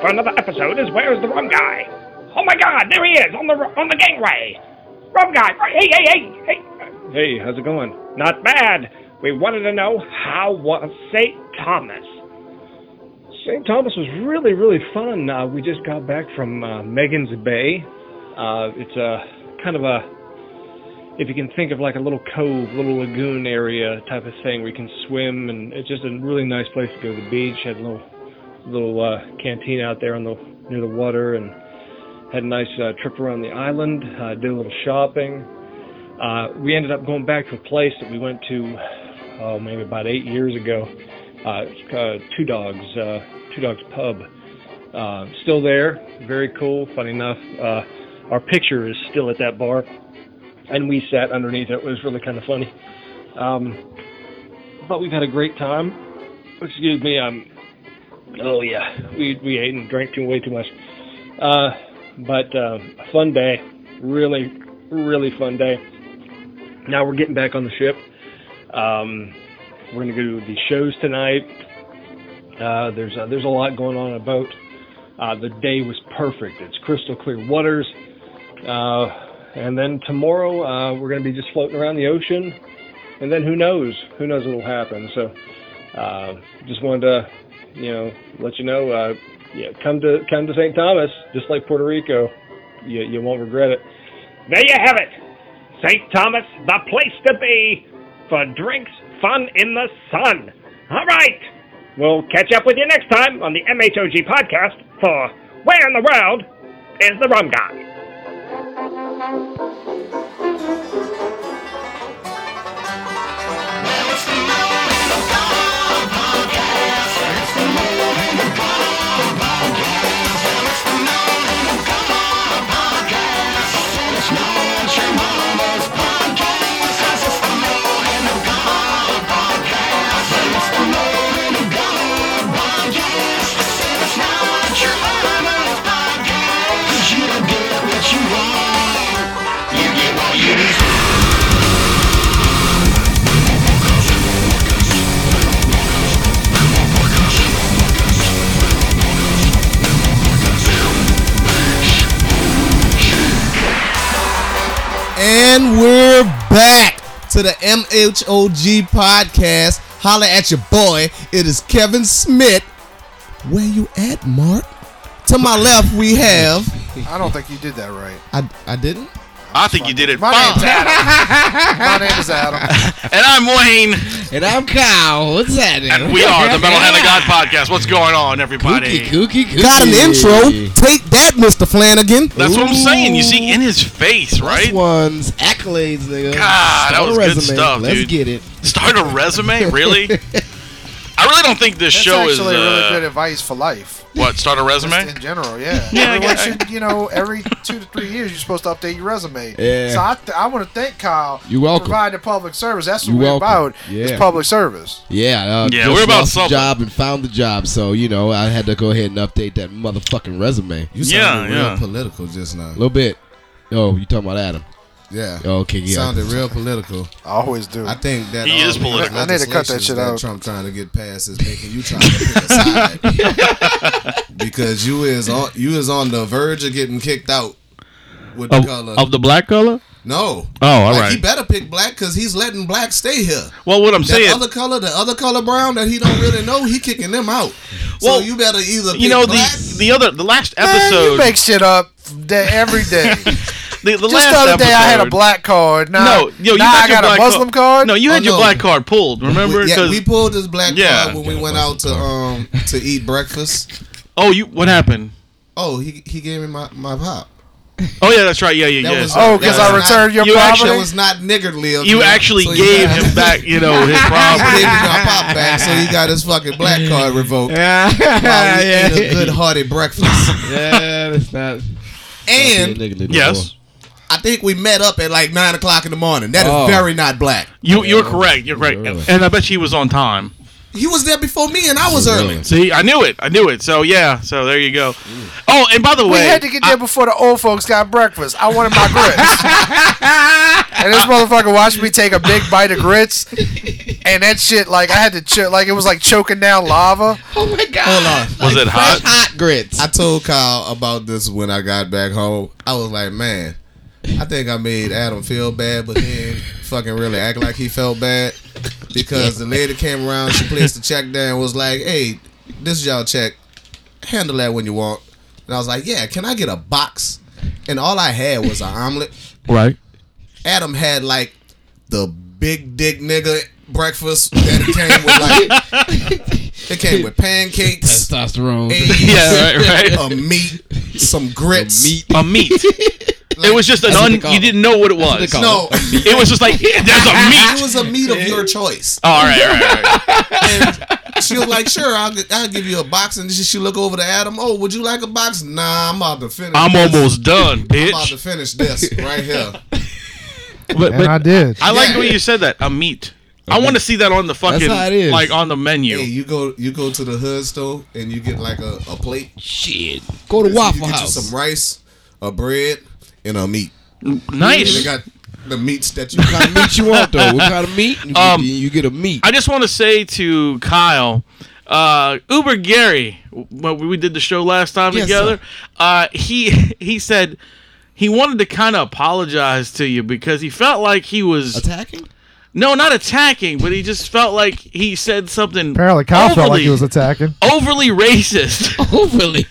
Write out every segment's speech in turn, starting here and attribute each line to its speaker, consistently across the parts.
Speaker 1: for another episode is Where's the Rum Guy? Oh my God, there he is on the on the gangway. Rum Guy, hey hey hey hey. Hey, how's it going? Not bad. We wanted to know how was St. Thomas. St. Thomas was really, really fun. Uh, we just got back from uh, Megan's Bay. Uh, it's a kind of a, if you can think of like a little cove, little lagoon area type of thing where you can swim, and it's just a really nice place to go to the beach. Had a little, little uh, canteen out there on the near the water, and had a nice uh, trip around the island. Uh, did a little shopping. Uh, we ended up going back to a place that we went to, oh, maybe about eight years ago uh, it's, uh, Two Dogs, uh, Two Dogs Pub. Uh, still there, very cool. Funny enough, uh, our picture is still at that bar, and we sat underneath it. It was really kind of funny. Um, but we've had a great time. Excuse me. Um, oh yeah, we we ate and drank too way too much. Uh, but uh, a fun day, really, really fun day. Now we're getting back on the ship. Um, we're going to go to the shows tonight. Uh, there's uh, there's a lot going on on a boat. Uh, the day was perfect. It's crystal clear waters. Uh, and then tomorrow uh, we're going to be just floating around the ocean. And then who knows? Who knows what will happen? So uh, just wanted to you know let you know. Uh, yeah, come to come to St. Thomas, just like Puerto Rico. You you won't regret it. There you have it. St. Thomas, the place to be for drinks, fun in the sun. All right. We'll catch up with you next time on the MHOG podcast for Where in the World is the Rum Guy?
Speaker 2: And we're back to the MHOG podcast. Holla at your boy. It is Kevin Smith. Where you at, Mark? To my left, we have.
Speaker 3: I don't think you did that right.
Speaker 2: I, I didn't?
Speaker 4: I think you did it
Speaker 3: My name's
Speaker 4: fine.
Speaker 3: Adam. My name is Adam.
Speaker 4: And I'm Wayne,
Speaker 5: And I'm Kyle. What's happening?
Speaker 4: and we are the Metal Hand of God podcast. What's going on, everybody?
Speaker 5: Kooky, kooky, kooky.
Speaker 2: Got an intro. Take that, Mr. Flanagan.
Speaker 4: That's what I'm saying. You see
Speaker 5: Ooh.
Speaker 4: in his face,
Speaker 5: Plus
Speaker 4: right?
Speaker 5: one's accolades,
Speaker 4: God,
Speaker 5: nigga.
Speaker 4: that
Speaker 5: Start a
Speaker 4: was good
Speaker 5: resume.
Speaker 4: stuff,
Speaker 5: Let's
Speaker 4: dude.
Speaker 5: get it.
Speaker 4: Start a resume, really? I really don't think this
Speaker 3: That's
Speaker 4: show is
Speaker 3: actually really good
Speaker 4: uh,
Speaker 3: advice for life,
Speaker 4: what start a
Speaker 3: just
Speaker 4: resume.
Speaker 3: in general. Yeah.
Speaker 4: Yeah, I
Speaker 3: Everyone
Speaker 4: got-
Speaker 3: should, you know, every two to three years, you're supposed to update your resume.
Speaker 5: Yeah.
Speaker 3: So I, th- I want to thank Kyle.
Speaker 5: You're welcome.
Speaker 3: Providing public service. That's what
Speaker 5: You're
Speaker 3: we're
Speaker 5: welcome.
Speaker 3: about.
Speaker 5: Yeah.
Speaker 3: It's public service.
Speaker 5: Yeah, uh,
Speaker 4: Yeah,
Speaker 5: just
Speaker 4: we're about
Speaker 5: lost the
Speaker 4: something.
Speaker 5: job and found the job, so you know I had to go ahead and update that motherfucking resume
Speaker 6: You
Speaker 4: Yeah,
Speaker 6: sounded real
Speaker 4: yeah.
Speaker 6: political just now.
Speaker 5: a little bit. Oh, you talking about Adam?
Speaker 6: Yeah.
Speaker 5: Okay,
Speaker 6: You
Speaker 5: yeah.
Speaker 6: sounded real political.
Speaker 3: I always do.
Speaker 6: I think that
Speaker 4: He
Speaker 6: all
Speaker 4: is
Speaker 6: the
Speaker 4: political.
Speaker 3: I need to cut that
Speaker 6: legislations
Speaker 3: shit out.
Speaker 6: Trump trying to get passed is making you trying to pick a side because you is on you is on the verge of getting kicked out with the
Speaker 4: Oh,
Speaker 7: of,
Speaker 6: color.
Speaker 7: of the black color.
Speaker 6: no.
Speaker 7: Oh, all
Speaker 6: Like,
Speaker 7: right.
Speaker 6: He better pick black because he's letting black stay here.
Speaker 7: Well, what I'm
Speaker 6: That
Speaker 7: saying,
Speaker 6: other color, the other color brown that he don't really know, he kicking them out.
Speaker 4: Well,
Speaker 6: so you better either pick
Speaker 4: you know
Speaker 6: black,
Speaker 4: the the other the last
Speaker 3: Man, you
Speaker 4: episode.
Speaker 3: make shit up day, every day.
Speaker 4: the, the
Speaker 3: Just
Speaker 4: last
Speaker 3: the other
Speaker 4: episode,
Speaker 3: day, I had a black card. Now,
Speaker 4: No, yo, you
Speaker 3: now
Speaker 4: had
Speaker 3: I
Speaker 4: your
Speaker 3: got a
Speaker 4: black
Speaker 3: Muslim
Speaker 4: card.
Speaker 3: card.
Speaker 4: No, you had
Speaker 6: Oh,
Speaker 4: your
Speaker 6: no.
Speaker 4: black card pulled. Remember?
Speaker 6: We, yeah,
Speaker 4: 'Cause-
Speaker 6: we pulled this black
Speaker 4: Yeah.
Speaker 6: card when we went out to um to eat breakfast.
Speaker 4: oh, you what happened?
Speaker 6: Oh, he he gave me my my pop.
Speaker 4: Oh yeah, that's right. Yeah, yeah,
Speaker 6: That
Speaker 4: yeah.
Speaker 6: was-
Speaker 3: Oh, because
Speaker 6: That
Speaker 3: I
Speaker 6: was
Speaker 3: returned your
Speaker 4: You
Speaker 3: property.
Speaker 4: actually-
Speaker 6: That was not niggardly. Of
Speaker 4: you
Speaker 6: him,
Speaker 4: actually
Speaker 6: so he
Speaker 4: gave
Speaker 6: got-
Speaker 4: him back, you know, his
Speaker 6: He gave me
Speaker 4: problem.
Speaker 6: my pop back, so he got his fucking black card revoked.
Speaker 5: yeah,
Speaker 6: While we ate a good hearty breakfast,
Speaker 5: yeah, that's not.
Speaker 6: and
Speaker 4: yes,
Speaker 6: I think we met up at like nine o'clock in the morning. That is
Speaker 5: Oh.
Speaker 6: very not black.
Speaker 4: you you're correct. You're correct,
Speaker 5: Really?
Speaker 4: and I bet she was on time.
Speaker 2: He was there before me, and I was early.
Speaker 4: See, I knew it. I knew it. So yeah. So there you go. Oh, and by the
Speaker 3: We
Speaker 4: way,
Speaker 3: had to get there
Speaker 4: I-
Speaker 3: before the old folks got breakfast. I wanted my grits. and this motherfucker watched me take a big bite of grits. And that shit, like, I had to choke, like, it was like choking down lava.
Speaker 5: Oh my god.
Speaker 6: Hold on.
Speaker 4: was it hot?
Speaker 5: Hot grits.
Speaker 6: I told Kyle about this when I got back home. I was like, man, I think I made Adam feel bad, but then fucking really act like he felt bad because the lady came around, she placed the check there and was like, hey, this is y'all check. Handle that when you want. And I was like, yeah, can I get a box? And all I had was an omelet.
Speaker 5: right.
Speaker 6: Adam had like the big dick nigga breakfast that it came with like it came with pancakes,
Speaker 5: Testosterone.
Speaker 6: eggs,
Speaker 4: Yeah, right, right.
Speaker 6: a meat, some grits.
Speaker 5: Meat.
Speaker 4: A meat. it was just an
Speaker 5: That's what
Speaker 4: un.
Speaker 5: they call
Speaker 4: You
Speaker 5: it.
Speaker 4: didn't know what it
Speaker 5: what they
Speaker 4: was.
Speaker 5: call
Speaker 6: No,
Speaker 4: It was just like there's a
Speaker 6: it
Speaker 4: meat.
Speaker 6: was a meat of your choice.
Speaker 4: All right, all right, all right.
Speaker 6: And she was like, "Sure, I'll, gi- I'll give you a box." And she she look over to Adam. Oh, would you like a box? Nah, I'm about to finish.
Speaker 4: I'm
Speaker 6: this.
Speaker 4: almost done,
Speaker 6: I'm about to
Speaker 4: bitch.
Speaker 6: finish this right here.
Speaker 4: But,
Speaker 7: And I did.
Speaker 4: I like
Speaker 6: Yeah.
Speaker 4: the way you said that. A meat. I want to see that on the fucking
Speaker 5: how it is.
Speaker 4: like on the menu.
Speaker 6: Hey, you go you go to the hood store and you get like a, a plate.
Speaker 5: Shit. Go to
Speaker 6: you
Speaker 5: Waffle
Speaker 6: get
Speaker 5: House.
Speaker 6: you some rice, a bread, and a meat. They
Speaker 4: Nice.
Speaker 6: got the meats that you
Speaker 5: what kind of meat you want though? What kind of meat? You,
Speaker 4: Um,
Speaker 5: you, you get a meat.
Speaker 4: I just want to say to Kyle, uh, Uber Gary, when we did the show last time
Speaker 5: Yes,
Speaker 4: together, uh, he he said he wanted to kind of apologize to you because he felt like he was
Speaker 5: Attacking?
Speaker 4: no, not attacking, but he just felt like he said something.
Speaker 7: Apparently, Kyle felt like he was
Speaker 4: overly-
Speaker 7: attacking.
Speaker 4: overly racist.
Speaker 5: Overly.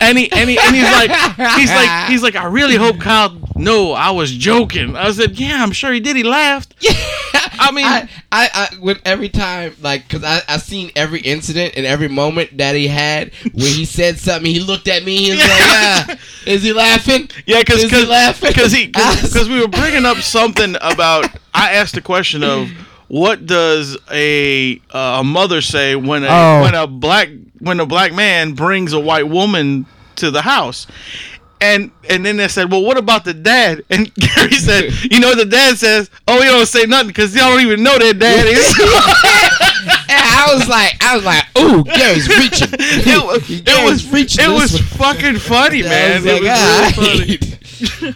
Speaker 4: and he, and, he, and he's like he's like he's like I really hope Kyle no I was joking I said yeah I'm sure he did he laughed I mean
Speaker 5: I, I, I, with every time, like, cause I, I seen every incident and every moment that he had when he said something, he looked at me, he was
Speaker 4: Yeah.
Speaker 5: like, ah, is he laughing?
Speaker 4: yeah because
Speaker 5: is he laughing?
Speaker 4: because he
Speaker 5: I-
Speaker 4: because we were bringing up something about I asked the question of what does a uh, a mother say when a
Speaker 7: Oh.
Speaker 4: when a black when a black man brings a white woman to the house. And, and then they said, well, what about the dad? And Gary said, you know, the dad says, oh, he don't say nothing because y'all don't even know that dad is.
Speaker 5: And I was like, I was like, ooh, Gary's reaching.
Speaker 4: it was, it
Speaker 5: Gary's
Speaker 4: was,
Speaker 5: reaching.
Speaker 4: it was
Speaker 5: this one.
Speaker 4: fucking funny,
Speaker 5: I
Speaker 4: man.
Speaker 5: was like, "Ah."
Speaker 4: it was
Speaker 5: all
Speaker 4: really funny.
Speaker 5: right.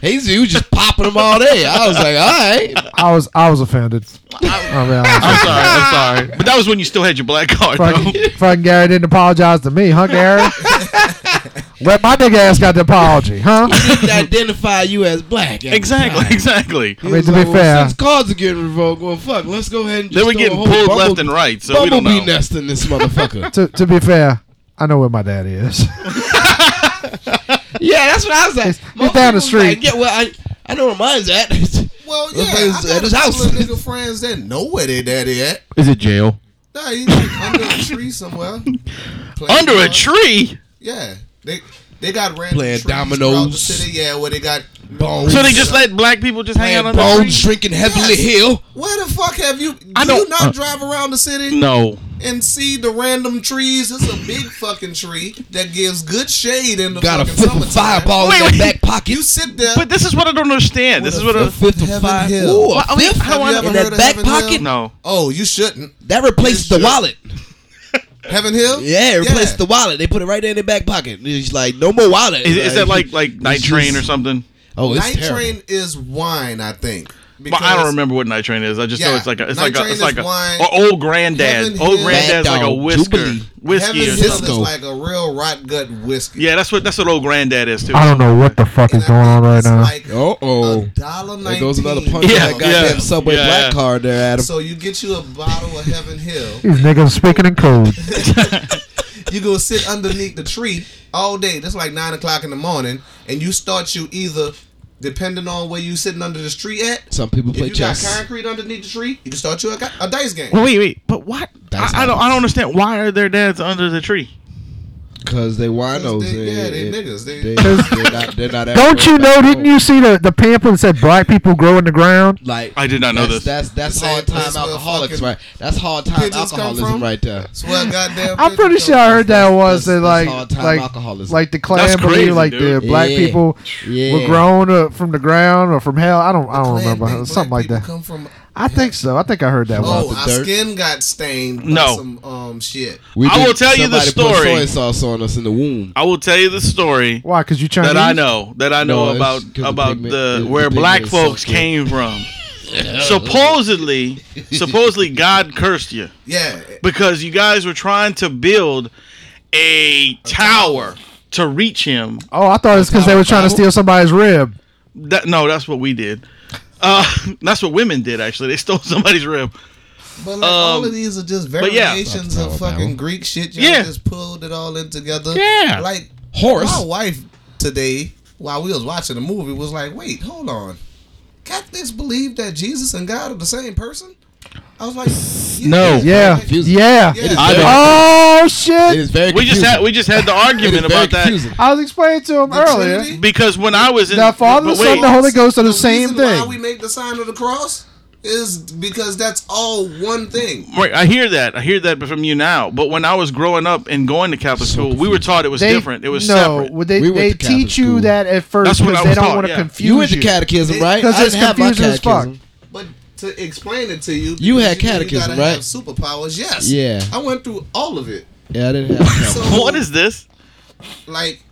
Speaker 5: He's he was just popping them all day. I was like, all right.
Speaker 7: I was I was offended. I mean, I
Speaker 4: I'm sorry, I'm sorry. But that was when you still had your black card,
Speaker 7: was,
Speaker 4: though.
Speaker 7: fucking, fucking Gary didn't apologize to me, huh, Gary? Well, my nigga ass got the apology, huh?
Speaker 5: Didn't identify you as black. at the
Speaker 4: Exactly,
Speaker 5: time.
Speaker 4: exactly.
Speaker 7: I mean,
Speaker 5: It's
Speaker 7: to be
Speaker 5: like, well,
Speaker 7: fair,
Speaker 5: since cards are getting revoked, well, fuck, let's go ahead and just
Speaker 4: They were
Speaker 5: throw
Speaker 4: getting
Speaker 5: a
Speaker 4: pulled
Speaker 5: whole
Speaker 4: left
Speaker 5: bumble-
Speaker 4: and right, so we don't
Speaker 5: bumblebee
Speaker 4: know.
Speaker 5: nest in this motherfucker.
Speaker 7: to, to be fair, I know where my dad is.
Speaker 5: yeah, that's what I was like.
Speaker 7: It's- it's
Speaker 5: Most
Speaker 7: down the
Speaker 5: people was like,
Speaker 7: street.
Speaker 5: yeah, well, I, I know where mine's at.
Speaker 6: Well, yeah,
Speaker 5: Those
Speaker 6: I
Speaker 5: places
Speaker 6: got
Speaker 5: at
Speaker 6: a
Speaker 5: his
Speaker 6: couple
Speaker 5: house.
Speaker 6: of nigga friends that know where they daddy at.
Speaker 4: Is it jail?
Speaker 6: Nah, he's like under a tree somewhere. Playing
Speaker 4: Under a
Speaker 6: cards.
Speaker 4: tree?
Speaker 6: Yeah, they they got random
Speaker 5: Playing
Speaker 6: trees
Speaker 5: dominoes.
Speaker 6: throughout the city. Yeah, where they got
Speaker 5: Bones.
Speaker 4: So they just let black people just hang out
Speaker 5: Man,
Speaker 4: on the tree?
Speaker 5: bones drinking heavily
Speaker 6: Yes.
Speaker 5: hill.
Speaker 6: Where the fuck have you? Do
Speaker 4: I
Speaker 6: you
Speaker 4: don't-
Speaker 6: not
Speaker 4: uh,
Speaker 6: drive around the city
Speaker 4: No.
Speaker 6: and see the random trees? It's a big fucking tree that gives good shade in the
Speaker 5: Got a
Speaker 6: fucking
Speaker 5: fifth of
Speaker 6: summertime.
Speaker 5: fireball
Speaker 4: Wait,
Speaker 5: in
Speaker 4: wait.
Speaker 5: their back pocket.
Speaker 6: You sit there.
Speaker 4: But this is what I don't understand. This is what
Speaker 5: a
Speaker 4: I...
Speaker 5: fifth of
Speaker 6: Heaven
Speaker 5: five.
Speaker 6: Hill.
Speaker 5: Ooh, a
Speaker 4: I mean,
Speaker 5: fifth
Speaker 4: how I-
Speaker 5: in
Speaker 6: Have you ever
Speaker 5: that
Speaker 6: heard of
Speaker 5: back
Speaker 6: Heaven Hill?
Speaker 5: pocket.
Speaker 4: No.
Speaker 6: oh, you shouldn't.
Speaker 5: That replaced the
Speaker 6: It's just-
Speaker 5: wallet.
Speaker 6: Heaven Hill.
Speaker 5: Yeah, it replaced the wallet. They put it right there in their back pocket. It's like no more wallet.
Speaker 4: Is, is that like like Night
Speaker 5: it's
Speaker 4: Train
Speaker 5: just-
Speaker 4: or something?
Speaker 5: Oh, it's
Speaker 6: Night
Speaker 5: terrible.
Speaker 6: Train is wine, I think.
Speaker 4: But I don't
Speaker 6: Because-
Speaker 4: remember what Night Train is. I just know
Speaker 6: Yeah.
Speaker 4: it's like a it's
Speaker 6: Night
Speaker 4: like a
Speaker 6: Train
Speaker 4: it's like
Speaker 6: is
Speaker 4: a
Speaker 6: wine.
Speaker 4: or old granddad.
Speaker 6: Heaven
Speaker 4: old
Speaker 6: Hill.
Speaker 4: granddad's
Speaker 5: Bad
Speaker 4: like a
Speaker 5: dog.
Speaker 4: whisker
Speaker 5: Jubilee.
Speaker 4: whiskey
Speaker 6: Heaven
Speaker 4: or
Speaker 6: Hill
Speaker 4: something.
Speaker 6: is
Speaker 5: Cisco.
Speaker 6: like a real rot gut whiskey.
Speaker 4: Yeah, that's what that's what old granddad is too.
Speaker 7: I don't know what the fuck
Speaker 6: And
Speaker 7: is
Speaker 6: I
Speaker 7: going on
Speaker 6: think
Speaker 7: right
Speaker 6: it's
Speaker 7: now.
Speaker 6: Like
Speaker 5: Uh oh.
Speaker 6: $1.19.
Speaker 5: There goes another punch
Speaker 4: Yeah,
Speaker 5: yeah, that goddamn
Speaker 4: yeah,
Speaker 5: subway
Speaker 4: yeah.
Speaker 5: black card there, Adam.
Speaker 6: So you get you a bottle of Heaven Hill.
Speaker 7: These niggas speaking in code.
Speaker 6: You go sit underneath the tree all day. That's like nine o'clock in the morning, and you start you either depending on where you sitting under this tree at.
Speaker 5: Some people
Speaker 6: If
Speaker 5: play
Speaker 6: you got
Speaker 5: chess.
Speaker 6: concrete underneath the tree, you can start you a, co- a dice game.
Speaker 4: Well, wait, wait, but what?
Speaker 5: That's
Speaker 4: I, I don't.
Speaker 5: nice.
Speaker 4: I don't understand. Why are their dads under the tree?
Speaker 5: Because they winos.
Speaker 6: They-
Speaker 5: and-
Speaker 6: yeah, they
Speaker 5: and-
Speaker 6: niggas. They-
Speaker 5: eh, they, are not, they're not
Speaker 7: Don't you
Speaker 5: everywhere.
Speaker 7: know? Didn't you see the the pamphlet that said black people grow in the ground?
Speaker 5: Like
Speaker 4: I did not know
Speaker 5: that's,
Speaker 4: this.
Speaker 5: That's that's
Speaker 6: This ain't-
Speaker 5: hard time
Speaker 6: this where
Speaker 5: alcoholics,
Speaker 6: fucking
Speaker 5: right? That's hard time
Speaker 6: pigeons come
Speaker 5: alcoholism
Speaker 6: from?
Speaker 5: right there.
Speaker 6: Swear, to goddamn.
Speaker 7: I'm
Speaker 6: bitch,
Speaker 7: pretty
Speaker 6: you
Speaker 7: sure I heard that was that
Speaker 5: That's-
Speaker 7: like
Speaker 5: that's all-time
Speaker 7: like
Speaker 5: alcoholism.
Speaker 7: like the Klan
Speaker 4: That's crazy,
Speaker 7: believed like
Speaker 4: dude.
Speaker 7: the black
Speaker 5: Yeah.
Speaker 7: people
Speaker 5: Yeah.
Speaker 7: were grown uh, from the ground or from hell. I don't I don't
Speaker 6: Clan
Speaker 7: remember
Speaker 6: think
Speaker 7: something
Speaker 6: black
Speaker 7: like
Speaker 6: people
Speaker 7: that.
Speaker 6: Come from
Speaker 7: I think so. I think I heard that one.
Speaker 6: Oh,
Speaker 5: the
Speaker 6: our
Speaker 5: dirt?
Speaker 6: skin got stained. by
Speaker 4: No.
Speaker 6: some um shit.
Speaker 5: We
Speaker 4: I
Speaker 5: did-
Speaker 4: will tell you the
Speaker 5: somebody
Speaker 4: story.
Speaker 5: Put soy sauce on us in the womb.
Speaker 4: I will tell you the story
Speaker 7: Why? Because you Chinese?
Speaker 4: that I know that I know
Speaker 5: No, it's
Speaker 4: about
Speaker 5: 'cause the
Speaker 4: about
Speaker 5: pigment-
Speaker 4: the,
Speaker 5: the-
Speaker 4: where
Speaker 5: the
Speaker 4: black
Speaker 5: pigment
Speaker 4: folks
Speaker 5: sucks, yeah.
Speaker 4: came from. supposedly, supposedly God cursed you
Speaker 6: Yeah.
Speaker 4: because you guys were trying to build a tower to reach him.
Speaker 7: Oh, I thought it's because they were trying to steal somebody's rib.
Speaker 4: That, no, that's what we did. Uh, that's what women did actually. They stole somebody's rib.
Speaker 6: But like all of these are just
Speaker 4: Um, yeah.
Speaker 6: variations of
Speaker 5: Alabama.
Speaker 6: fucking Greek shit. you
Speaker 4: Yeah.
Speaker 6: just pulled it all in together.
Speaker 4: Yeah.
Speaker 6: Like
Speaker 5: Horse.
Speaker 6: My wife today, while we was watching the movie, was like, "Wait, hold on. Catholics believe that Jesus and God are the same person." I was like, yeah,
Speaker 4: No.
Speaker 7: Yeah.
Speaker 5: Confusing.
Speaker 7: Yeah.
Speaker 6: Yeah.
Speaker 5: I
Speaker 6: Yeah.
Speaker 5: don't-
Speaker 7: Oh,
Speaker 5: It
Speaker 7: shit.
Speaker 5: is very.
Speaker 4: We just
Speaker 5: confusing.
Speaker 4: had we just had the
Speaker 5: It is
Speaker 4: argument
Speaker 5: very
Speaker 4: about that
Speaker 5: confusing.
Speaker 7: I was explaining to him
Speaker 6: The
Speaker 7: earlier.
Speaker 6: Trinity?
Speaker 4: because when I was in
Speaker 7: The Father, the
Speaker 4: but
Speaker 7: Son,
Speaker 4: wait,
Speaker 7: the Holy Ghost are the
Speaker 6: The
Speaker 7: same
Speaker 6: reason Why we
Speaker 7: thing.
Speaker 6: make the sign of the cross is because that's all one thing.
Speaker 4: Right, I hear that. I hear that from you now. But when I was growing up and going to Catholic school, we were taught it was
Speaker 7: They-
Speaker 4: different. It was
Speaker 7: no,
Speaker 4: separate.
Speaker 7: They,
Speaker 5: We went
Speaker 7: they
Speaker 5: to Catholic
Speaker 7: teach you
Speaker 5: school.
Speaker 7: that at first
Speaker 4: That's what I
Speaker 7: because they
Speaker 4: was
Speaker 7: don't
Speaker 4: taught,
Speaker 7: want to
Speaker 4: yeah.
Speaker 7: confuse
Speaker 5: You went to catechism, right?
Speaker 7: Because
Speaker 5: I
Speaker 7: it's
Speaker 5: didn't have my
Speaker 7: confusing as fuck.
Speaker 5: catechism.
Speaker 6: But to explain it to you,
Speaker 5: You had
Speaker 6: because know
Speaker 5: catechism,
Speaker 6: gotta
Speaker 5: right?
Speaker 6: Have superpowers, yes.
Speaker 5: Yeah.
Speaker 6: I went through all of it.
Speaker 5: Yeah, I didn't have.
Speaker 6: So,
Speaker 4: what is this?
Speaker 6: like?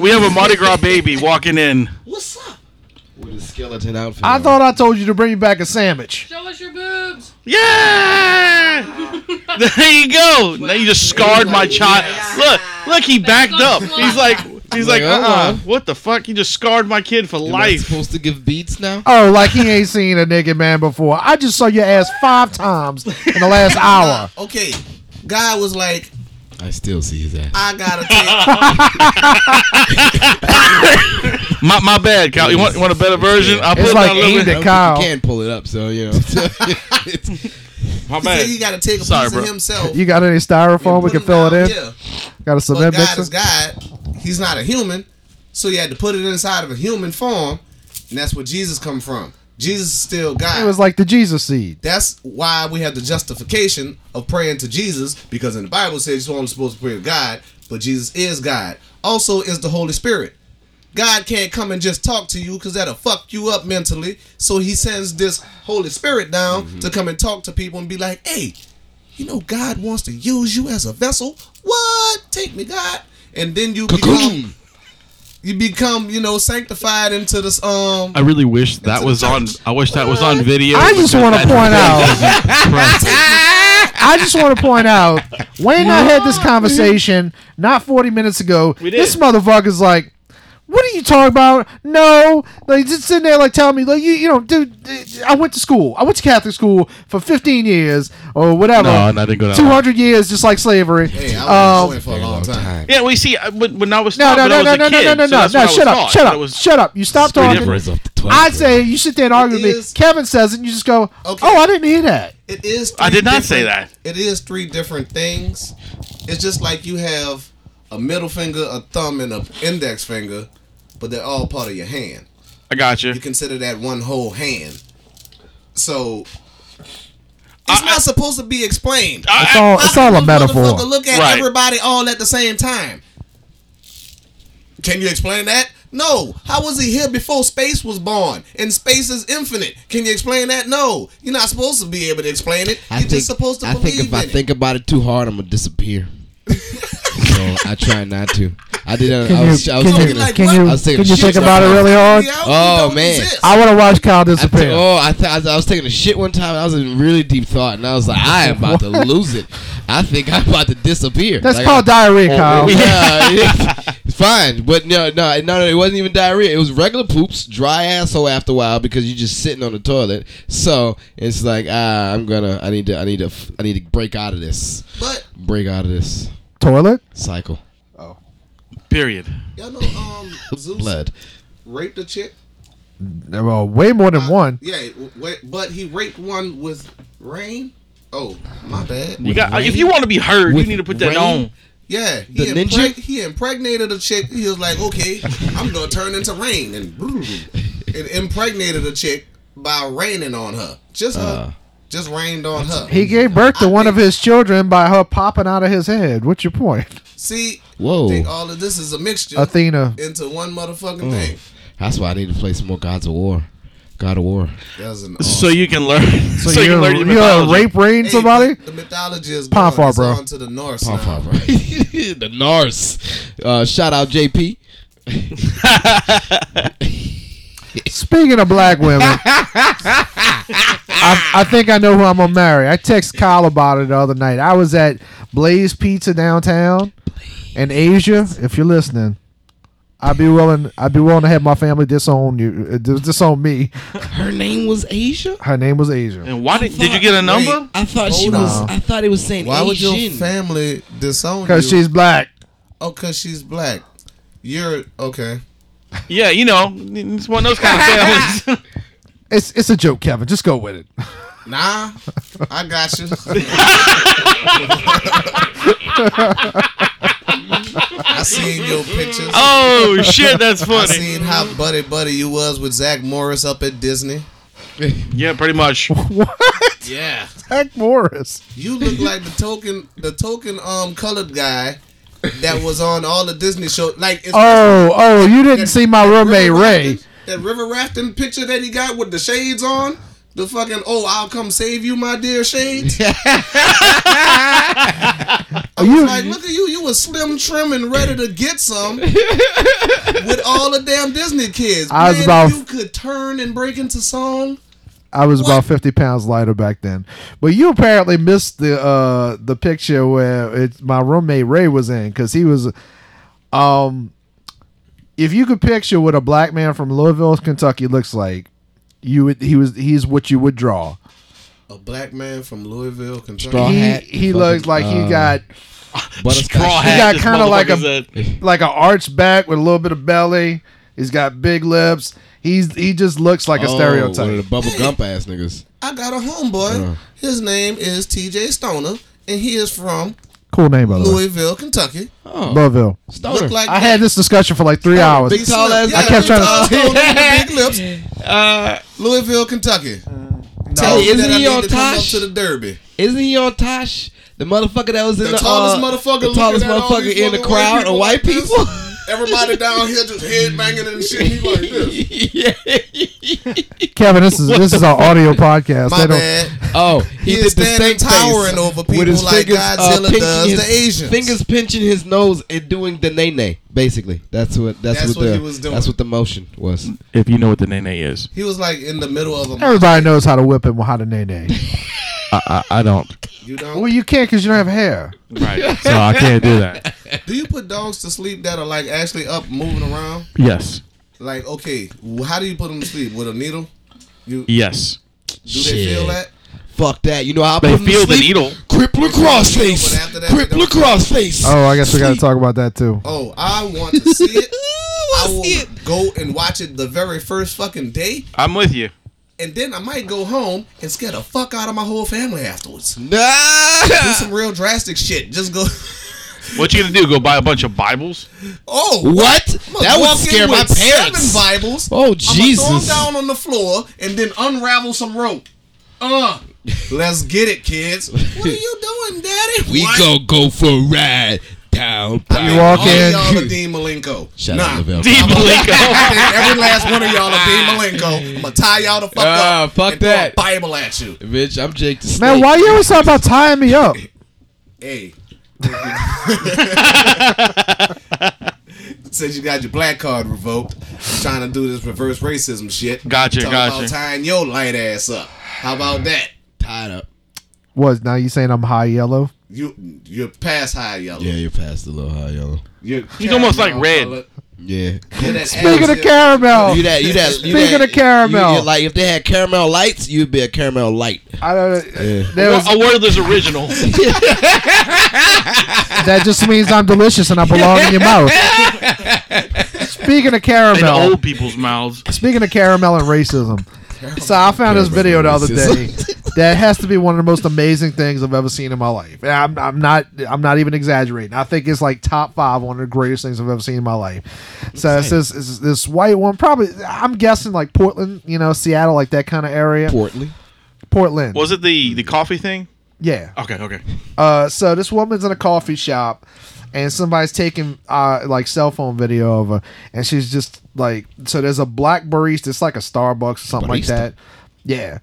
Speaker 4: We have a Mardi Gras baby walking in.
Speaker 6: What's up?
Speaker 5: With a skeleton outfit.
Speaker 7: I
Speaker 5: on.
Speaker 7: thought I told you to bring you back a sandwich.
Speaker 8: Show us your boobs.
Speaker 4: Yeah, there you go. Now you just scarred my child. Look, look, he backed up. He's like, he's like, uh,
Speaker 5: Like, hold
Speaker 4: uh
Speaker 5: on.
Speaker 4: what the fuck? You just scarred my kid for
Speaker 5: Am I
Speaker 4: life.
Speaker 5: supposed to give beats now?
Speaker 7: Oh, like he ain't seen a naked man before. I just saw your ass five times in the last hour.
Speaker 6: Okay, God was like,
Speaker 5: I still see his ass.
Speaker 6: I gotta take.
Speaker 4: My, my bad, Kyle. You want, you want a better version? I'll
Speaker 7: It's
Speaker 4: put
Speaker 7: like
Speaker 4: it down a little
Speaker 7: aimed
Speaker 4: bit.
Speaker 7: at Kyle.
Speaker 5: You can pull it up, so you know. It's-
Speaker 4: My
Speaker 6: He
Speaker 4: bad.
Speaker 6: said he got to take a
Speaker 4: Sorry,
Speaker 6: piece
Speaker 4: bro.
Speaker 6: of himself.
Speaker 7: You got any styrofoam? We
Speaker 6: and
Speaker 7: can
Speaker 6: put
Speaker 7: fill it
Speaker 6: down
Speaker 7: in.
Speaker 6: here.
Speaker 7: Got a
Speaker 6: But
Speaker 7: cement
Speaker 6: God
Speaker 7: mixer.
Speaker 6: is God. He's not a human, so you had to put it inside of a human form, and that's where Jesus come from. Jesus is still God.
Speaker 7: It was like the Jesus seed.
Speaker 6: that's why we have the justification of praying to Jesus, because in the Bible it says you're only supposed to pray to God, but Jesus is God. Also, is the Holy Spirit. God can't come and just talk to you because that'll fuck you up mentally. So he sends this Holy Spirit down to come and talk to people and be like, hey, you know, God wants to use you as a vessel. What? Take me, God. And then you become, you become, you know, sanctified into this um.
Speaker 4: I really wish that was on. I wish that was on video.
Speaker 7: I just want to point out. I just want to point out. Wayne and I had this conversation not 40 minutes ago.
Speaker 4: did.
Speaker 7: This motherfucker's like, "What are you talking about? No, like just sitting there like telling me like you you know, dude. d- I went to school. I went to Catholic school for 15 years or whatever.
Speaker 4: No, no, I didn't go that long.
Speaker 7: 200 years, just like slavery.
Speaker 6: Hey, I
Speaker 7: Um,
Speaker 6: was going for a Uh, long time.
Speaker 4: Yeah, we see. I, but when I was
Speaker 7: no,
Speaker 4: taught,
Speaker 7: no,
Speaker 4: when I
Speaker 7: no,
Speaker 4: was
Speaker 7: no,
Speaker 4: a
Speaker 7: no, no,
Speaker 4: kid,
Speaker 7: no, no,
Speaker 4: so
Speaker 7: no,
Speaker 4: that's what I
Speaker 7: no.
Speaker 4: was
Speaker 7: Shut up,
Speaker 4: taught,
Speaker 7: shut
Speaker 4: but it
Speaker 7: up,
Speaker 4: was-
Speaker 7: shut up. You stop talking.
Speaker 4: different.
Speaker 7: I say you sit there and argue with me.
Speaker 6: is-
Speaker 7: Kevin says, it, and you just go,
Speaker 6: Okay.
Speaker 7: "Oh, I didn't hear that."
Speaker 6: It is.
Speaker 4: I
Speaker 6: three
Speaker 4: did not say
Speaker 6: different-
Speaker 4: that.
Speaker 6: It is three different things. It's just like you have a middle finger, a thumb, and an index finger, but they're all part of your hand.
Speaker 4: I got you.
Speaker 6: You consider that one whole hand. So it's
Speaker 4: I-
Speaker 6: not supposed to be explained.
Speaker 7: It's all it's all a
Speaker 6: How do you
Speaker 7: metaphor.
Speaker 6: motherfucker Look at
Speaker 4: Right.
Speaker 6: everybody all at the same time. Can you explain that? No. How was he here before space was born? And space is infinite. Can you explain that? No. You're not supposed to be able to explain it. You're
Speaker 5: I think,
Speaker 6: just supposed to
Speaker 5: I
Speaker 6: believe
Speaker 5: think if
Speaker 6: in
Speaker 5: I
Speaker 6: it.
Speaker 5: think about it too hard, I'm gonna disappear. so I try not to. I did. A, I
Speaker 7: Can
Speaker 5: was,
Speaker 7: you
Speaker 5: I was
Speaker 7: can
Speaker 5: thinking
Speaker 7: you
Speaker 5: of-
Speaker 7: can you
Speaker 5: I was taking
Speaker 7: can you
Speaker 5: a shit
Speaker 7: think about it really hard?
Speaker 5: Oh, man.
Speaker 7: I want to watch Kyle
Speaker 5: I t-
Speaker 7: disappear.
Speaker 5: oh, I, th- I, I was taking a shit one time. I was in really deep thought, and I was like, I am about to lose it. I think I'm about to disappear.
Speaker 7: That's
Speaker 5: Like,
Speaker 7: called diarrhea, Kyle.
Speaker 5: yeah, it's fine. But no, no, no, no, it wasn't even diarrhea. It was regular poops, dry asshole after a while because you're just sitting on the toilet. So it's like ah, I'm gonna, I need to, I need to, I need to break out of this,
Speaker 6: But
Speaker 5: break out of this
Speaker 7: Toilet.
Speaker 5: cycle.
Speaker 4: Period.
Speaker 6: y'all know um Zeus
Speaker 5: Blood.
Speaker 6: raped a chick.
Speaker 7: Well, way more than one.
Speaker 6: Yeah, w- wait, but he raped one with rain. Oh, my bad.
Speaker 4: You got,
Speaker 5: rain?
Speaker 4: if you want to be heard, you
Speaker 5: With
Speaker 4: need to put that
Speaker 5: rain?
Speaker 4: on.
Speaker 6: Yeah, he,
Speaker 5: The ninja?
Speaker 6: he impregnated a chick. He was like, okay, I'm gonna turn into rain and and impregnated a chick by raining on her. Just
Speaker 7: Uh.
Speaker 6: her, just rained on her.
Speaker 7: He gave birth to one of his children by her popping out of his head. What's your point,
Speaker 6: See,
Speaker 5: Whoa.
Speaker 6: think all of this is a mixture
Speaker 7: Athena? Mm.
Speaker 6: into one motherfucking thing.
Speaker 5: That's why I need to play some more Gods of War. God of War.
Speaker 6: That's an
Speaker 4: so you can learn. So, you can
Speaker 7: you're,
Speaker 4: learn your
Speaker 7: you're a
Speaker 4: mythology.
Speaker 7: rape rain
Speaker 6: Hey,
Speaker 7: somebody?
Speaker 6: The mythology is
Speaker 7: Pon
Speaker 6: gone.
Speaker 7: far,
Speaker 6: It's
Speaker 7: bro.
Speaker 6: on to the north.
Speaker 5: Pon
Speaker 6: now.
Speaker 5: Far, bro. the Norse. Uh, shout out JP.
Speaker 7: Speaking of black women, I, I think I know who I'm gonna marry. I text Kyle about it the other night. I was at Blaze Pizza downtown in Asia. If you're listening, I'd be willing. I'd be willing to have my family disown you, uh, dis- disown me.
Speaker 5: Her name was Asia.
Speaker 7: Her name was Asia.
Speaker 4: And why did, did you get a number?
Speaker 5: I thought she
Speaker 6: Hold
Speaker 5: was.
Speaker 6: on.
Speaker 5: I thought it was saying
Speaker 6: Why would
Speaker 5: Asian.
Speaker 6: your family disown you?
Speaker 7: Because she's black.
Speaker 6: oh, because she's black. You're okay.
Speaker 4: Yeah, you know, it's one of those kind of families.
Speaker 7: It's it's a joke, Kevin. Just go with it.
Speaker 6: Nah, I got you. I seen your pictures.
Speaker 4: oh shit, that's
Speaker 6: I
Speaker 4: funny.
Speaker 6: seen how buddy buddy you was with Zach Morris up at Disney.
Speaker 4: Yeah, pretty much.
Speaker 6: Yeah,
Speaker 7: Heck, Morris.
Speaker 6: you look like the token, the token um colored guy that was on all the Disney shows. Like it's
Speaker 7: Oh, oh, you didn't see my roommate
Speaker 6: river
Speaker 7: Ray.
Speaker 6: rafting- That river rafting picture that he got with the shades on. The fucking oh, I'll come save you, my dear shades. I was
Speaker 7: You-
Speaker 6: like, look at you, you was slim, trim, and ready to get some with all the damn Disney kids.
Speaker 7: I was
Speaker 6: Man,
Speaker 7: about-
Speaker 6: you could turn and break into song.
Speaker 7: I was about fifty pounds lighter back then. But you apparently missed the uh, the picture where it's my roommate Ray was in because he was, um, if you could picture what a black man from Louisville, Kentucky looks like, you would he was he's what you would draw.
Speaker 6: A black man from Louisville, Kentucky.
Speaker 5: Straw
Speaker 7: he
Speaker 5: hat,
Speaker 7: he
Speaker 5: fucking,
Speaker 7: looks like
Speaker 5: uh,
Speaker 7: he got
Speaker 5: Butterscotch.
Speaker 4: Straw
Speaker 7: He
Speaker 4: hat.
Speaker 7: got
Speaker 4: this
Speaker 7: kinda like a-
Speaker 4: motherfucker said.
Speaker 7: like an arched back with a little bit of belly. He's got big lips. He's he just looks like a
Speaker 5: Oh, One
Speaker 7: stereotype.
Speaker 5: of the bubble gump ass niggas.
Speaker 6: I got a
Speaker 7: Uh.
Speaker 6: homeboy. His name is T.J. Stoner, and he is from
Speaker 7: Cool name by the way.
Speaker 6: Louisville, Kentucky.
Speaker 5: Oh,
Speaker 7: Louisville.
Speaker 5: stoner.
Speaker 6: Look like
Speaker 7: Uh. I had this discussion for like three hours.
Speaker 5: big tall ass-
Speaker 7: I kept trying to-
Speaker 6: to. Big lips. Uh, Louisville, Kentucky. Tell
Speaker 5: Hey,
Speaker 6: me
Speaker 5: isn't
Speaker 6: that I
Speaker 5: he
Speaker 6: need
Speaker 5: on
Speaker 6: to come up
Speaker 5: Tosh?
Speaker 6: to the Derby.
Speaker 5: Isn't he on Tosh? The motherfucker that was in
Speaker 6: The
Speaker 5: the,
Speaker 6: tallest
Speaker 5: uh,
Speaker 6: motherfucker
Speaker 5: The
Speaker 6: looking
Speaker 5: tallest
Speaker 6: at all
Speaker 5: motherfucker
Speaker 6: these
Speaker 5: in the
Speaker 6: fucking
Speaker 5: crowd of
Speaker 6: white
Speaker 5: white
Speaker 6: people
Speaker 5: people.
Speaker 6: like Everybody down here just head banging and shit. He like this.
Speaker 5: yeah.
Speaker 7: Kevin, this is this is our audio podcast.
Speaker 6: My
Speaker 7: They don't-
Speaker 6: bad.
Speaker 5: Oh, he,
Speaker 6: He
Speaker 5: did
Speaker 6: is
Speaker 5: the
Speaker 6: standing
Speaker 5: snake
Speaker 6: towering
Speaker 5: face
Speaker 6: over
Speaker 5: with
Speaker 6: people
Speaker 5: his
Speaker 6: like
Speaker 5: fingers, uh,
Speaker 6: Godzilla
Speaker 5: pinching
Speaker 6: does
Speaker 5: his-
Speaker 6: the Asians.
Speaker 5: Fingers pinching his nose and doing the nay nay. Basically, that's what that's,
Speaker 6: That's
Speaker 5: what,
Speaker 6: what
Speaker 5: the
Speaker 6: he was doing.
Speaker 5: that's what the motion was.
Speaker 4: If you know what the nene is,
Speaker 6: He was like in the middle of a.
Speaker 7: Everybody knows how to whip him with how to nay nay.
Speaker 4: I, I don't.
Speaker 6: You
Speaker 7: well,
Speaker 6: don't.
Speaker 7: you can't because you don't have hair.
Speaker 4: Right. So I can't do that.
Speaker 6: Do you put dogs to sleep that are like actually up moving around?
Speaker 4: Yes.
Speaker 6: Like okay, wh- how do you put them to sleep with a needle? You do
Speaker 4: Yes.
Speaker 6: they feel
Speaker 5: Shit.
Speaker 6: that?
Speaker 5: Fuck that. You know how I
Speaker 4: They
Speaker 5: put him to
Speaker 4: feel the
Speaker 5: sleep?
Speaker 4: needle.
Speaker 5: Crippler crossface.
Speaker 6: But after that, they
Speaker 5: Crippler
Speaker 6: don't-
Speaker 5: crossface.
Speaker 7: Oh, I guess we got to
Speaker 5: Sleep.
Speaker 7: talk about that too.
Speaker 6: Oh, I want to see it. I
Speaker 5: I
Speaker 6: will
Speaker 5: see it.
Speaker 6: go and watch it the very first fucking day,
Speaker 4: I'm with you.
Speaker 6: and then I might go home and scare the fuck out of my whole family afterwards. Do
Speaker 5: Nah.
Speaker 6: some real drastic shit. Just go.
Speaker 4: What you gonna do? Go buy a bunch of Bibles?
Speaker 6: Oh,
Speaker 5: What?
Speaker 6: I'ma
Speaker 5: That would
Speaker 6: walk in
Speaker 5: scare my
Speaker 6: with
Speaker 5: parents.
Speaker 6: Seven Bibles.
Speaker 5: Oh
Speaker 6: I'ma
Speaker 5: Jesus.
Speaker 6: throw them down on the floor and then unravel some rope. Uh, let's get it, kids. What are you doing, Daddy?
Speaker 5: We
Speaker 6: What?
Speaker 5: go go for a ride down.
Speaker 7: You
Speaker 5: Pine.
Speaker 7: walk
Speaker 6: All
Speaker 7: in.
Speaker 6: y'all are Dean Malenko.
Speaker 5: Shout
Speaker 6: nah.
Speaker 5: out Lavelle.
Speaker 4: Deep Malenko.
Speaker 6: Every last one of y'all are Dean Malenko. I'm gonna tie y'all the fuck
Speaker 5: Ah,
Speaker 6: up.
Speaker 5: fuck
Speaker 6: and throw a
Speaker 5: that.
Speaker 6: Bible at you.
Speaker 5: Bitch, I'm Jake the Snake.
Speaker 7: Man, why you always talking about tying me up?
Speaker 6: Hey. Says you got your black card revoked. I'm trying to do this reverse racism shit.
Speaker 4: Gotcha,
Speaker 6: Talking
Speaker 4: gotcha.
Speaker 6: About tying your light ass up. How about that?
Speaker 5: tied up?
Speaker 7: What? Now you saying I'm high yellow?
Speaker 6: You you're past high yellow.
Speaker 5: Yeah, you're past the little high yellow.
Speaker 6: You're
Speaker 4: He's almost like red.
Speaker 5: Yeah.
Speaker 7: Speaking of caramel,
Speaker 5: You that you that you
Speaker 7: Speaking
Speaker 5: that,
Speaker 7: of caramel.
Speaker 5: you- you like if they had caramel lights, you'd be a caramel light.
Speaker 7: I don't.
Speaker 5: Yeah.
Speaker 7: There was,
Speaker 4: A wordless original.
Speaker 7: that just means I'm delicious and I belong in your mouth. Speaking of
Speaker 4: In
Speaker 7: caramel,
Speaker 4: old people's mouths.
Speaker 7: speaking of caramel and racism. So I found this video the other day that has to be one of the most amazing things I've ever seen in my life. And I'm, I'm not I'm not even exaggerating. I think it's like top five one of the greatest things I've ever seen in my life. So it's this, it's this white one, probably I'm guessing like Portland, you know, Seattle, like that kind of area.
Speaker 5: Portly.
Speaker 7: Portland.
Speaker 4: Was it the the coffee thing?
Speaker 7: Yeah.
Speaker 4: Okay, okay.
Speaker 7: Uh, so this woman's in a coffee shop, and somebody's taking uh, like cell phone video of her, and she's just like, so there's a black barista, it's like a Starbucks or something like
Speaker 5: Barista.
Speaker 7: that. Yeah.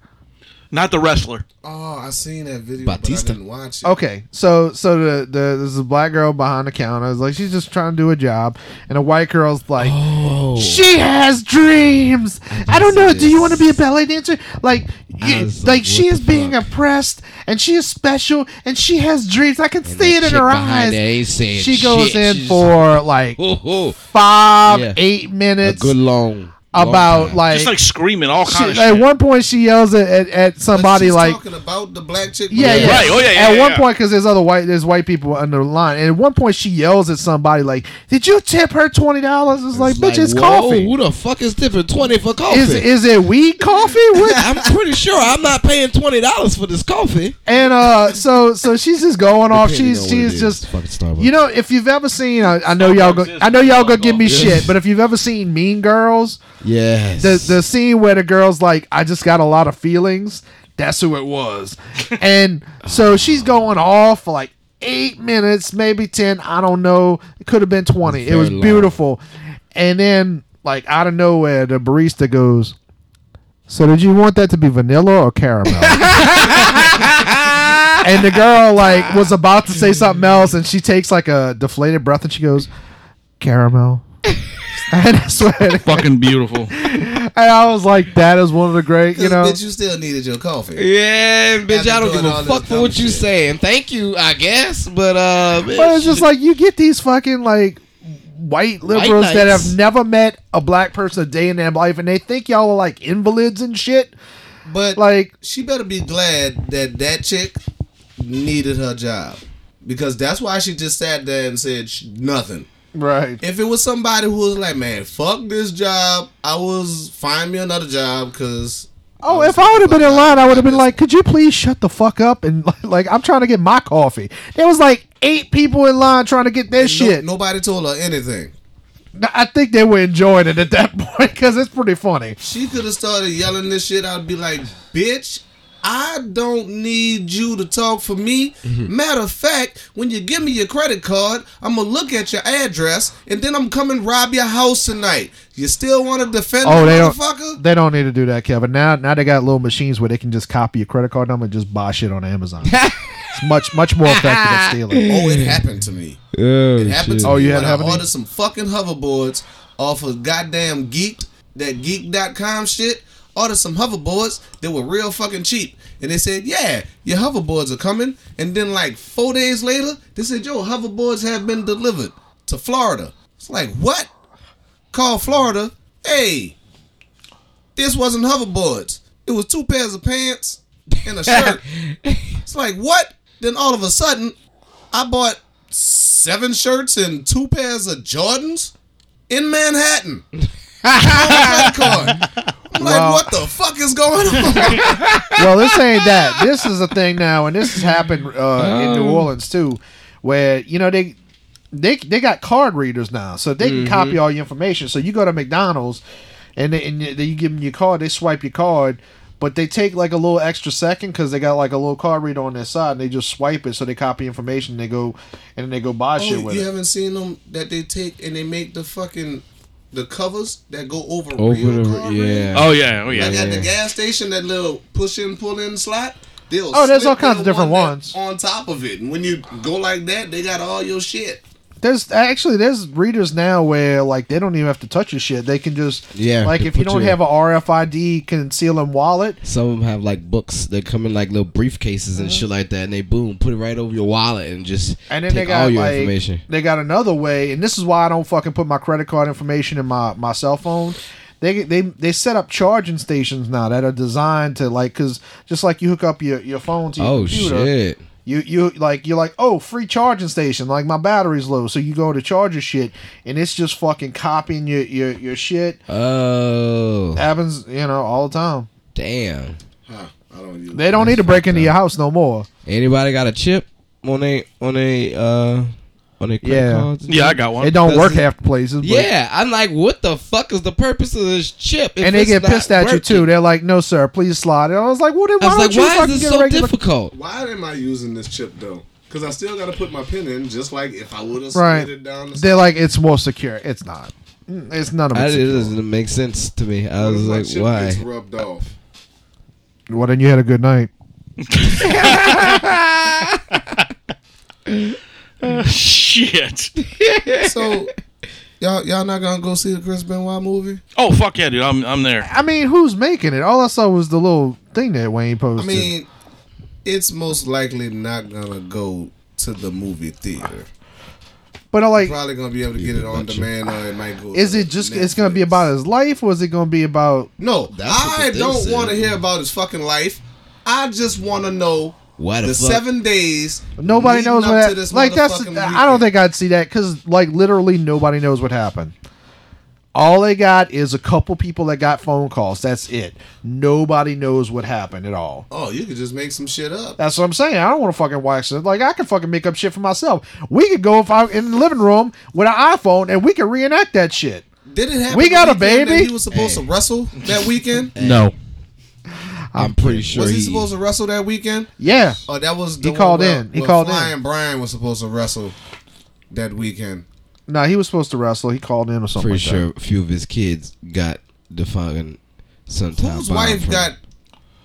Speaker 4: Not the wrestler.
Speaker 6: Oh, I seen that video,
Speaker 5: Batista.
Speaker 6: but I didn't watch it.
Speaker 7: Okay, so so the the there's a black girl behind the counter. It's like she's just trying to do a job, and a white girl's like,
Speaker 5: Oh.
Speaker 7: she has dreams. I don't know. Do you want to be a ballet dancer? Like,
Speaker 5: I
Speaker 7: you,
Speaker 5: was like,
Speaker 7: like she
Speaker 5: what
Speaker 7: is
Speaker 5: the
Speaker 7: being
Speaker 5: fuck?
Speaker 7: oppressed, and she is special, and she has dreams. I can see it
Speaker 5: that
Speaker 7: in
Speaker 5: chick
Speaker 7: her
Speaker 5: behind
Speaker 7: eyes.
Speaker 5: there ain't saying
Speaker 7: she goes
Speaker 5: shit.
Speaker 7: in
Speaker 5: She's
Speaker 7: for like
Speaker 5: Oh, oh,
Speaker 7: five,
Speaker 5: Yeah.
Speaker 7: eight
Speaker 5: a
Speaker 7: minutes
Speaker 5: good long. long
Speaker 7: about
Speaker 5: time.
Speaker 7: like.
Speaker 4: Just like screaming all
Speaker 7: she-
Speaker 4: kind of
Speaker 7: at
Speaker 4: shit.
Speaker 7: one point, she yells at, at, at
Speaker 6: But
Speaker 7: somebody
Speaker 6: she's
Speaker 7: like,
Speaker 6: talking about the black chick.
Speaker 7: yeah, yeah.
Speaker 4: Right, oh, yeah, yeah,
Speaker 7: At
Speaker 4: yeah,
Speaker 7: one
Speaker 4: yeah.
Speaker 7: point, because there's other white, there's white people under the line, and at one point she yells at somebody like, "Did you tip her twenty dollars?" It's like, bitch, it's
Speaker 5: whoa,
Speaker 7: coffee.
Speaker 5: Who the fuck is tipping twenty for coffee?
Speaker 7: Is is it weed coffee? What?
Speaker 5: I'm pretty sure I'm not paying twenty dollars for this coffee.
Speaker 7: and uh, so so she's just going off.
Speaker 5: Depending
Speaker 7: She's
Speaker 5: on what it
Speaker 7: she's
Speaker 5: is.
Speaker 7: just.
Speaker 5: fucking Starbucks.
Speaker 7: You know, if you've ever seen, uh, I, I know y'all go,
Speaker 4: Starbucks is
Speaker 7: I know y'all gonna
Speaker 4: fuck
Speaker 7: give me
Speaker 4: off.
Speaker 7: shit, but if you've ever seen Mean Girls,
Speaker 5: yes.
Speaker 7: the the scene where the girl's like, I just got a lot of feelings. That's who it was. and so she's going off for like eight minutes, maybe ten. I don't know. It could have been twenty. It
Speaker 5: Very
Speaker 7: was
Speaker 5: long.
Speaker 7: beautiful. And then like out of nowhere, the barista goes. So did you want that to be vanilla or caramel? and the girl like was about to say something else, and she takes like a deflated breath, and she goes, "Caramel." and I swear, to
Speaker 4: Fucking beautiful.
Speaker 7: and I was like, that is one of the great, you know.
Speaker 6: Bitch, you still needed your coffee.
Speaker 5: yeah, bitch.
Speaker 6: After
Speaker 5: I don't
Speaker 6: doing
Speaker 5: give a
Speaker 6: all
Speaker 5: fuck
Speaker 6: this
Speaker 5: for what
Speaker 6: dumb
Speaker 5: you
Speaker 6: shit.
Speaker 5: saying. Thank you, I guess. But uh, bitch,
Speaker 7: but it's just like you get these fucking like white liberals that
Speaker 5: knights.
Speaker 7: have never met a black person a day in their life, and they think y'all are like invalids and shit.
Speaker 6: But
Speaker 7: Like,
Speaker 6: she better be glad that that chick needed her job because that's why she just sat there and said sh- nothing.
Speaker 7: right?
Speaker 6: If it was somebody who was like, "Man, fuck this job," I was find me another job because
Speaker 7: Oh, if I would have been in line, I would have been like, "Could you please shut the fuck up?" And like, I'm trying to get my coffee. There was like eight people in line trying to get their shit.
Speaker 6: nobody told her anything.
Speaker 7: I think they were enjoying it at that point because it's pretty funny.
Speaker 6: She could have started yelling this shit. I'd be like, "Bitch." I don't need you to talk for me.
Speaker 7: Mm-hmm.
Speaker 6: Matter of fact, when you give me your credit card, I'm gonna look at your address, and then I'm coming rob your house tonight. You still want to defend
Speaker 7: Oh,
Speaker 6: me,
Speaker 7: they
Speaker 6: motherfucker?
Speaker 7: don't. They don't need to do that, Kevin. Now, now they got little machines where they can just copy your credit card number and just buy shit on Amazon. it's much, much more effective at stealing.
Speaker 6: Oh, it happened to me.
Speaker 5: oh,
Speaker 6: It happened
Speaker 5: shit.
Speaker 6: to
Speaker 7: Oh,
Speaker 6: me
Speaker 7: you had
Speaker 6: when
Speaker 7: to
Speaker 6: I
Speaker 7: have any?
Speaker 6: ordered some fucking hoverboards off of goddamn Geeked, that Geek.com shit. Ordered some hoverboards that were real fucking cheap. And they said, yeah, your hoverboards are coming. And then like four days later, they said, yo, hoverboards have been delivered to Florida. It's like, what? Call Florida. Hey, this wasn't hoverboards. It was two pairs of pants and a shirt. it's like, what? Then all of a sudden, I bought seven shirts and two pairs of Jordans in Manhattan. On a credit card. I'm like, what the fuck is going on?
Speaker 7: well, this ain't that. This is a thing now, and this has happened uh, in
Speaker 5: Oh.
Speaker 7: New Orleans too, where you know they. They, they got card readers now, so they can copy
Speaker 5: Mm-hmm.
Speaker 7: all your information. So you go to McDonald's, and they, and they, you give them your card. They swipe your card, but they take like a little extra second because they got like a little card reader on their side, and they just swipe it. So they copy information. They go and then they go buy shit
Speaker 6: Oh,
Speaker 7: with
Speaker 6: you
Speaker 7: it.
Speaker 6: haven't seen them that they take and they make the fucking the covers that go over,
Speaker 5: over
Speaker 6: real
Speaker 5: the
Speaker 6: card
Speaker 5: yeah.
Speaker 6: readers?
Speaker 4: Oh yeah, oh
Speaker 6: Like
Speaker 4: yeah.
Speaker 6: at the gas station, that little push in, pull in slot. They'll
Speaker 7: Oh, there's
Speaker 6: slip
Speaker 7: all kinds of
Speaker 6: their
Speaker 7: different
Speaker 6: one that-
Speaker 7: ones.
Speaker 6: on top of it. And when you go like that, they got all your shit.
Speaker 7: There's actually there's readers now where like they don't even have to touch your shit. They can just
Speaker 5: Yeah,
Speaker 7: Like
Speaker 5: they
Speaker 7: if you
Speaker 5: put
Speaker 7: don't
Speaker 5: you-
Speaker 7: have a RFID concealing wallet,
Speaker 5: Some of them have like books that come in like little briefcases and shit like that, and they boom put it right over your wallet and just
Speaker 7: and then
Speaker 5: take
Speaker 7: they got
Speaker 5: all your
Speaker 7: like,
Speaker 5: information.
Speaker 7: They got another way, and this is why I don't fucking put my credit card information in my my cell phone. They, they, they set up charging stations now that are designed to like because just like you hook up your, your phone to your
Speaker 5: Oh
Speaker 7: computer,
Speaker 5: shit!
Speaker 7: You you like you're like oh free charging station like my battery's low so you go to charge your shit and it's just fucking copying your your, your shit
Speaker 5: Oh
Speaker 7: happens you know all the time
Speaker 5: damn!
Speaker 6: Huh, I don't use
Speaker 7: they don't need to break into your house no more
Speaker 5: Anybody got a chip on they on they uh on their credit
Speaker 7: Yeah.
Speaker 5: cards. and
Speaker 4: Yeah, I
Speaker 5: shit.
Speaker 4: got
Speaker 7: It
Speaker 4: one.
Speaker 7: don't
Speaker 5: Does
Speaker 7: work
Speaker 5: it-
Speaker 7: half the places. But,
Speaker 5: Yeah, I'm like, what the fuck is the purpose of this chip? if
Speaker 7: and they
Speaker 5: it's
Speaker 7: get
Speaker 5: not
Speaker 7: pissed at you
Speaker 5: working?
Speaker 7: too. They're like, "No, sir, please slide it." I was like, "What? Well, then
Speaker 5: I
Speaker 7: why don't
Speaker 5: was like,
Speaker 7: you
Speaker 5: why
Speaker 7: fucking
Speaker 5: is this
Speaker 7: get a
Speaker 5: so
Speaker 7: regular?"
Speaker 5: difficult?
Speaker 6: Why am I using this chip though? Because I still got to put my pin in, just like if I would have
Speaker 7: Right.
Speaker 6: slid it down. The
Speaker 7: They're like, "It's more secure." It's not.
Speaker 5: Hmm.
Speaker 7: Mm, It's none of
Speaker 5: I,
Speaker 7: it.
Speaker 5: it
Speaker 7: secure.
Speaker 5: doesn't make sense to me. I
Speaker 6: What
Speaker 5: was
Speaker 6: if my
Speaker 5: like,
Speaker 6: chip
Speaker 5: why?
Speaker 6: Gets rubbed off.
Speaker 7: Well, then you had a good night.
Speaker 4: Shit.
Speaker 6: So, y'all y'all not gonna go see the Chris Benoit movie?
Speaker 4: Oh fuck yeah, dude. I'm I'm there.
Speaker 7: I mean, who's making it? All I saw was the little thing that Wayne
Speaker 6: I
Speaker 7: posted.
Speaker 6: mean, it's most likely not gonna go to the movie theater.
Speaker 7: but I'm like,
Speaker 6: Probably gonna be able to get it on demand, or it might go.
Speaker 7: is
Speaker 6: to
Speaker 7: it just? It's gonna be
Speaker 6: Netflix.
Speaker 7: about his life, or is it gonna be about?
Speaker 6: No,
Speaker 5: That's what
Speaker 6: I
Speaker 5: the thing
Speaker 6: don't
Speaker 5: said.
Speaker 6: want to hear about his fucking life. I just want to know
Speaker 5: Why the,
Speaker 6: the
Speaker 5: fuck?
Speaker 6: seven days.
Speaker 7: Nobody
Speaker 6: leading
Speaker 7: knows
Speaker 6: up
Speaker 7: what.
Speaker 6: to
Speaker 7: hap-
Speaker 6: this
Speaker 7: like that's.
Speaker 6: motherfucking
Speaker 7: I don't
Speaker 6: weekend.
Speaker 7: think I'd see that because like literally nobody knows what happened. All they got is a couple people that got phone calls. That's it. Nobody knows what happened at all.
Speaker 6: Oh, you could just make some shit up.
Speaker 7: That's what I'm saying. I don't want to fucking watch it. Like I can fucking make up shit for myself. We could go if I in the living room with an iPhone and we could reenact that shit.
Speaker 6: Did it happen?
Speaker 7: We
Speaker 6: the
Speaker 7: got a
Speaker 6: weekend that
Speaker 7: baby?
Speaker 6: He was supposed to wrestle that weekend.
Speaker 5: No. I'm pretty sure
Speaker 6: was he
Speaker 5: he-
Speaker 6: supposed to wrestle that weekend?
Speaker 7: Yeah.
Speaker 6: Oh, that was the
Speaker 7: He
Speaker 6: one
Speaker 7: called
Speaker 6: where-
Speaker 7: in. He
Speaker 6: where
Speaker 7: called
Speaker 6: Flying
Speaker 7: in.
Speaker 6: Brian was supposed to wrestle that weekend.
Speaker 7: No, he was supposed to wrestle. He called in or something.
Speaker 5: pretty
Speaker 7: like
Speaker 5: sure a few of his kids got defunct sometime.
Speaker 6: Whose
Speaker 5: bomb
Speaker 6: wife
Speaker 5: from-
Speaker 6: got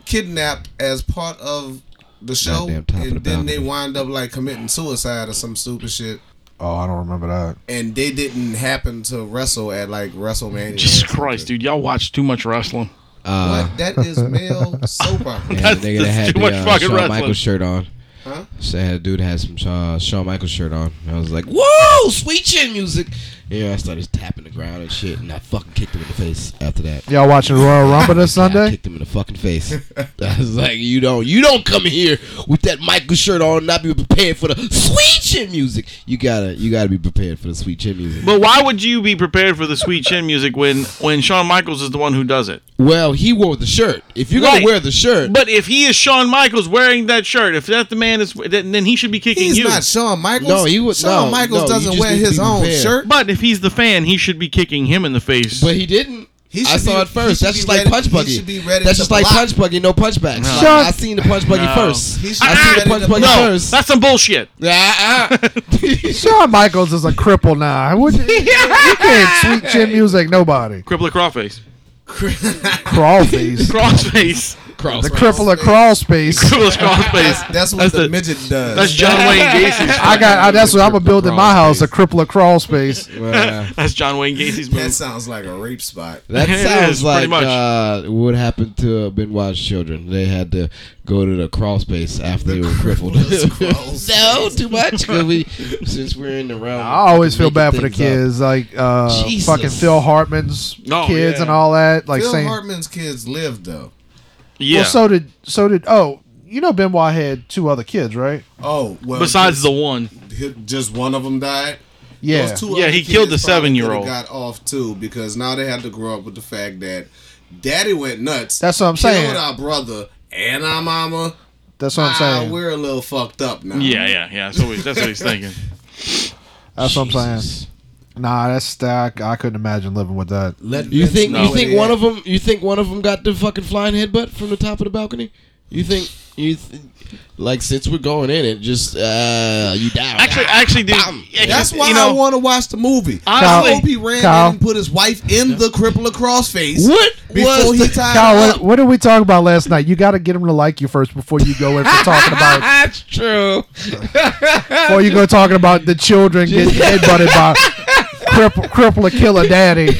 Speaker 6: kidnapped as part of the show,
Speaker 5: Goddamn top of the
Speaker 6: and then
Speaker 5: balcony.
Speaker 6: they wind up like committing suicide or some stupid shit.
Speaker 7: That. Oh, I don't remember that.
Speaker 6: and they didn't happen to wrestle at like WrestleMania.
Speaker 4: Jesus Christ, dude. Y'all watch too much wrestling.
Speaker 5: Uh,
Speaker 6: What? That is male soap opera.
Speaker 5: and the nigga that
Speaker 4: That's
Speaker 5: had
Speaker 4: too
Speaker 5: the
Speaker 4: much
Speaker 5: uh,
Speaker 4: fucking
Speaker 5: Shawn
Speaker 4: wrestling.
Speaker 5: Michaels shirt on.
Speaker 6: Huh?
Speaker 5: So I had a dude that had some Shawn, Shawn Michaels shirt on. I was like, "Whoa, sweet chin music!" Yeah, I started tapping the ground and shit, and I fucking kicked him in the face after that.
Speaker 7: Y'all watching Royal Rumble this
Speaker 5: I
Speaker 7: Sunday?
Speaker 5: kicked him in the fucking face. I was like, "You don't, you don't come here with that Michael shirt on, and not be prepared for the sweet chin music. You gotta, you gotta be prepared for the sweet chin music."
Speaker 4: But why would you be prepared for the sweet chin music when when Shawn Michaels is the one who does it?
Speaker 5: Well, he wore the shirt. If you're
Speaker 4: Right.
Speaker 5: gonna wear the shirt,
Speaker 4: But if he is Shawn Michaels wearing that shirt, if that the man is, then, then he should be kicking
Speaker 6: He's
Speaker 4: you.
Speaker 6: not Shawn Michaels.
Speaker 5: No, he was-
Speaker 6: Shawn
Speaker 5: no,
Speaker 6: Michaels
Speaker 5: no, you
Speaker 6: doesn't
Speaker 5: just
Speaker 6: wear
Speaker 5: need to
Speaker 6: his
Speaker 5: be
Speaker 6: own
Speaker 5: prepared.
Speaker 6: shirt.
Speaker 4: But if he's the fan, he should be kicking him in the face.
Speaker 5: But he didn't.
Speaker 6: He
Speaker 5: I
Speaker 6: should
Speaker 5: saw
Speaker 6: be-
Speaker 5: it first.
Speaker 6: he
Speaker 5: That's
Speaker 6: should
Speaker 5: just
Speaker 6: be
Speaker 5: like
Speaker 6: ready-
Speaker 5: Punch
Speaker 6: he
Speaker 5: Buggy.
Speaker 6: should be ready
Speaker 5: That's
Speaker 6: to
Speaker 5: just like
Speaker 6: block.
Speaker 5: Punch Buggy, no punchbacks. Like,
Speaker 7: Shut-
Speaker 5: I seen the Punch Buggy
Speaker 4: No.
Speaker 5: first.
Speaker 6: He should
Speaker 5: I
Speaker 6: be
Speaker 5: seen
Speaker 6: ready
Speaker 5: the Punch
Speaker 6: to
Speaker 5: Buggy
Speaker 6: block.
Speaker 4: no,
Speaker 5: first.
Speaker 4: that's some bullshit.
Speaker 5: Ah, ah.
Speaker 7: Shawn Michaels is a cripple now. I wouldn't, you can't sweet chin music nobody.
Speaker 4: Cripple crawface.
Speaker 7: Crawlface.
Speaker 4: Crawface.
Speaker 5: Cross.
Speaker 7: The cripple of crawl space.
Speaker 4: Cripple crawface.
Speaker 6: That's what
Speaker 4: That's
Speaker 6: the,
Speaker 4: the-
Speaker 6: midget does.
Speaker 4: That's John Wayne Gacy's.
Speaker 7: I got. I, that's what I'm gonna build in my house. A cripple of crawl space.
Speaker 5: Wow.
Speaker 4: That's John Wayne Gacy's
Speaker 6: that
Speaker 4: move.
Speaker 6: sounds like a rape spot.
Speaker 5: That
Speaker 4: It
Speaker 5: sounds
Speaker 4: is, pretty
Speaker 5: like
Speaker 4: much.
Speaker 5: uh, what happened to Benoit's children. They had to go to the crawl space after they were crippled.
Speaker 6: crawl space.
Speaker 5: no, too much. 'cause we, since we're in the realm,
Speaker 7: I always feel
Speaker 5: making
Speaker 7: bad for the
Speaker 5: things up.
Speaker 7: kids, like uh,
Speaker 5: Jesus.
Speaker 7: fucking Phil Hartman's
Speaker 4: Oh,
Speaker 7: kids
Speaker 4: yeah.
Speaker 7: and all that. Like
Speaker 6: Phil
Speaker 7: saying,
Speaker 6: Hartman's kids lived though.
Speaker 4: Yeah.
Speaker 7: well, so did, so did. Oh, you know, Benoit had two other kids, right?
Speaker 6: Oh well.
Speaker 4: Besides the one.
Speaker 6: the, just one of them died.
Speaker 7: Yeah.
Speaker 6: Those two
Speaker 4: Yeah,
Speaker 6: other
Speaker 4: he killed
Speaker 6: kids
Speaker 4: the
Speaker 6: probably
Speaker 4: seven-year-old.
Speaker 6: coulda Got off too because now they had to grow up with the fact that daddy went nuts.
Speaker 7: That's what I'm
Speaker 6: killed
Speaker 7: saying.
Speaker 6: Our brother and our mama.
Speaker 7: That's what I'm
Speaker 6: Ah,
Speaker 7: saying.
Speaker 6: we're a little fucked up now.
Speaker 4: Yeah, yeah, yeah. That's what, he's- that's what he's thinking.
Speaker 7: That's what I'm saying. Nah, that's that. I couldn't imagine living with that.
Speaker 6: Let
Speaker 5: You
Speaker 6: Vince
Speaker 5: think
Speaker 6: know
Speaker 5: you
Speaker 6: where
Speaker 5: think
Speaker 6: they
Speaker 5: one
Speaker 6: at.
Speaker 5: of them you think one of them got the fucking flying headbutt from the top of the balcony? You think you th- like since we're going in it just uh you down.
Speaker 4: Actually, actually, dude.
Speaker 5: Bam.
Speaker 4: yeah,
Speaker 6: That's why
Speaker 4: you know,
Speaker 6: I want to watch the movie.
Speaker 4: Honestly-
Speaker 6: I hope he ran
Speaker 7: Kyle.
Speaker 6: in and put his wife in the cripple across face
Speaker 5: what
Speaker 6: before
Speaker 5: was
Speaker 6: he
Speaker 5: the,
Speaker 6: tied
Speaker 7: Kyle,
Speaker 6: her
Speaker 7: what,
Speaker 6: up.
Speaker 7: what did we talk about last night? You got to get him to like you first before you go in for talking about
Speaker 5: That's true.
Speaker 7: before you go talking about the children getting headbutted by cripple, cripple or killer daddy.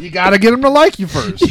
Speaker 7: You got to get him to like you first.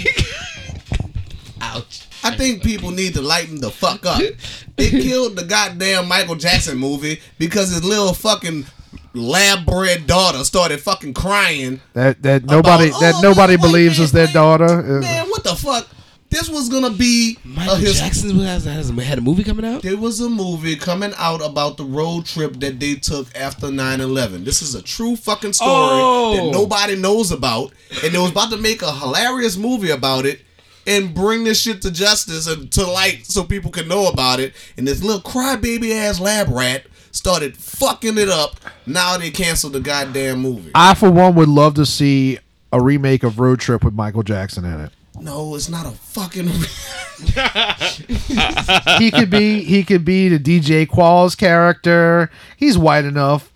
Speaker 6: I think people need to lighten the fuck up. They killed the goddamn Michael Jackson movie because his little fucking lab bred daughter started fucking crying.
Speaker 7: That that nobody
Speaker 6: about,
Speaker 7: that
Speaker 6: "Oh,
Speaker 7: nobody
Speaker 6: little white
Speaker 7: believes
Speaker 6: man
Speaker 7: is their
Speaker 6: playing-
Speaker 7: daughter. Uh,
Speaker 6: Man, what the fuck? This was gonna be a
Speaker 5: Michael
Speaker 6: Oh, his-
Speaker 5: Jackson has, has had a movie coming out?
Speaker 6: There was a movie coming out about the road trip that they took after 9-11. This is a true fucking story
Speaker 5: Oh.
Speaker 6: that nobody knows about. And they was about to make a hilarious movie about it and bring this shit to justice and to light so people can know about it. And this little crybaby ass lab rat started fucking it up. Now they canceled the goddamn movie.
Speaker 7: I for one would love to see a remake of Road Trip with Michael Jackson in it.
Speaker 6: no, it's not a fucking.
Speaker 7: He could be he could be the DJ Qualls character. He's white enough.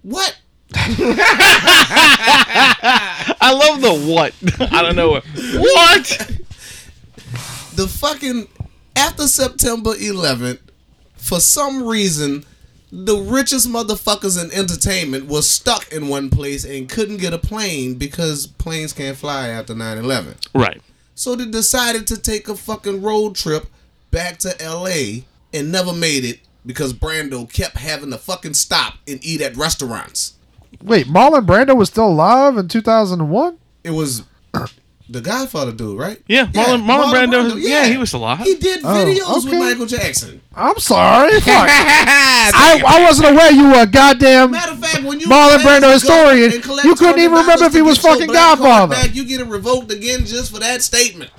Speaker 6: what?
Speaker 4: I love the what. I don't know what. What?
Speaker 6: the fucking after September 11th, for some reason, the richest motherfuckers in entertainment were stuck in one place and couldn't get a plane because planes can't fly after 9/11.
Speaker 4: Right.
Speaker 6: So they decided to take a fucking road trip back to LA and never made it because Brando kept having to fucking stop and eat at restaurants.
Speaker 7: Wait, Marlon Brando was still alive in 2001?
Speaker 6: It was the Godfather dude, right?
Speaker 4: Yeah, Marlon- Marlon Brando, yeah, he was alive.
Speaker 6: He did videos
Speaker 7: okay.
Speaker 6: with Michael Jackson.
Speaker 7: I'm sorry. Fuck. I, I wasn't aware you were a goddamn
Speaker 6: Matter of fact, when you
Speaker 7: Marlon
Speaker 6: collect-
Speaker 7: Brando historian,
Speaker 6: and collect
Speaker 7: you couldn't even
Speaker 6: $20
Speaker 7: remember if
Speaker 6: to
Speaker 7: he was
Speaker 6: get your
Speaker 7: fucking
Speaker 6: black card
Speaker 7: Godfather.
Speaker 6: Back, you get it revoked again just for that statement.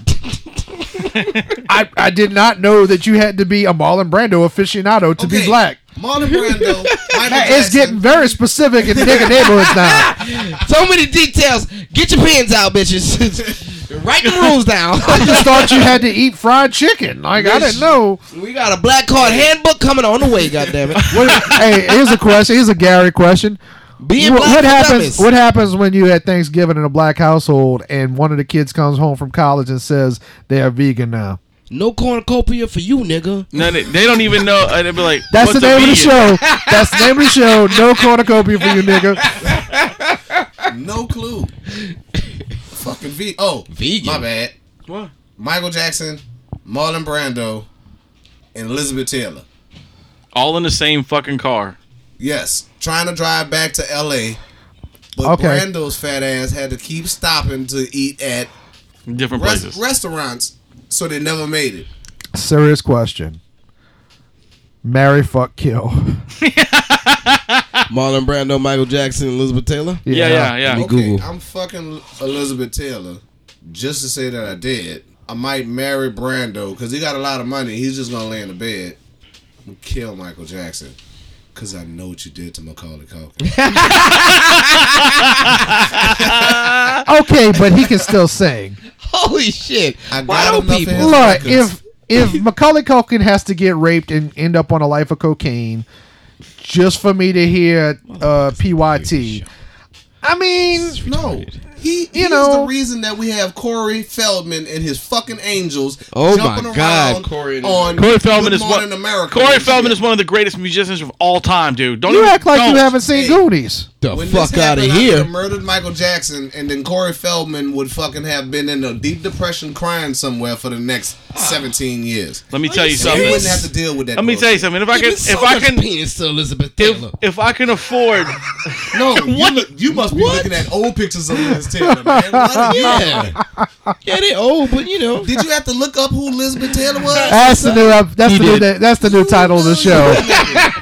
Speaker 7: I, I did not know that you had to be a Marlon Brando aficionado to
Speaker 6: Okay,
Speaker 7: be black.
Speaker 6: Marlon Brando. Michael
Speaker 7: That is
Speaker 6: Jackson.
Speaker 7: getting very specific in nigga neighborhoods now.
Speaker 5: So many details. Get your pens out, bitches. Write the rules down.
Speaker 7: I just thought you had to eat fried chicken. Like I didn't know.
Speaker 5: we got a black card handbook coming on the way. Goddamn it.
Speaker 7: What, hey, here's a question. Here's a Gary question.
Speaker 5: Being
Speaker 7: Wh-
Speaker 5: black
Speaker 7: what
Speaker 5: is
Speaker 7: happens?
Speaker 5: dumbest.
Speaker 7: What happens when you had Thanksgiving in a black household and one of the kids comes home from college and says they are vegan now?
Speaker 5: No cornucopia for you, nigga.
Speaker 4: None of- they don't even know. And they'd be like,
Speaker 7: That's
Speaker 4: what's
Speaker 7: the name of the show.
Speaker 4: vegan?
Speaker 7: That's the name of the show. No cornucopia for you, nigga.
Speaker 6: No clue. Fucking V. Oh,
Speaker 5: Vegan.
Speaker 6: My bad.
Speaker 4: What?
Speaker 6: Michael Jackson, Marlon Brando, and Elizabeth Taylor.
Speaker 4: All in the same fucking car.
Speaker 6: Yes, trying to drive back to L.A. But
Speaker 7: Okay.
Speaker 6: Brando's fat ass had to keep stopping to eat at
Speaker 4: Different
Speaker 6: rest-
Speaker 4: places.
Speaker 6: restaurants, so they never made it.
Speaker 7: Serious question. Marry, fuck, kill.
Speaker 5: Marlon Brando, Michael Jackson, Elizabeth Taylor.
Speaker 4: yeah, yeah, yeah.
Speaker 5: Me-
Speaker 6: Okay,
Speaker 5: Google.
Speaker 6: I'm fucking Elizabeth Taylor just to say that I did. I might marry Brando because he got a lot of money. He's just gonna lay in the bed. I'm gonna kill Michael Jackson because I know what you did to Macaulay Culkin.
Speaker 7: Okay, but he can still sing.
Speaker 5: Holy shit.
Speaker 6: I
Speaker 5: Why
Speaker 6: got
Speaker 5: don't
Speaker 6: enough
Speaker 5: people?
Speaker 6: in-
Speaker 7: Look,
Speaker 6: Records.
Speaker 7: if if Macaulay Culkin has to get raped and end up on a life of cocaine, just for me to hear uh, PYT, I mean,
Speaker 6: no, he, he
Speaker 7: You
Speaker 6: is
Speaker 7: know-
Speaker 6: the reason that we have Corey Feldman and his fucking angels
Speaker 5: Oh my
Speaker 6: jumping
Speaker 5: God,
Speaker 6: around
Speaker 5: Corey and-
Speaker 6: on
Speaker 4: Corey Feldman
Speaker 6: Good
Speaker 4: is
Speaker 6: Morning
Speaker 4: one.
Speaker 6: America.
Speaker 4: Corey
Speaker 6: and
Speaker 4: Feldman
Speaker 6: shit.
Speaker 4: is one of the greatest musicians of all time, dude. Don't
Speaker 7: you
Speaker 4: even-
Speaker 7: act like you
Speaker 4: don't.
Speaker 7: haven't seen Goonies.
Speaker 5: The
Speaker 6: When
Speaker 5: fuck
Speaker 6: this
Speaker 5: out of
Speaker 6: happened, I
Speaker 5: here.
Speaker 6: would've Murdered Michael Jackson, and then Corey Feldman would fucking have been in a deep depression, crying somewhere for the next
Speaker 4: Ah.
Speaker 6: seventeen years.
Speaker 4: Let me tell you
Speaker 5: you
Speaker 6: So
Speaker 4: something.
Speaker 6: he
Speaker 5: serious?
Speaker 6: wouldn't have to deal with that.
Speaker 4: Let me tell you something. If I can,
Speaker 5: Giving so
Speaker 4: if I
Speaker 5: much
Speaker 4: can,
Speaker 5: penis to Elizabeth Taylor.
Speaker 4: if I can afford,
Speaker 6: No, you, look, you must be looking at old pictures of Liz Taylor, man. What?
Speaker 5: Yeah. yeah, they old, but you know.
Speaker 6: Did you have to look up who Elizabeth Taylor was?
Speaker 7: That's the new. up- That's
Speaker 5: He
Speaker 7: the new.
Speaker 5: did.
Speaker 7: na- That's the new title of the show.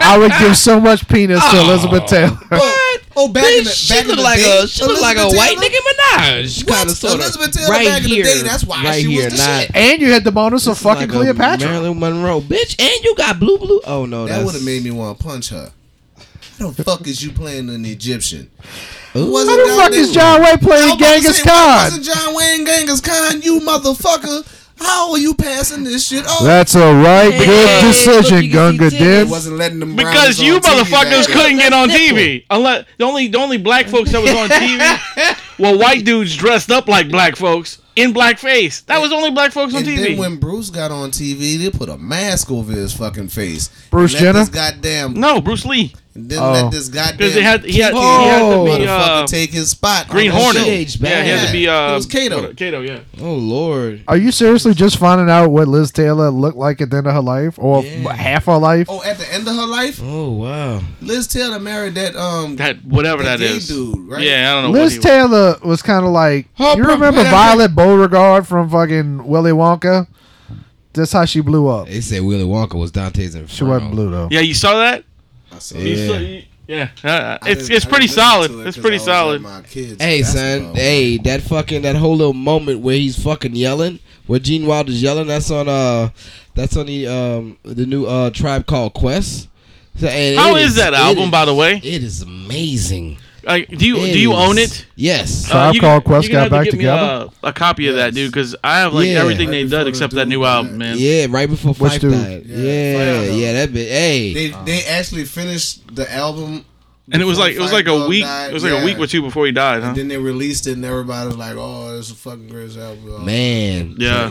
Speaker 7: I would give so much penis
Speaker 5: Oh.
Speaker 7: to Elizabeth Taylor.
Speaker 6: Oh, oh, back in the,
Speaker 5: she
Speaker 6: back in
Speaker 5: looked
Speaker 6: the
Speaker 5: like
Speaker 6: day,
Speaker 5: a she looked like a
Speaker 6: Elizabeth
Speaker 5: white
Speaker 6: Taylor?
Speaker 5: Nicki Minaj,
Speaker 6: What?
Speaker 5: kind of sort
Speaker 6: Elizabeth
Speaker 5: of.
Speaker 6: Taylor back in the day, that's why she was the shit.
Speaker 7: And you had the bonus of fucking
Speaker 5: like a
Speaker 7: Cleopatra.
Speaker 5: Marilyn Monroe, bitch, and you got blue blue. Oh no,
Speaker 6: That would
Speaker 5: that's
Speaker 6: have made me want to punch her. How the fuck is you playing an Egyptian?
Speaker 5: Ooh.
Speaker 6: Wasn't
Speaker 7: How the
Speaker 6: down
Speaker 7: fuck
Speaker 6: there-
Speaker 7: is John Wayne playing Genghis Khan?
Speaker 6: Wasn't John Wayne Genghis Khan? You motherfucker! How are you passing this shit off?
Speaker 7: That's a right
Speaker 5: Hey,
Speaker 7: good
Speaker 5: look,
Speaker 7: decision,
Speaker 5: you can see
Speaker 7: Gunga
Speaker 6: It
Speaker 7: Din.
Speaker 6: wasn't letting them
Speaker 4: because
Speaker 6: Browns
Speaker 4: you
Speaker 6: on TV back
Speaker 4: motherfuckers
Speaker 6: then.
Speaker 4: couldn't get on
Speaker 5: That's
Speaker 4: TV. Unless the only the only black folks that was on TV were white dudes dressed up like black folks in blackface. That was the only black folks on
Speaker 6: And then
Speaker 4: TV.
Speaker 6: when Bruce got on TV, they put a mask over his fucking face.
Speaker 7: Bruce
Speaker 6: let
Speaker 7: Jenner?
Speaker 6: This goddamn.
Speaker 4: No, Bruce Lee,
Speaker 6: Then
Speaker 7: Oh.
Speaker 6: let this goddamn.
Speaker 4: because they had he had, he
Speaker 7: Oh.
Speaker 4: had to be
Speaker 6: motherfucker
Speaker 4: uh,
Speaker 6: take his spot. on
Speaker 4: Green
Speaker 6: that
Speaker 4: Hornet.
Speaker 6: show.
Speaker 5: Age
Speaker 4: Yeah, he had to be
Speaker 6: Yeah,
Speaker 4: uh,
Speaker 6: it was Kato.
Speaker 4: what- Kato, yeah.
Speaker 5: Oh lord,
Speaker 7: Are you seriously just finding out what Liz Taylor looked like at the end of her life or
Speaker 5: Yeah.
Speaker 7: half her life?
Speaker 6: Oh, at the end of her life,
Speaker 5: oh wow.
Speaker 6: Liz Taylor married that um
Speaker 4: That whatever
Speaker 6: That
Speaker 4: that
Speaker 6: gay
Speaker 4: is.
Speaker 6: dude, right?
Speaker 4: Yeah, I don't know.
Speaker 7: Liz
Speaker 4: what he was.
Speaker 7: Taylor was kind of like
Speaker 5: Oh,
Speaker 7: you remember
Speaker 5: bro-
Speaker 7: Violet Beauregard from fucking Willy Wonka. That's how she blew up.
Speaker 5: They said Willy Wonka was Dante's Inferno.
Speaker 7: She wasn't blue though.
Speaker 4: Yeah, you saw that?
Speaker 6: I saw
Speaker 5: Yeah.
Speaker 6: it.
Speaker 4: You saw- you- yeah. Uh,
Speaker 6: I
Speaker 4: it's
Speaker 6: didn't-
Speaker 4: it's
Speaker 6: I
Speaker 4: pretty
Speaker 6: didn't listen
Speaker 4: solid.
Speaker 6: to it
Speaker 4: It's
Speaker 6: 'cause
Speaker 4: pretty
Speaker 6: I was at
Speaker 4: solid.
Speaker 6: my kids'
Speaker 5: Hey son,
Speaker 6: basketball.
Speaker 5: hey that fucking that whole little moment where he's fucking yelling, where Gene Wilder's yelling. That's on uh, that's on the um the new uh Tribe Called Quest. So, and
Speaker 4: How
Speaker 5: it
Speaker 4: is that
Speaker 5: it
Speaker 4: album, by the way?
Speaker 5: It is amazing.
Speaker 4: Like, do you
Speaker 5: It
Speaker 4: do you own
Speaker 5: is-
Speaker 4: it? Oh, Uh,
Speaker 5: Yes.
Speaker 7: Tribe
Speaker 4: you
Speaker 7: Called
Speaker 4: you're
Speaker 7: Quest
Speaker 4: gonna
Speaker 7: got
Speaker 4: have to
Speaker 7: back
Speaker 4: give me,
Speaker 7: together?
Speaker 4: uh, a copy of that, dude, because I have like
Speaker 5: Yeah.
Speaker 4: everything they
Speaker 6: Right
Speaker 4: done
Speaker 6: before
Speaker 4: except
Speaker 6: the
Speaker 4: that new
Speaker 6: dude
Speaker 4: album, man.
Speaker 5: yeah, right before
Speaker 7: Which
Speaker 5: Fight
Speaker 7: dude?
Speaker 5: died.
Speaker 6: Yeah,
Speaker 5: Yeah,
Speaker 6: Fight
Speaker 5: yeah,
Speaker 6: Died.
Speaker 5: that bit. Hey,
Speaker 6: They they actually finished the album,
Speaker 4: And it was like it was like a
Speaker 6: Fight
Speaker 4: week.
Speaker 6: Dog
Speaker 4: It was like
Speaker 6: died,
Speaker 4: a week
Speaker 6: yeah.
Speaker 4: or two before he died, huh?
Speaker 6: then they released it, and everybody was like, "Oh, it's a fucking greatest album."
Speaker 5: Man.
Speaker 4: Yeah.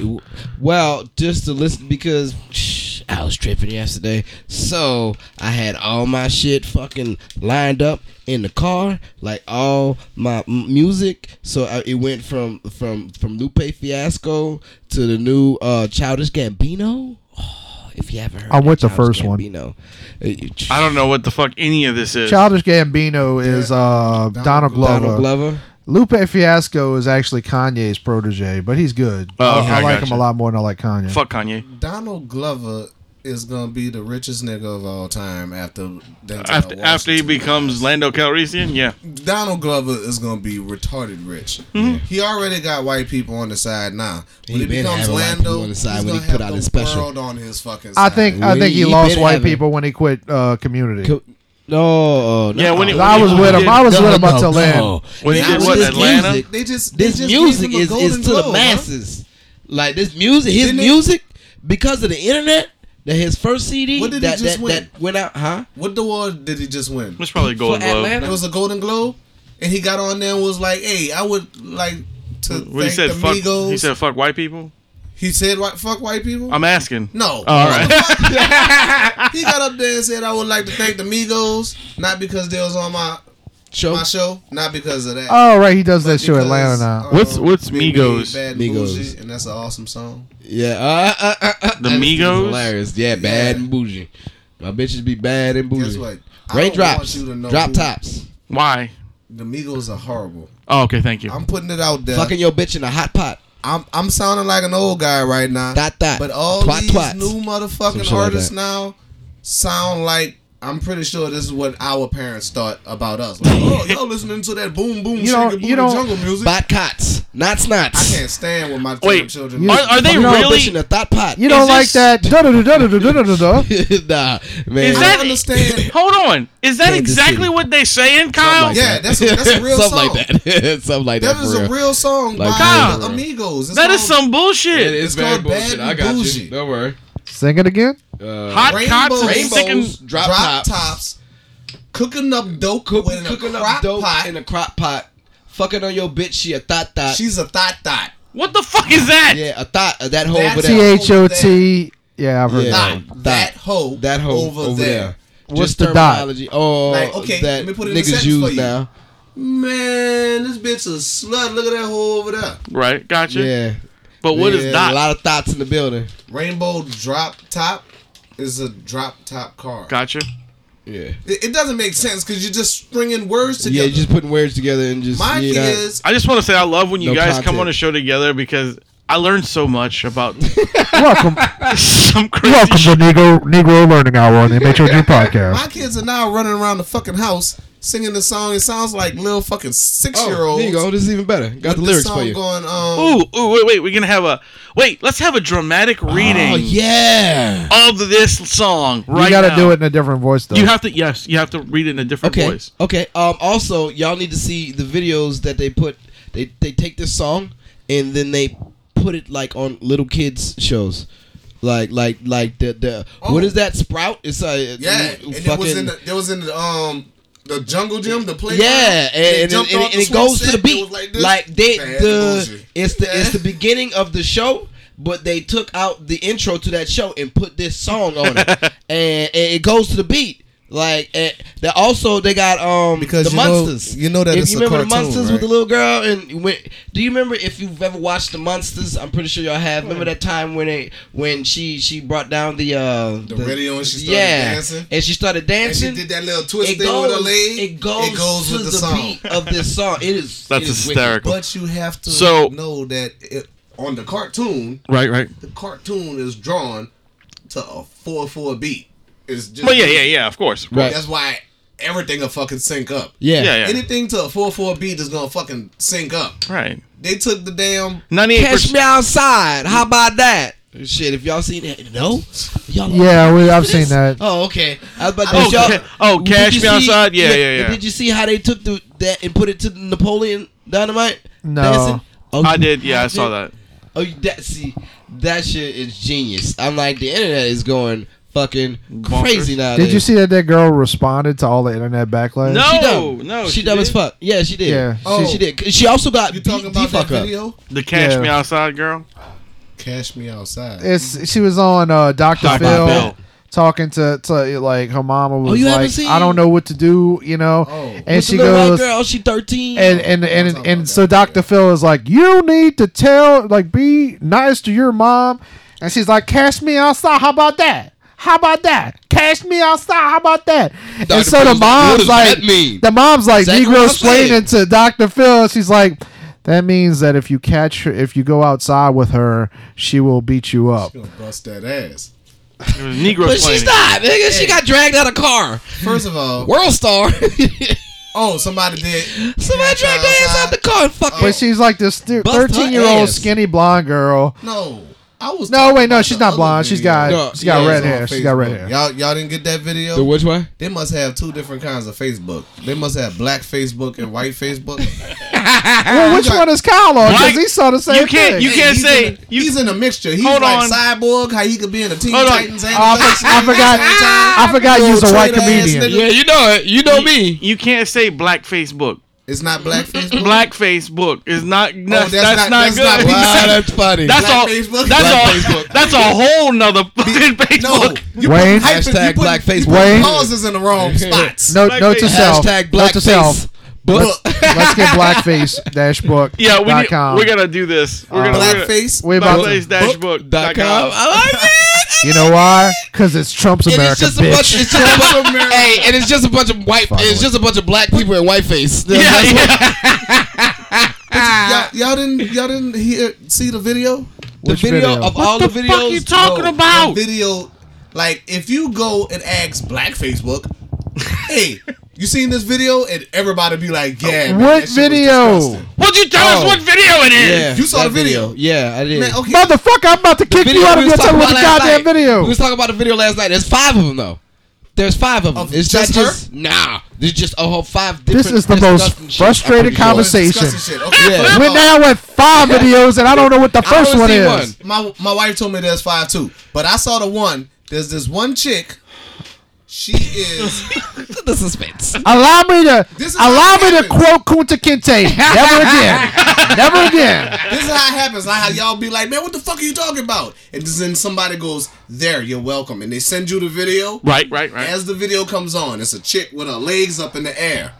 Speaker 5: Well, just to listen because shh, I was tripping yesterday. So I had all my shit fucking lined up in the car, like all my m- music. So I, it went from from from Lupe Fiasco to the new uh Childish Gambino. Oh, if you haven't heard,
Speaker 7: I'm
Speaker 5: of
Speaker 7: with the
Speaker 5: Childish
Speaker 7: first one.
Speaker 5: Gambino. Uh,
Speaker 4: I don't know what the fuck any of this is.
Speaker 7: Childish Gambino is uh, Donald, Glover.
Speaker 5: Donald Glover.
Speaker 7: Lupe Fiasco is actually Kanye's protege, but he's good.
Speaker 4: Oh, okay,
Speaker 7: I, I like him
Speaker 4: gotcha.
Speaker 7: a lot more than I like Kanye.
Speaker 4: Fuck Kanye.
Speaker 6: Donald Glover is gonna be the richest nigga of all time after Denzel
Speaker 4: After after he
Speaker 6: Washington.
Speaker 4: becomes Lando Calrissian, yeah.
Speaker 6: Donald Glover is gonna be retarded rich.
Speaker 4: Hmm?
Speaker 6: He already got white people on the side now. When
Speaker 5: He
Speaker 6: he
Speaker 5: been
Speaker 6: becomes
Speaker 5: having white people
Speaker 6: Lando,
Speaker 5: on the side
Speaker 6: he's
Speaker 5: when he
Speaker 6: gonna
Speaker 5: put
Speaker 6: have
Speaker 5: out
Speaker 6: the
Speaker 5: his special.
Speaker 6: world on his fucking side.
Speaker 7: I think I
Speaker 5: We-
Speaker 7: think he
Speaker 5: he
Speaker 7: lost
Speaker 5: been
Speaker 7: white
Speaker 5: having-
Speaker 7: people when he quit uh, Community.
Speaker 5: Co- No, no.
Speaker 4: Yeah, when he-
Speaker 7: I was
Speaker 4: when he
Speaker 7: with him.
Speaker 4: did-
Speaker 7: I was
Speaker 5: No,
Speaker 7: with him
Speaker 5: no,
Speaker 7: until then.
Speaker 5: no.
Speaker 4: When he
Speaker 5: Not
Speaker 4: did
Speaker 5: with
Speaker 4: what,
Speaker 5: this
Speaker 4: Atlanta?
Speaker 5: music.
Speaker 6: they just they
Speaker 5: this
Speaker 6: just
Speaker 5: music
Speaker 6: gave him a
Speaker 5: is, is
Speaker 6: Golden
Speaker 5: to
Speaker 6: Globe,
Speaker 5: the
Speaker 6: huh?
Speaker 5: masses. Like this music, his
Speaker 6: Didn't it-
Speaker 5: music, because of the internet, that his first CD
Speaker 6: What did he
Speaker 5: that
Speaker 6: just
Speaker 5: that,
Speaker 6: win?
Speaker 5: that went out, huh?
Speaker 6: What the award did he just win?
Speaker 4: It's probably Golden Globe.
Speaker 5: Atlanta?
Speaker 6: It was a Golden Globe, and he got on there and was like, "Hey, I would like to
Speaker 4: When he
Speaker 6: thank
Speaker 4: said
Speaker 6: the
Speaker 4: fuck,
Speaker 6: Migos."
Speaker 4: he said fuck white people.
Speaker 6: he said, "Why- "Fuck white people."
Speaker 4: I'm asking.
Speaker 6: no,
Speaker 4: Oh, All right.
Speaker 6: he got up there and said, "I would like to thank the Migos, not because they was on my
Speaker 4: Oh.
Speaker 5: Show
Speaker 6: my show, not because of that."
Speaker 7: Oh right, he does that show
Speaker 6: Because,
Speaker 7: Atlanta now.
Speaker 6: um,
Speaker 4: What's- what's
Speaker 6: they made
Speaker 4: Migos?
Speaker 6: Bad and
Speaker 5: Migos.
Speaker 6: Bougie, and that's an awesome song.
Speaker 5: yeah, uh, uh, uh, uh,
Speaker 4: The
Speaker 5: that is
Speaker 4: Migos?
Speaker 5: hilarious. Yeah, bad and bougie. My bitches be bad and
Speaker 6: Guess
Speaker 5: bougie.
Speaker 6: what? I don't want
Speaker 5: Raindrops,
Speaker 6: you to know
Speaker 5: drop
Speaker 6: who-
Speaker 5: tops,
Speaker 4: Why?
Speaker 6: The Migos are horrible.
Speaker 4: Oh, okay, thank you.
Speaker 6: I'm putting it out there.
Speaker 5: fucking your bitch in a hot pot.
Speaker 6: I'm I'm sounding like an old guy right now.
Speaker 5: Dot, dot.
Speaker 6: But all
Speaker 5: Twat,
Speaker 6: these
Speaker 5: twats.
Speaker 6: new
Speaker 5: Some
Speaker 6: motherfucking
Speaker 5: shit like
Speaker 6: artists
Speaker 5: that.
Speaker 6: now sound like I'm pretty sure this is what our parents thought about us. Like, oh, y'all listening to that boom boom
Speaker 7: You
Speaker 6: you
Speaker 7: don't-
Speaker 6: shaker
Speaker 7: you
Speaker 6: booty
Speaker 7: don't-
Speaker 6: jungle music?
Speaker 5: Bot cots, knots,
Speaker 6: I
Speaker 5: knots.
Speaker 6: can't stand with my
Speaker 4: Wait,
Speaker 6: children.
Speaker 4: are, are they
Speaker 5: Fuck your
Speaker 4: really?
Speaker 5: bitch in a thought pot?
Speaker 7: You don't
Speaker 4: Is
Speaker 7: like
Speaker 4: this-
Speaker 7: that? da-da-da-da-da-da-da-da.
Speaker 5: nah, man.
Speaker 4: Is
Speaker 6: I
Speaker 4: that-
Speaker 6: don't understand.
Speaker 4: Hold on. Is that
Speaker 5: Kansas
Speaker 4: exactly
Speaker 5: City.
Speaker 4: what they saying, Kyle?
Speaker 5: like
Speaker 6: yeah, that's a, that's a real song.
Speaker 5: Something like that. Something like that.
Speaker 6: that is
Speaker 5: for
Speaker 6: a
Speaker 5: real.
Speaker 6: real song
Speaker 5: Like,
Speaker 6: by
Speaker 5: for
Speaker 6: the
Speaker 5: real.
Speaker 6: Amigos. It's
Speaker 4: That is
Speaker 6: called
Speaker 4: some bullshit.
Speaker 5: It is
Speaker 6: It's
Speaker 5: bad
Speaker 6: called
Speaker 5: bullshit.
Speaker 6: Bad
Speaker 5: I got
Speaker 6: Bougie.
Speaker 5: you. Don't worry.
Speaker 7: Sing it again.
Speaker 5: Uh,
Speaker 4: Hot cots
Speaker 6: Rainbows.
Speaker 4: and
Speaker 5: rainbows,
Speaker 4: sticking.
Speaker 5: drop,
Speaker 6: drop
Speaker 5: tops.
Speaker 6: tops, cooking up dope
Speaker 5: Cook,
Speaker 6: with a
Speaker 5: cooking
Speaker 6: crock
Speaker 5: up dope
Speaker 6: pot.
Speaker 5: in a crock pot. Fucking on your bitch, she a thot thot.
Speaker 6: She's a thought thought.
Speaker 4: What the fuck is that?
Speaker 5: yeah, a thot. Uh, that hoe
Speaker 6: That's
Speaker 5: over
Speaker 7: T
Speaker 5: there.
Speaker 7: H O T. Yeah, I've heard
Speaker 5: Yeah.
Speaker 7: that.
Speaker 6: Not
Speaker 7: one.
Speaker 6: that hoe.
Speaker 5: That hoe over, there.
Speaker 7: What's
Speaker 5: Just
Speaker 7: the dot?
Speaker 5: terminology. Oh,
Speaker 6: Like, okay,
Speaker 5: that
Speaker 6: let me put it in a
Speaker 5: niggas
Speaker 6: sentence for
Speaker 5: use
Speaker 6: you.
Speaker 5: now.
Speaker 6: Man, this bitch a slut. Look at that hoe over there.
Speaker 4: Right. Gotcha.
Speaker 5: Yeah.
Speaker 4: But what is
Speaker 5: yeah,
Speaker 4: that?
Speaker 5: A lot of thoughts in the building.
Speaker 6: Rainbow drop top is a drop top car.
Speaker 4: gotcha.
Speaker 5: Yeah.
Speaker 6: It, it doesn't make sense because you're just stringing words
Speaker 5: Yeah,
Speaker 6: together.
Speaker 5: you just putting words together and just.
Speaker 6: My
Speaker 5: you know,
Speaker 6: kids,
Speaker 4: I just want to say I love when you
Speaker 5: No
Speaker 4: guys come
Speaker 5: content.
Speaker 4: on the show together because I learned so much about
Speaker 7: Welcome,
Speaker 4: some crazy
Speaker 7: welcome to
Speaker 4: shit.
Speaker 7: Negro Negro Learning Hour on the MHOG podcast.
Speaker 6: my kids are now running around the fucking house singing the song. It sounds like little fucking six year
Speaker 5: Oh,
Speaker 6: olds.
Speaker 5: here you go. This is even better. Got the
Speaker 6: with
Speaker 5: lyrics
Speaker 6: song
Speaker 5: for you.
Speaker 6: Going, um,
Speaker 4: Ooh, ooh, wait, wait. We're gonna have a wait. Let's have a dramatic reading
Speaker 5: Oh yeah.
Speaker 4: of this song right
Speaker 7: You gotta
Speaker 4: now.
Speaker 7: do it in a different voice though.
Speaker 4: You have to. Yes, you have to read it in a different
Speaker 5: Okay.
Speaker 4: voice.
Speaker 5: Okay. Um. Also, y'all need to see the videos that they put. They they take this song and then they put it like on little kids shows. Like like like the the what is that sprout? It's a
Speaker 6: Oh. Yeah,
Speaker 5: fucking
Speaker 6: and it was in the, it was in the um the jungle gym, the playground.
Speaker 5: yeah,
Speaker 6: They
Speaker 5: and, and,
Speaker 6: jumped
Speaker 5: and-
Speaker 6: off
Speaker 5: and it
Speaker 6: swing
Speaker 5: goes to
Speaker 6: set,
Speaker 5: the
Speaker 6: it
Speaker 5: beat
Speaker 6: was
Speaker 5: like,
Speaker 6: this.
Speaker 5: they
Speaker 6: Bad
Speaker 5: the
Speaker 6: bullshit.
Speaker 5: it's the
Speaker 6: Yeah.
Speaker 5: it's the beginning of the show. But they took out the intro to that show and put this song on it, and, and it goes to the beat. Like and they also they got um
Speaker 6: Because
Speaker 5: the
Speaker 6: you know-
Speaker 5: monsters.
Speaker 6: you know that
Speaker 5: if
Speaker 6: it's
Speaker 5: you
Speaker 6: a
Speaker 5: remember the
Speaker 6: cartoon,
Speaker 5: monsters with
Speaker 6: right?
Speaker 5: the little girl and when, do you remember if you've ever watched the monsters? I'm pretty sure y'all have. Remember that time when they when she she brought down the uh
Speaker 6: The radio and she started dancing?
Speaker 5: and she started
Speaker 6: And she
Speaker 5: dancing
Speaker 6: did that little twist
Speaker 5: it
Speaker 6: thing with her
Speaker 5: goes,
Speaker 6: leg.
Speaker 5: it goes, to the, beat of this song. It is
Speaker 4: That's
Speaker 5: it is wicked.
Speaker 4: hysterical.
Speaker 6: But you have to
Speaker 4: So-
Speaker 6: know that it, on the cartoon,
Speaker 4: Right, right.
Speaker 6: the cartoon is drawn to a four four beat. It's just
Speaker 4: Well, yeah, yeah, yeah. Of course.
Speaker 5: Oh, Right.
Speaker 6: That's why everything will fucking sync up.
Speaker 5: Yeah.
Speaker 4: Yeah, yeah.
Speaker 6: Anything to a four four beat is gonna fucking sync up.
Speaker 4: Right.
Speaker 6: They took the damn
Speaker 4: Ninety-eight
Speaker 5: Catch me
Speaker 4: percent.
Speaker 5: outside. How about that? Shit, if y'all seen that, no, y'all.
Speaker 7: Yeah, we, I've
Speaker 5: This-
Speaker 7: seen that.
Speaker 5: Oh, okay. I was about to.
Speaker 4: Oh,
Speaker 5: y'all-
Speaker 4: ca- oh,
Speaker 5: did
Speaker 4: Cash
Speaker 5: you
Speaker 4: Me Outside? Yeah, yeah, yeah.
Speaker 5: Did you see how they took the that and put it to the Napoleon Dynamite?
Speaker 7: No.
Speaker 5: Oh,
Speaker 4: I
Speaker 5: you-
Speaker 4: did. Yeah, I saw that.
Speaker 5: Oh, you- that see, that shit is genius. I'm like, the internet is going fucking
Speaker 4: Bonkers.
Speaker 5: crazy now.
Speaker 7: Did you see that that girl responded to all the internet backlash?
Speaker 4: No.
Speaker 5: She dumb.
Speaker 4: no,
Speaker 5: Oh, she, Oh.
Speaker 4: she
Speaker 5: dumb as
Speaker 4: did.
Speaker 5: fuck. Yeah, she did.
Speaker 7: Yeah.
Speaker 5: she, she did. She also got
Speaker 6: You
Speaker 5: beat
Speaker 6: talking
Speaker 5: the
Speaker 6: about that
Speaker 5: fuck up.
Speaker 6: video?
Speaker 4: The Cash
Speaker 7: Yeah.
Speaker 4: Me Outside girl.
Speaker 6: Cash me outside.
Speaker 7: It's she was on uh, Dr.
Speaker 4: Dr.
Speaker 7: Phil
Speaker 4: Phil.
Speaker 7: talking to, to like her mama was
Speaker 5: Oh, you haven't
Speaker 7: like,
Speaker 5: seen-
Speaker 7: I don't know what to do, you know,
Speaker 6: Oh.
Speaker 7: and
Speaker 5: With the
Speaker 7: she
Speaker 5: little white
Speaker 7: goes.
Speaker 5: girl, she 13.
Speaker 7: And and and, and,
Speaker 6: talking about
Speaker 7: so
Speaker 6: that,
Speaker 7: Dr. Phil is like, you need to tell, like, be nice to your mom, and she's like, cash me outside. How about that? How about that? Cash me outside. How about that?
Speaker 5: Dr.
Speaker 7: And so the
Speaker 5: Phil's like, "What
Speaker 7: mom's
Speaker 5: does
Speaker 7: like,
Speaker 5: that mean?"
Speaker 7: the mom's like,
Speaker 5: Exactly
Speaker 7: Negro
Speaker 5: what I'm saying.
Speaker 7: explaining to Dr. Phil. She's like, that means that if you catch her, if you go outside with her, she will beat you up.
Speaker 6: You gonna bust that ass.
Speaker 4: It was Negro
Speaker 5: but
Speaker 4: Planet.
Speaker 5: she's not, nigga. She got dragged out of car.
Speaker 6: First of all,
Speaker 5: World star. Somebody
Speaker 6: oh, somebody did.
Speaker 5: dragged her ass out the car and fucked her.
Speaker 7: But she's like this
Speaker 5: Bust her
Speaker 7: thirteen-year-old
Speaker 5: ass.
Speaker 7: skinny blonde girl.
Speaker 6: No, I was.
Speaker 7: No,
Speaker 6: talking
Speaker 7: wait, no,
Speaker 6: about
Speaker 7: she's
Speaker 6: the
Speaker 7: not
Speaker 6: other
Speaker 7: blonde. She's
Speaker 6: video.
Speaker 7: got-
Speaker 5: No,
Speaker 7: she's got
Speaker 6: Yeah,
Speaker 7: red
Speaker 6: it's on
Speaker 7: hair. She's got red
Speaker 6: Facebook.
Speaker 7: hair.
Speaker 6: Y'all, y'all didn't get that video.
Speaker 5: which way?
Speaker 6: They must have two different kinds of Facebook. They must have black Facebook and white Facebook.
Speaker 5: Ah,
Speaker 7: Well, which one is Kyle on? Because
Speaker 4: Like,
Speaker 7: he saw the same
Speaker 4: you can't.
Speaker 7: thing.
Speaker 4: You can't
Speaker 6: he's
Speaker 4: say.
Speaker 6: in a,
Speaker 4: you,
Speaker 6: he's in a mixture. He's
Speaker 4: Hold
Speaker 6: like
Speaker 4: on.
Speaker 6: cyborg. How he could be in a Teen
Speaker 4: Hold on.
Speaker 6: Titans.
Speaker 7: Oh, I, for- I forgot. I forgot you was a white comedian.
Speaker 5: Yeah, you know it. You know me.
Speaker 4: you can't say black Facebook.
Speaker 6: It's not black Facebook.
Speaker 4: Black Facebook is not. That's,
Speaker 6: that's not-
Speaker 4: that's not,
Speaker 6: that's not
Speaker 4: good.
Speaker 6: what-
Speaker 5: Wow, that's funny.
Speaker 4: that's
Speaker 6: Black
Speaker 4: all.
Speaker 6: Facebook?
Speaker 4: That's
Speaker 6: Black
Speaker 4: all. That's a whole nother fucking
Speaker 6: No,
Speaker 4: Facebook.
Speaker 6: you
Speaker 7: Wayne?
Speaker 6: put hyphen- you
Speaker 5: Hashtag
Speaker 6: put-
Speaker 5: black
Speaker 6: you put
Speaker 7: Wayne?
Speaker 6: Pauses in the wrong spots.
Speaker 7: No,
Speaker 4: Blackface.
Speaker 7: note to self.
Speaker 5: Hashtag
Speaker 7: note to self.
Speaker 5: blackface. But
Speaker 7: Let's get blackface dash book.
Speaker 4: Yeah, we
Speaker 7: dot
Speaker 4: need,
Speaker 7: com.
Speaker 4: we're gonna do this. We're gonna
Speaker 6: Blackface.
Speaker 7: We about to,
Speaker 4: blackface
Speaker 5: dot com. I like it.
Speaker 7: you know why? Because it's Trump's
Speaker 5: And
Speaker 7: America,
Speaker 5: it's just a
Speaker 7: bitch.
Speaker 5: bunch. It's just a bunch hey, and it's just a bunch of white.
Speaker 7: Fuck
Speaker 5: It's
Speaker 7: with
Speaker 5: just a bunch of black people in whiteface. Yeah,
Speaker 4: Yeah,
Speaker 5: that's what-
Speaker 4: yeah.
Speaker 6: Y'all, y'all didn't y'all didn't hear see the video?
Speaker 5: The
Speaker 7: Which
Speaker 5: video,
Speaker 7: video?
Speaker 5: of all the, videos.
Speaker 4: What you talking
Speaker 6: No,
Speaker 4: about?
Speaker 6: the Oh, video. Like if you go and ask Black Facebook, hey, you seen this video? And everybody be like, yeah. man,
Speaker 7: What
Speaker 6: that shit was
Speaker 7: video?
Speaker 6: disgusting."
Speaker 4: Would you tell us
Speaker 5: Oh.
Speaker 4: what video it is?
Speaker 5: yeah,
Speaker 6: You saw
Speaker 5: that
Speaker 6: the video.
Speaker 5: Yeah, I did.
Speaker 6: Man, okay.
Speaker 7: Motherfucker, I'm about to kick
Speaker 5: video
Speaker 7: you out
Speaker 5: we
Speaker 7: of
Speaker 5: was
Speaker 7: your table
Speaker 5: talking
Speaker 7: with the
Speaker 5: about last
Speaker 7: goddamn
Speaker 5: night.
Speaker 7: video.
Speaker 5: We was talking about the video last night. There's five of them though. There's five of them.
Speaker 6: Of
Speaker 5: it's
Speaker 6: just
Speaker 5: just,
Speaker 6: her?
Speaker 5: just nah. There's just a whole five. Different
Speaker 7: This is the most
Speaker 5: disgusting shit.
Speaker 7: frustrated
Speaker 5: I'm pretty
Speaker 6: Oh, Disgusting
Speaker 7: conversation.
Speaker 6: shit. Okay,
Speaker 5: Yeah.
Speaker 6: first of
Speaker 7: We're
Speaker 6: all,
Speaker 7: now at five videos, and I don't know what the
Speaker 5: I
Speaker 7: first
Speaker 5: only
Speaker 7: one
Speaker 5: see
Speaker 7: is.
Speaker 5: one.
Speaker 6: My my wife told me there's five too, but I saw the one. There's this one chick. She is.
Speaker 5: sure. The suspense.
Speaker 7: Allow me to
Speaker 6: This is
Speaker 7: allow
Speaker 6: what
Speaker 7: me to
Speaker 6: happens.
Speaker 7: quote Kunta Kinte. Never again. Never again.
Speaker 6: this is how it happens. Like how y'all be like, man, what the fuck are you talking about? And then somebody goes, there, you're welcome, and they send you the video.
Speaker 4: Right, right, right.
Speaker 6: As the video comes on, it's a chick with her legs up in the air,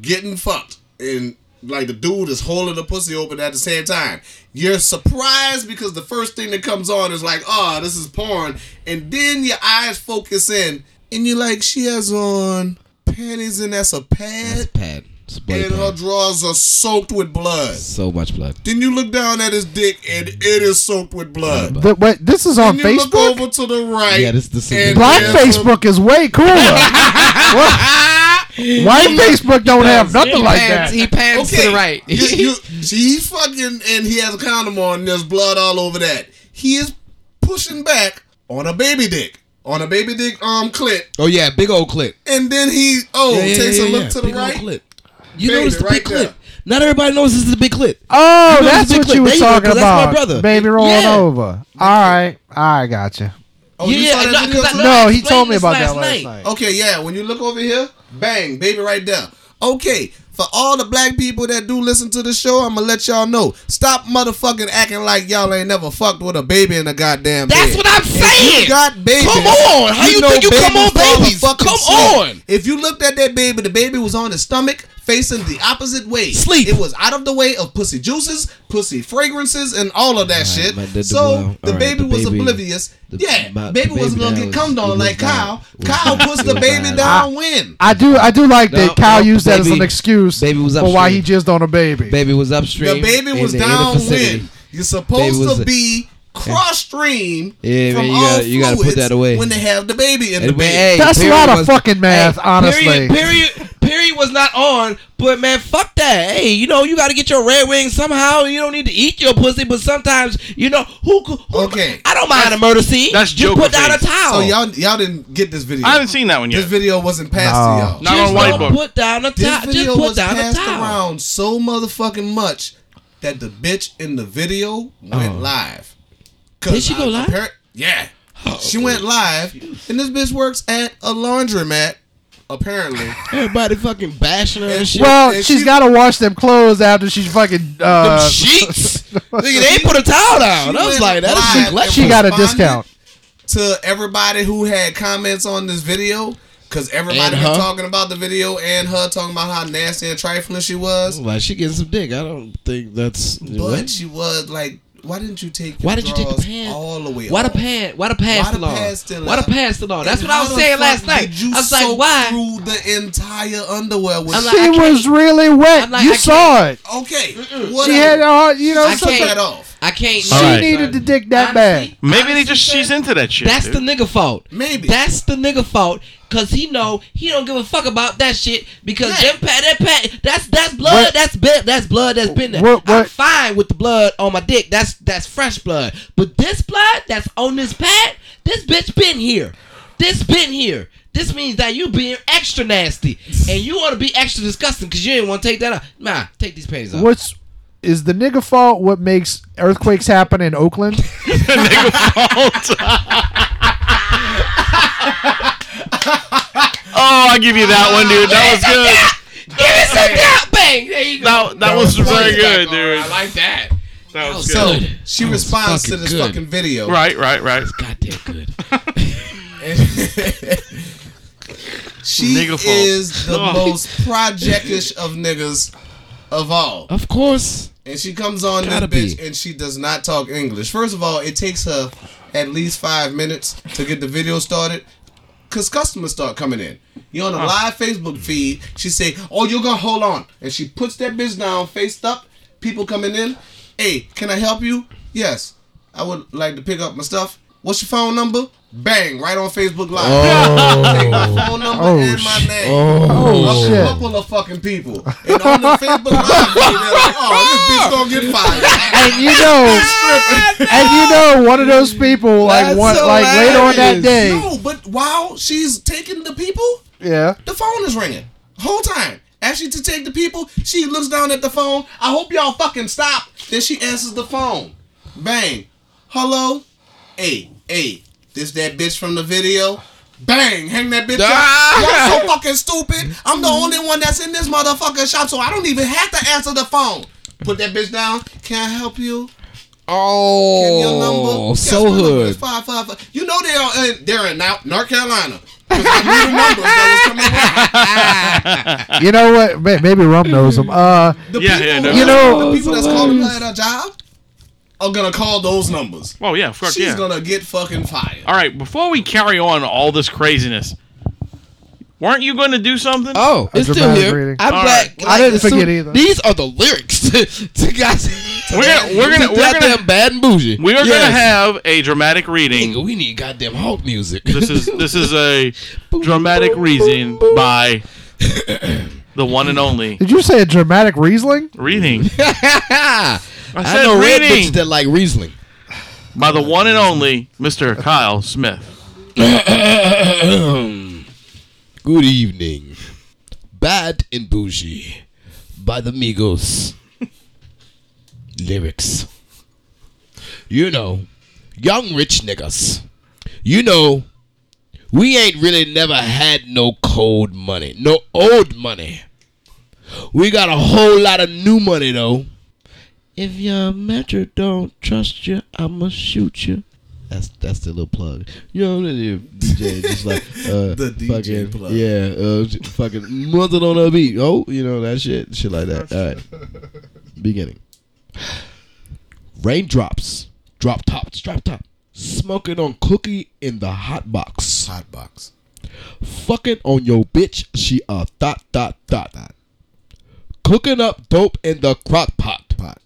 Speaker 6: getting fucked, and like the dude is holding the pussy open at the same time. You're surprised because the first thing that comes on is like, oh, this is porn, and then your eyes focus in, and you're like, she has on panties and that's a pad,
Speaker 5: Pad. It's a bloody
Speaker 6: and her
Speaker 5: pad.
Speaker 6: drawers are soaked with blood.
Speaker 5: So much blood.
Speaker 6: Then you look down at his dick, and it is soaked with blood.
Speaker 7: The, wait, this is on
Speaker 6: Then you look
Speaker 7: Facebook.
Speaker 6: over to the right.
Speaker 5: Yeah, this- this is-
Speaker 6: and
Speaker 7: Black
Speaker 6: there's a-
Speaker 7: Facebook is way cooler. What? White Facebook don't have nothing like that.
Speaker 5: Pans- He pans to the right.
Speaker 6: you, you, see, he's fucking, and he has a condom on. And there's blood all over that. He is pushing back on a baby dick, on a baby dick um clit,
Speaker 5: oh yeah, big old clip.
Speaker 6: and then he oh
Speaker 5: Yeah, yeah,
Speaker 6: takes
Speaker 5: yeah,
Speaker 6: a look
Speaker 5: yeah.
Speaker 6: to the
Speaker 5: Big old
Speaker 6: right.
Speaker 5: clip. You
Speaker 6: Baby,
Speaker 5: notice the
Speaker 6: right
Speaker 5: big
Speaker 6: there.
Speaker 5: clip. Not everybody knows this is the big clip.
Speaker 7: Oh,
Speaker 5: You know
Speaker 7: that's
Speaker 5: the
Speaker 7: what
Speaker 5: clip.
Speaker 7: you were
Speaker 5: There you go,
Speaker 7: talking
Speaker 5: 'cause that's my
Speaker 7: about.
Speaker 5: brother.
Speaker 7: Baby rolling
Speaker 5: Yeah.
Speaker 7: over. All right. I gotcha.
Speaker 6: Oh,
Speaker 5: yeah,
Speaker 6: you
Speaker 5: yeah,
Speaker 6: saw that
Speaker 5: no,
Speaker 6: video
Speaker 5: 'cause
Speaker 6: too?
Speaker 5: I-
Speaker 7: No, he
Speaker 5: explained
Speaker 7: told me
Speaker 5: this
Speaker 7: about that
Speaker 5: last
Speaker 7: last
Speaker 5: night.
Speaker 7: night.
Speaker 6: Okay, yeah. When you look over here, bang, baby, right there. Okay, for all the black people that do listen to the show, I'm gonna let y'all know. Stop motherfucking acting like y'all ain't never fucked with a baby in a goddamn bed.
Speaker 5: That's what I'm
Speaker 6: If
Speaker 5: saying.
Speaker 6: you got babies.
Speaker 5: Come on. How you
Speaker 6: know
Speaker 5: think you come on
Speaker 6: fall
Speaker 5: babies?
Speaker 6: the fucking
Speaker 5: Come
Speaker 6: slope.
Speaker 5: on.
Speaker 6: If you looked at that baby, the baby was on his stomach. Facing the opposite way.
Speaker 5: Sleep.
Speaker 6: It was out of the way of pussy juices, pussy fragrances, and all of that shit.
Speaker 5: man, the-
Speaker 6: so
Speaker 5: well,
Speaker 6: the
Speaker 5: all right,
Speaker 6: baby
Speaker 5: the
Speaker 6: was
Speaker 5: baby-
Speaker 6: oblivious.
Speaker 5: the-
Speaker 6: yeah,
Speaker 5: my- the
Speaker 6: baby, wasn't
Speaker 5: baby
Speaker 6: gonna
Speaker 5: that
Speaker 6: get
Speaker 5: was-
Speaker 6: cummed
Speaker 5: it
Speaker 6: on
Speaker 5: was
Speaker 6: like Kyle.
Speaker 5: violent. It was
Speaker 6: Kyle puts the
Speaker 5: violent.
Speaker 6: baby down when.
Speaker 7: I do I do like
Speaker 5: No,
Speaker 7: that Kyle
Speaker 5: no,
Speaker 7: used that as
Speaker 5: baby-
Speaker 7: an excuse
Speaker 5: baby was
Speaker 7: for why he
Speaker 5: upstream.
Speaker 7: jizzed on a baby.
Speaker 5: Baby was upstream.
Speaker 6: The baby
Speaker 5: in
Speaker 6: was
Speaker 5: the- in the
Speaker 6: down
Speaker 5: vicinity.
Speaker 6: when. You're
Speaker 5: Baby
Speaker 6: supposed
Speaker 5: was-
Speaker 6: to be cross stream
Speaker 5: Yeah,
Speaker 6: from
Speaker 5: man, you
Speaker 6: all
Speaker 5: gotta- you gotta put
Speaker 6: fluids
Speaker 5: that away.
Speaker 6: when they have the baby in the
Speaker 5: And when-
Speaker 6: baby.
Speaker 5: hey,
Speaker 7: That's a
Speaker 5: period
Speaker 7: lot of
Speaker 5: was-
Speaker 7: fucking math,
Speaker 5: hey,
Speaker 7: honestly.
Speaker 5: Period, period, period was not on, but man, fuck that. Hey, you know you got to get your red wings somehow. You don't need to eat your pussy, but sometimes you know who. could- who
Speaker 6: Okay.
Speaker 5: I don't mind a murder scene.
Speaker 4: that's
Speaker 5: just
Speaker 4: Joker
Speaker 5: put down a
Speaker 4: face.
Speaker 6: So
Speaker 5: towel.
Speaker 6: y'all y'all didn't get this video.
Speaker 4: Oh. I haven't seen that one
Speaker 6: This
Speaker 4: yet.
Speaker 6: video wasn't passed
Speaker 7: No.
Speaker 6: to y'all.
Speaker 4: Not
Speaker 5: just
Speaker 4: on White
Speaker 5: don't
Speaker 4: Book.
Speaker 5: put down a
Speaker 6: This
Speaker 5: towel.
Speaker 6: video
Speaker 5: Just put
Speaker 6: was
Speaker 5: down a
Speaker 6: passed
Speaker 5: towel.
Speaker 6: around so motherfucking much that the bitch in the video
Speaker 7: Oh.
Speaker 6: went live. 'Cause
Speaker 5: Did she go
Speaker 6: I-
Speaker 5: live?
Speaker 6: appar- yeah. she went live, and this bitch works at a laundromat, apparently.
Speaker 5: Everybody fucking bashing her and shit.
Speaker 7: Well,
Speaker 6: and
Speaker 7: she's
Speaker 6: she-
Speaker 7: got to wash them clothes after she's fucking.
Speaker 5: Them
Speaker 7: Uh,
Speaker 5: sheets. Nigga, they ain't put a towel down. I Oh,
Speaker 6: went
Speaker 5: was like, that's
Speaker 6: live
Speaker 5: neglectful.
Speaker 7: she got a
Speaker 6: responded
Speaker 7: discount.
Speaker 6: To everybody who had comments on this video, because
Speaker 5: And
Speaker 6: everybody was
Speaker 5: her.
Speaker 6: talking about the video and her talking about how nasty and trifling she was.
Speaker 5: Like she getting some dick. I don't think that's.
Speaker 6: But
Speaker 5: what?
Speaker 6: she was like, why didn't you take your
Speaker 5: Why did you take the
Speaker 6: drawers
Speaker 5: pants?
Speaker 6: all the way
Speaker 5: Why the
Speaker 6: off?
Speaker 5: pants? Why the pants
Speaker 6: Why the
Speaker 5: still on?
Speaker 6: pants still
Speaker 5: Why the
Speaker 6: up?
Speaker 5: pants still on? That's
Speaker 6: And
Speaker 5: what I
Speaker 6: how
Speaker 5: was
Speaker 6: the
Speaker 5: saying
Speaker 6: fuck
Speaker 5: last night.
Speaker 6: did you
Speaker 5: I was like,
Speaker 6: soak
Speaker 5: why?
Speaker 6: Through the entire underwear with
Speaker 5: I'm like,
Speaker 7: she
Speaker 5: I can't-
Speaker 7: was really wet.
Speaker 5: I'm like, I
Speaker 7: you
Speaker 5: can't-
Speaker 7: saw it.
Speaker 6: okay, what
Speaker 7: She had all. You know,
Speaker 5: I
Speaker 6: took
Speaker 5: can't-
Speaker 7: something-
Speaker 6: that off.
Speaker 5: I can't.
Speaker 7: she
Speaker 4: All right.
Speaker 7: needed the dick that
Speaker 5: Honestly,
Speaker 7: bad.
Speaker 4: Maybe they just she's into that shit.
Speaker 5: That's
Speaker 4: dude.
Speaker 5: the nigga fault.
Speaker 6: Maybe.
Speaker 5: That's the nigga fault. Cause he know he don't give a fuck about that shit. Because them pa- that pa- that's that's blood.
Speaker 7: What-
Speaker 5: That's been that's blood that's been there.
Speaker 7: What-
Speaker 5: I'm
Speaker 7: what-
Speaker 5: fine with the blood on my dick. That's that's fresh blood. But this blood that's on this pad, this bitch been here. This been here. This means that you being extra nasty, and you want to be extra disgusting because you didn't want to take that out. Nah, take these panties off.
Speaker 7: What's is the nigga fault? What makes earthquakes happen in Oakland?
Speaker 4: Oh, I give you that one, dude. That was good.
Speaker 5: Give it some doubt, bang. There you go.
Speaker 4: That, that was very good,
Speaker 8: I
Speaker 4: dude.
Speaker 8: like that.
Speaker 4: That was
Speaker 5: So-
Speaker 4: good.
Speaker 6: So
Speaker 5: Good.
Speaker 6: she
Speaker 5: That was
Speaker 6: responds to
Speaker 5: fucking
Speaker 6: this
Speaker 5: good.
Speaker 6: fucking video.
Speaker 4: Right, right, right.
Speaker 5: Goddamn good.
Speaker 6: she
Speaker 4: Nigga fault.
Speaker 6: is the
Speaker 4: Oh.
Speaker 6: most projectish of niggas of all.
Speaker 5: Of course.
Speaker 6: And she comes on this
Speaker 5: Gotta
Speaker 6: bitch
Speaker 5: be.
Speaker 6: and she does not talk English. First of all, it takes her at least five minutes to get the video started. Cause customers start coming in. You're on a live Facebook feed. She say, "Oh, you're gonna hold on," and she puts that bitch down, faced up. People coming in. Hey, can I help you? Yes, I would like to pick up my stuff. What's your phone number? Bang! Right on Facebook Live. Take my phone number
Speaker 7: Oh,
Speaker 6: and my
Speaker 7: sh-
Speaker 6: name
Speaker 7: Oh
Speaker 6: a
Speaker 7: shit!
Speaker 6: couple of fucking people. And on the Facebook Live, video, they're like, oh, this bitch gonna get fired.
Speaker 7: And you know, and you know, one of those people like
Speaker 5: That's
Speaker 7: one
Speaker 5: so
Speaker 7: like later on that
Speaker 5: hilarious.
Speaker 7: day.
Speaker 6: No, but while she's taking the people,
Speaker 7: Yeah.
Speaker 6: the phone is ringing. Whole time. Actually, to take the people, she looks down at the phone. I hope y'all fucking stop. Then she answers the phone. Bang. Hello? Hey, hey, this that bitch from the video? Bang! Hang that bitch
Speaker 5: Ah!
Speaker 6: up. Y'all so fucking stupid. I'm the only one that's in this motherfucking shop, so I don't even have to answer the phone. Put that bitch down. Can I help you?
Speaker 5: Oh,
Speaker 6: Give me your number. Yes,
Speaker 5: so
Speaker 6: my number is
Speaker 5: hood.
Speaker 6: 555. You know they are in, they're in North, North Carolina. 'Cause I knew the numbers that was coming out.
Speaker 7: You know what? May- Maybe Rum knows them. Uh,
Speaker 6: The
Speaker 4: Yeah,
Speaker 6: people,
Speaker 4: yeah, no.
Speaker 7: You know-
Speaker 6: the people that's calling her at her job are gonna call those numbers.
Speaker 4: Oh yeah, fuck
Speaker 6: She's
Speaker 4: yeah.
Speaker 6: gonna get fucking fired.
Speaker 4: All right, before we carry on all this craziness, weren't you going to do something?
Speaker 5: Oh, it's
Speaker 7: A
Speaker 5: still
Speaker 7: dramatic
Speaker 5: here.
Speaker 7: reading.
Speaker 5: I'm
Speaker 4: All
Speaker 5: glad.
Speaker 4: right.
Speaker 5: like,
Speaker 7: I didn't
Speaker 5: as soon-
Speaker 7: forget either.
Speaker 5: These are the lyrics to guys. to
Speaker 4: We're gonna- we're gonna-
Speaker 5: to
Speaker 4: we're
Speaker 5: goddamn
Speaker 4: gonna-
Speaker 5: bad and bougie.
Speaker 4: We are going to
Speaker 5: Yes.
Speaker 4: have a dramatic
Speaker 5: Nigga,
Speaker 4: reading.
Speaker 5: we need goddamn Hulk music.
Speaker 4: This is this is a dramatic reading by the one and only
Speaker 7: did you say a dramatic Riesling?
Speaker 4: reading
Speaker 5: I,
Speaker 4: said
Speaker 5: know red
Speaker 4: reading.
Speaker 5: bitches that like Riesling.
Speaker 4: by the one and only Mr. Kyle Smith.
Speaker 5: Good evening, bad and bougie, by the Migos. Lyrics. You know, young rich niggas. You know, we ain't really never had no cold money, no old money. We got a whole lot of new money though. If your mentor don't trust you, I'ma shoot you. That's that's the little plug. You know the DJ just like uh,
Speaker 6: The DJ
Speaker 5: fucking,
Speaker 6: plug.
Speaker 5: Yeah, uh, j- fucking mother on a beat. Oh, you know that shit, shit like that. All right, beginning. Raindrops, drop tops, drop top. Smoking on cookie in the hot box.
Speaker 6: Hot box.
Speaker 5: Fucking on your bitch, she a dot dot dot dot. Cooking up dope in the crock pot.
Speaker 6: Pot.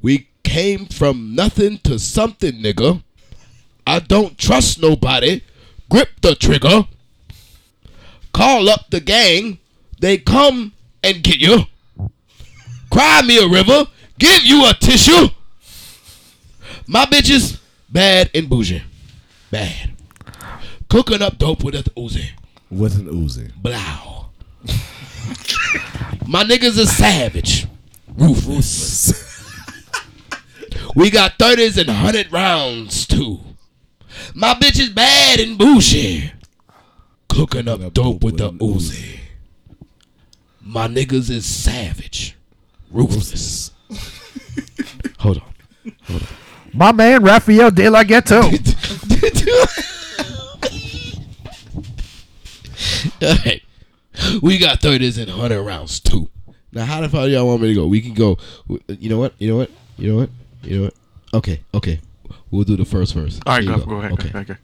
Speaker 5: We came from nothing to something, nigga. I don't trust nobody. Grip the trigger. Call up the gang. They come and get you. Cry me a river. Give you a tissue. My bitches bad and bougie. Bad. Cooking up dope with a Uzi.
Speaker 6: With an Uzi.
Speaker 5: Blow. My niggas is savage. Roof, ruthless. we got 30s and 100 rounds too. My bitch is bad and bougie. Cooking up dope with the Uzi. My niggas is savage. Ruthless. Hold on.
Speaker 7: My man Rafael De La Ghetto.
Speaker 5: Alright. We got 30s and 100 rounds too. Now, how the fuck y'all want me to go? We can go. You know what? You know what? You know what? You know what? Okay, okay. We'll do the first verse.
Speaker 4: All right,
Speaker 5: Here
Speaker 4: go,
Speaker 5: you
Speaker 4: go ahead.
Speaker 5: Okay.
Speaker 4: Go ahead, go ahead.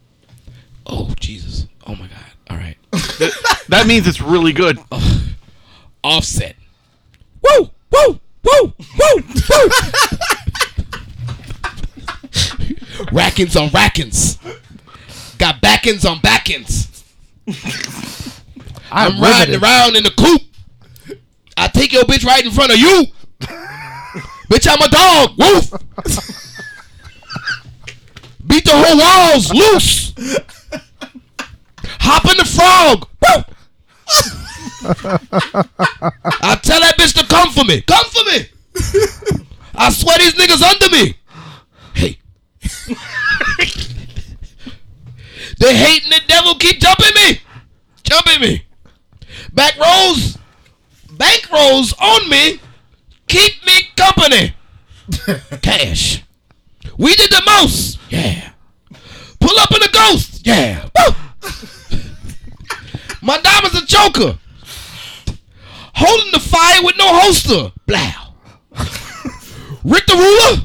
Speaker 5: Oh, Jesus. Oh, my God. All right.
Speaker 4: That means it's really good.
Speaker 5: Offset. Woo! Woo! Woo! Woo! Woo! rackins on rackins. Got backins on backins. I'm riding around in the coop. I take your bitch right in front of you. bitch, I'm a dog. Woof. Beat the whole walls loose. Hop in the frog. Woo. I tell that bitch to come for me. Come for me. I swear these niggas under me. Hey. they hating the devil keep jumping me. Jumping me. Back rolls. Bank rolls on me. Keep me company. Cash. We did the most. Yeah. Pull up in a ghost. Yeah. Woo. My diamond's a choker holding the fire with no holster. Blow. Rick the ruler.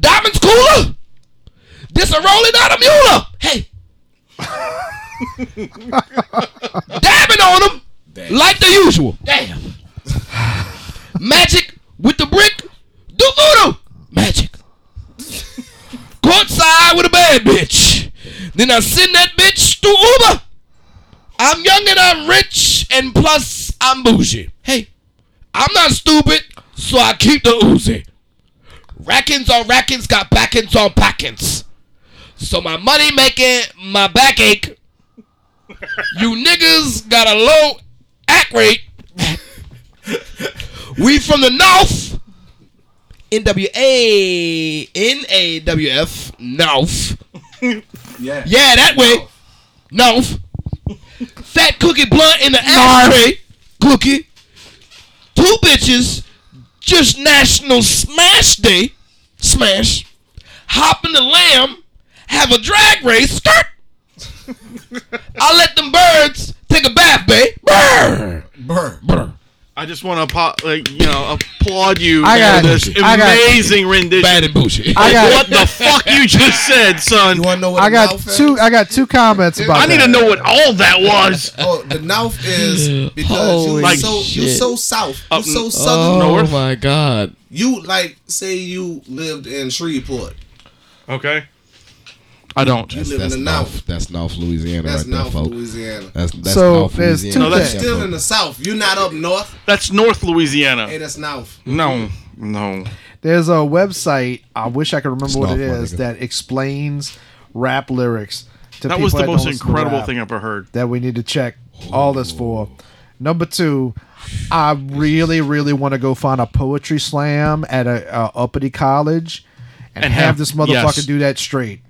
Speaker 5: Diamonds cooler. This a rolling out a Mueller. Hey. Dabbing on him like the usual. Damn. Magic with the brick. Do voodoo. Magic. Courtside with a bad bitch. Then I send that bitch to Uber. I'm young and I'm rich, and plus I'm bougie. Hey, I'm not stupid, so I keep the Uzi. Rackins on rackins got backins on backins. So my money making my back ache. you niggas got a low act rate. we from the north. N-W-A, N-A-W-F, north.
Speaker 6: Yeah.
Speaker 5: Yeah, that way. North. Fat cookie blunt in the ashtray. Cookie. Two bitches. Just National Smash Day. Smash. Hop in the lamb. Have a drag race. Skirt. I let them birds take a bath, babe. Brr.
Speaker 6: Burr.
Speaker 5: Brr.
Speaker 4: I just want to applaud, like, you know, applaud you
Speaker 7: I got
Speaker 4: for this
Speaker 7: you. I got you.
Speaker 4: amazing rendition.
Speaker 5: Bad and bougie.
Speaker 7: I got-
Speaker 4: what the fuck you just said, son?
Speaker 6: You want to know what
Speaker 7: I
Speaker 6: the
Speaker 7: got
Speaker 6: mouth
Speaker 7: two.
Speaker 6: is?
Speaker 7: I got two comments about.
Speaker 4: I need
Speaker 7: that.
Speaker 4: to know what all that was.
Speaker 6: Oh, the mouth is because you
Speaker 5: Holy
Speaker 6: so you
Speaker 5: shit.
Speaker 6: so south,
Speaker 4: Up
Speaker 6: you so
Speaker 4: n- Oh.
Speaker 6: southern.
Speaker 4: north.
Speaker 5: my God.
Speaker 6: You like say you lived in Shreveport.
Speaker 4: Okay. I don't.
Speaker 6: You live
Speaker 5: That's
Speaker 6: in the
Speaker 5: North.
Speaker 6: north.
Speaker 5: That's North Louisiana
Speaker 6: That's
Speaker 5: right there,
Speaker 6: north
Speaker 5: folks.
Speaker 6: Louisiana.
Speaker 5: That's, that's
Speaker 7: So,
Speaker 5: North
Speaker 7: there's
Speaker 5: Louisiana.
Speaker 7: two
Speaker 4: No, that's
Speaker 7: things.
Speaker 6: Still in the south. You not up north.
Speaker 4: That's North Louisiana.
Speaker 6: Hey, that's south.
Speaker 4: No, no.
Speaker 7: There's a website. I wish I could remember what it
Speaker 5: Snuff, my
Speaker 7: is
Speaker 5: nigga.
Speaker 7: that explains rap lyrics. To
Speaker 4: That was
Speaker 7: people
Speaker 4: the
Speaker 7: don't
Speaker 4: most
Speaker 7: listen to
Speaker 4: incredible
Speaker 7: rap
Speaker 4: thing I've ever heard.
Speaker 7: that we need to check all this for. Number two, I really, really want to go find a poetry slam at a, a uppity college and,
Speaker 4: And
Speaker 7: have,
Speaker 4: have-
Speaker 7: this motherfucker
Speaker 4: yes.
Speaker 7: do that straight.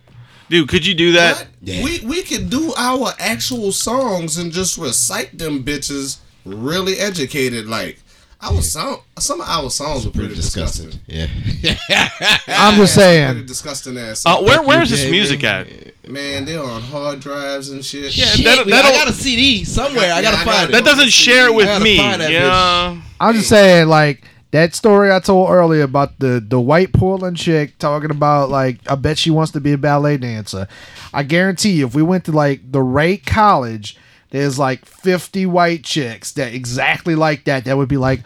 Speaker 4: Dude, could you do that?
Speaker 6: What? We we could do our actual songs and just recite them bitches really educated like. Our song, some of our songs were pretty disgusting.
Speaker 5: Yeah.
Speaker 7: I'm just
Speaker 6: Pretty
Speaker 7: saying.
Speaker 6: disgusting ass.
Speaker 4: Uh, where Where is
Speaker 5: you,
Speaker 4: this
Speaker 5: Jamie.
Speaker 4: music at?
Speaker 6: Man, they're on hard drives and shit.
Speaker 4: Yeah,
Speaker 5: Shit,
Speaker 4: that'll-
Speaker 5: we- I
Speaker 4: that'll-
Speaker 5: got a CD somewhere. I gotta
Speaker 6: Yeah, I
Speaker 5: find
Speaker 6: got
Speaker 4: That
Speaker 5: it.
Speaker 6: it.
Speaker 4: doesn't share it with
Speaker 5: gotta
Speaker 4: me.
Speaker 5: find that
Speaker 4: Yeah.
Speaker 7: I'm just saying, like that story I told earlier about the the white Portland chick talking about like I bet she wants to be a ballet dancer. I guarantee you, if we went to like the right college, there's like 50 white chicks that exactly like that. That would be like,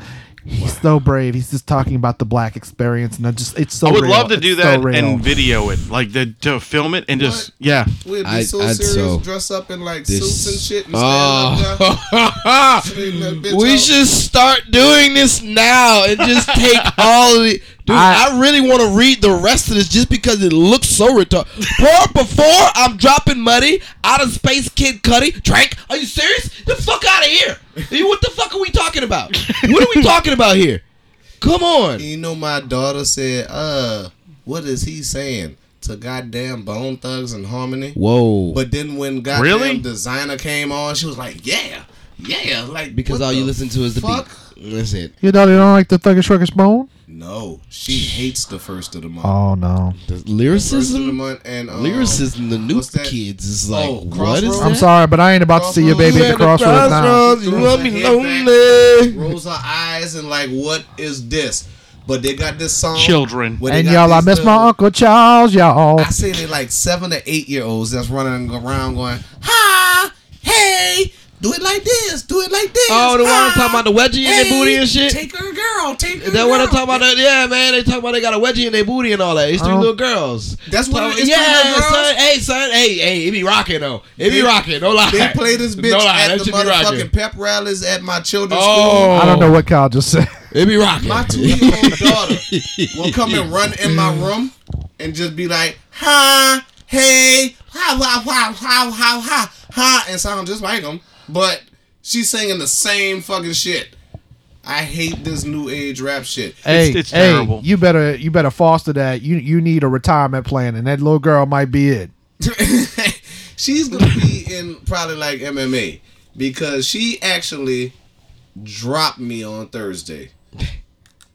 Speaker 7: He's so brave. He's just talking about the black experience, and I just it's so.
Speaker 4: I would
Speaker 7: real.
Speaker 4: love to
Speaker 7: It's
Speaker 4: do
Speaker 7: so
Speaker 4: that
Speaker 7: real.
Speaker 4: and video it, like the, to film it and just yeah.
Speaker 6: We'd be
Speaker 5: I-
Speaker 6: so
Speaker 5: I'd
Speaker 6: serious,
Speaker 5: so-
Speaker 6: dress up in like
Speaker 5: This-
Speaker 6: suits and shit, and stand up there.
Speaker 5: Oh.
Speaker 6: straighten that bitch
Speaker 5: we
Speaker 6: out.
Speaker 5: should start doing this now and just take all of it. Dude,
Speaker 7: I-
Speaker 5: I, really want to read the rest of this just because it looks so retarded. Poor before I'm dropping money out of space, Kid Cuddy. Trank, are you serious? The fuck out of here! Hey, What the fuck are we talking about? What are we talking about here? Come on!
Speaker 6: You know, my daughter said, "Uh, what is he saying to goddamn Bone Thugs and Harmony?"
Speaker 5: Whoa!
Speaker 6: But then when goddamn
Speaker 4: Really?
Speaker 6: designer came on, she was like, "Yeah, yeah," like
Speaker 5: because
Speaker 6: what
Speaker 5: all you
Speaker 6: the
Speaker 5: listen to is the
Speaker 6: fuck?
Speaker 5: beat. That's it.
Speaker 7: You know they don't like the thuggish ruckus bone.
Speaker 6: No, she hates the first of the month.
Speaker 7: Oh no!
Speaker 5: The
Speaker 6: First of the
Speaker 5: lyricism,
Speaker 6: month and um,
Speaker 5: lyricism. The new
Speaker 6: what's that?
Speaker 5: kids is like,
Speaker 6: Oh,
Speaker 5: what is
Speaker 6: Crossroads?
Speaker 7: I'm
Speaker 5: that?
Speaker 7: sorry, but I ain't about to see your baby at the
Speaker 5: Crossroads,
Speaker 7: crossroads now.
Speaker 5: you want me lonely.
Speaker 6: rolls her eyes and like, "What is this?" But they got this song,
Speaker 4: Children.
Speaker 6: where they
Speaker 7: And
Speaker 6: got
Speaker 7: y'all, I
Speaker 6: these
Speaker 7: miss my
Speaker 6: little-
Speaker 7: uncle Charles, y'all.
Speaker 6: I say they like seven to eight year olds that's running around going, "Ha, hey." Do it like this. Do it like this.
Speaker 5: Oh, the one I'm
Speaker 6: Ah,
Speaker 5: talking about the wedgie in their booty and shit.
Speaker 6: Take her girl. Take her.
Speaker 5: Is that what I'm
Speaker 6: girl."
Speaker 5: talking about? That- Yeah, man, they talking about they got a wedgie in their booty and all that. It's three
Speaker 7: Oh.
Speaker 5: little girls.
Speaker 6: That's what it is, three
Speaker 5: Yeah,
Speaker 6: little girls?
Speaker 5: son. Hey, son. Hey, hey. It be rocking though. It
Speaker 6: They-
Speaker 5: be rocking. No lie.
Speaker 6: They play this bitch
Speaker 5: No lie.
Speaker 6: at
Speaker 5: That
Speaker 6: the
Speaker 5: shit be rocking.
Speaker 6: motherfucking pep rallies at my children's
Speaker 5: Oh,
Speaker 7: I don't know what Kyle just said.
Speaker 5: It be rocking.
Speaker 6: school. My two year old daughter will come and run in my room and just be like, ha, hey, ha, ha, ha, ha, ha, ha, ha, and sound just like them. But she's singing the same fucking shit. I hate this new age rap shit.
Speaker 7: hey,
Speaker 4: it's
Speaker 7: hey,
Speaker 4: terrible.
Speaker 7: you better you better foster that. You you need a retirement plan, and that little girl might be it.
Speaker 6: she's gonna be in probably like MMA because she actually dropped me on Thursday.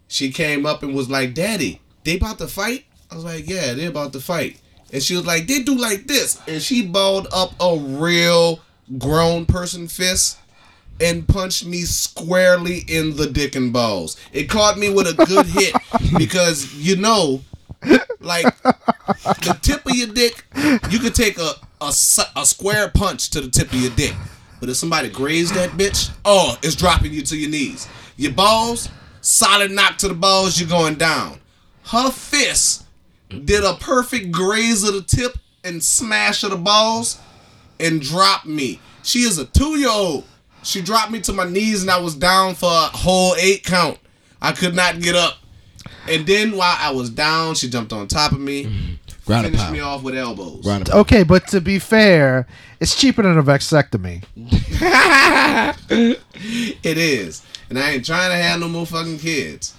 Speaker 6: She came up and was like, "Daddy, they about to fight." I was like, "Yeah, they about to fight." And she was like, "They do like this," and she balled up a real grown person fist. And punched me squarely in the dick and balls. It caught me with a good hit because you know, like the tip of your dick, you could take a, a s- a square punch to the tip of your dick. But if somebody grazed that bitch, oh, it's dropping you to your knees. Your balls, solid knock to the balls, you're going down. Her fist did a perfect graze of the tip and smash of the balls and dropped me. She is a two year old. She dropped me to my knees and I was down for a whole eight count. I could not get up. And then while I was down, she jumped on top of me
Speaker 5: Ground and
Speaker 6: finish
Speaker 5: pound.
Speaker 6: me off with elbows.
Speaker 5: Ground and pound.
Speaker 7: Okay, but to be fair, it's cheaper than a vasectomy.
Speaker 6: It is. And I ain't trying to have no more fucking kids.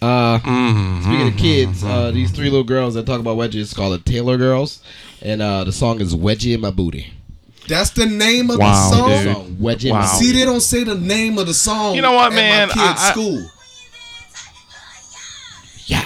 Speaker 5: Uh, Speaking of kids, uh, these three little girls that talk about wedgies is called the Taylor Girls, and uh, the song is "Wedgie in My Booty."
Speaker 6: That's the name of
Speaker 4: Wow,
Speaker 6: the song.
Speaker 4: dude.
Speaker 5: Song, Wedgie in My
Speaker 4: Wow.
Speaker 6: See,
Speaker 5: Booty.
Speaker 6: they don't say the name of the song.
Speaker 4: You know what,
Speaker 6: at
Speaker 4: man?
Speaker 6: My kid's
Speaker 4: I- I-
Speaker 6: school.
Speaker 5: Yeah.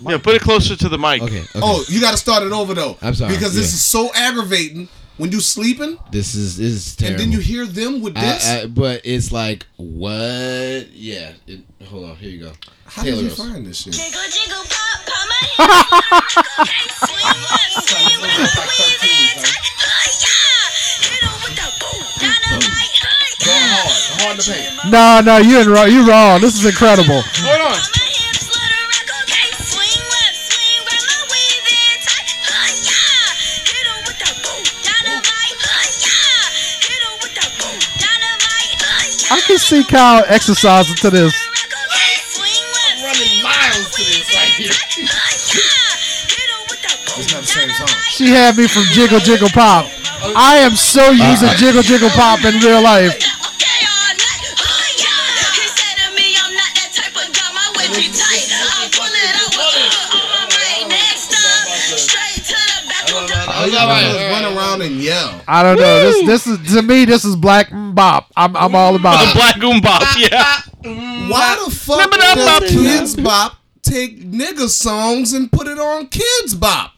Speaker 4: Yeah, put it closer to the mic.
Speaker 5: Okay. okay.
Speaker 6: Oh, you got to start it over though.
Speaker 5: I'm sorry,
Speaker 6: Because this
Speaker 5: yeah.
Speaker 6: is so aggravating when you sleeping
Speaker 5: this is this is
Speaker 6: and
Speaker 5: terrible.
Speaker 6: then you hear them with
Speaker 5: I-
Speaker 6: this.
Speaker 5: I- but it's like what? Yeah. It, hold on. Here you go.
Speaker 6: How did you
Speaker 5: Taylor's.
Speaker 6: find this shit?
Speaker 8: Jiggle, jiggle, pop, pop my head. Hey, swing one, swing one, squeeze it. Hi, yeah. Hit 'em with the boom, dynamite. Hi,
Speaker 6: Go
Speaker 8: yeah.
Speaker 6: hard, hard to paint.
Speaker 7: No, no, you in wrong. You wrong. This is incredible.
Speaker 4: Hold on.
Speaker 8: Pop my hips, let her rock, okay. Swing left, swing right, my weave in tight. Hi, yeah. Hit 'em with the boom, dynamite. Hi, yeah. Hit 'em with the boom, dynamite. Hi,
Speaker 7: I
Speaker 8: yeah.
Speaker 7: can see Kyle exercising to this.
Speaker 8: Rock, okay. Swing left, swing right,
Speaker 6: Miles to this right here.
Speaker 8: hi, yeah. Hit 'em with the boom,
Speaker 6: It's not the same song.
Speaker 7: She had me from jiggle jiggle pop. I am so used
Speaker 4: Uh,
Speaker 7: to jiggle jiggle pop in real life.
Speaker 8: Okay, all night. Oh, yeah. He said to me, I'm not that type of guy. My way be tight. I'll pull it out. All my brain next up. Straight to the bathroom.
Speaker 6: All you gotta do is run around and yell.
Speaker 7: I don't know. This this is to me. This is black bop. I'm I'm all about it.
Speaker 4: Black Goombop, yeah.
Speaker 6: Why the fuck
Speaker 4: Remember that
Speaker 6: does
Speaker 4: bop?
Speaker 6: Kids Bop take nigga songs and put it on Kids Bop?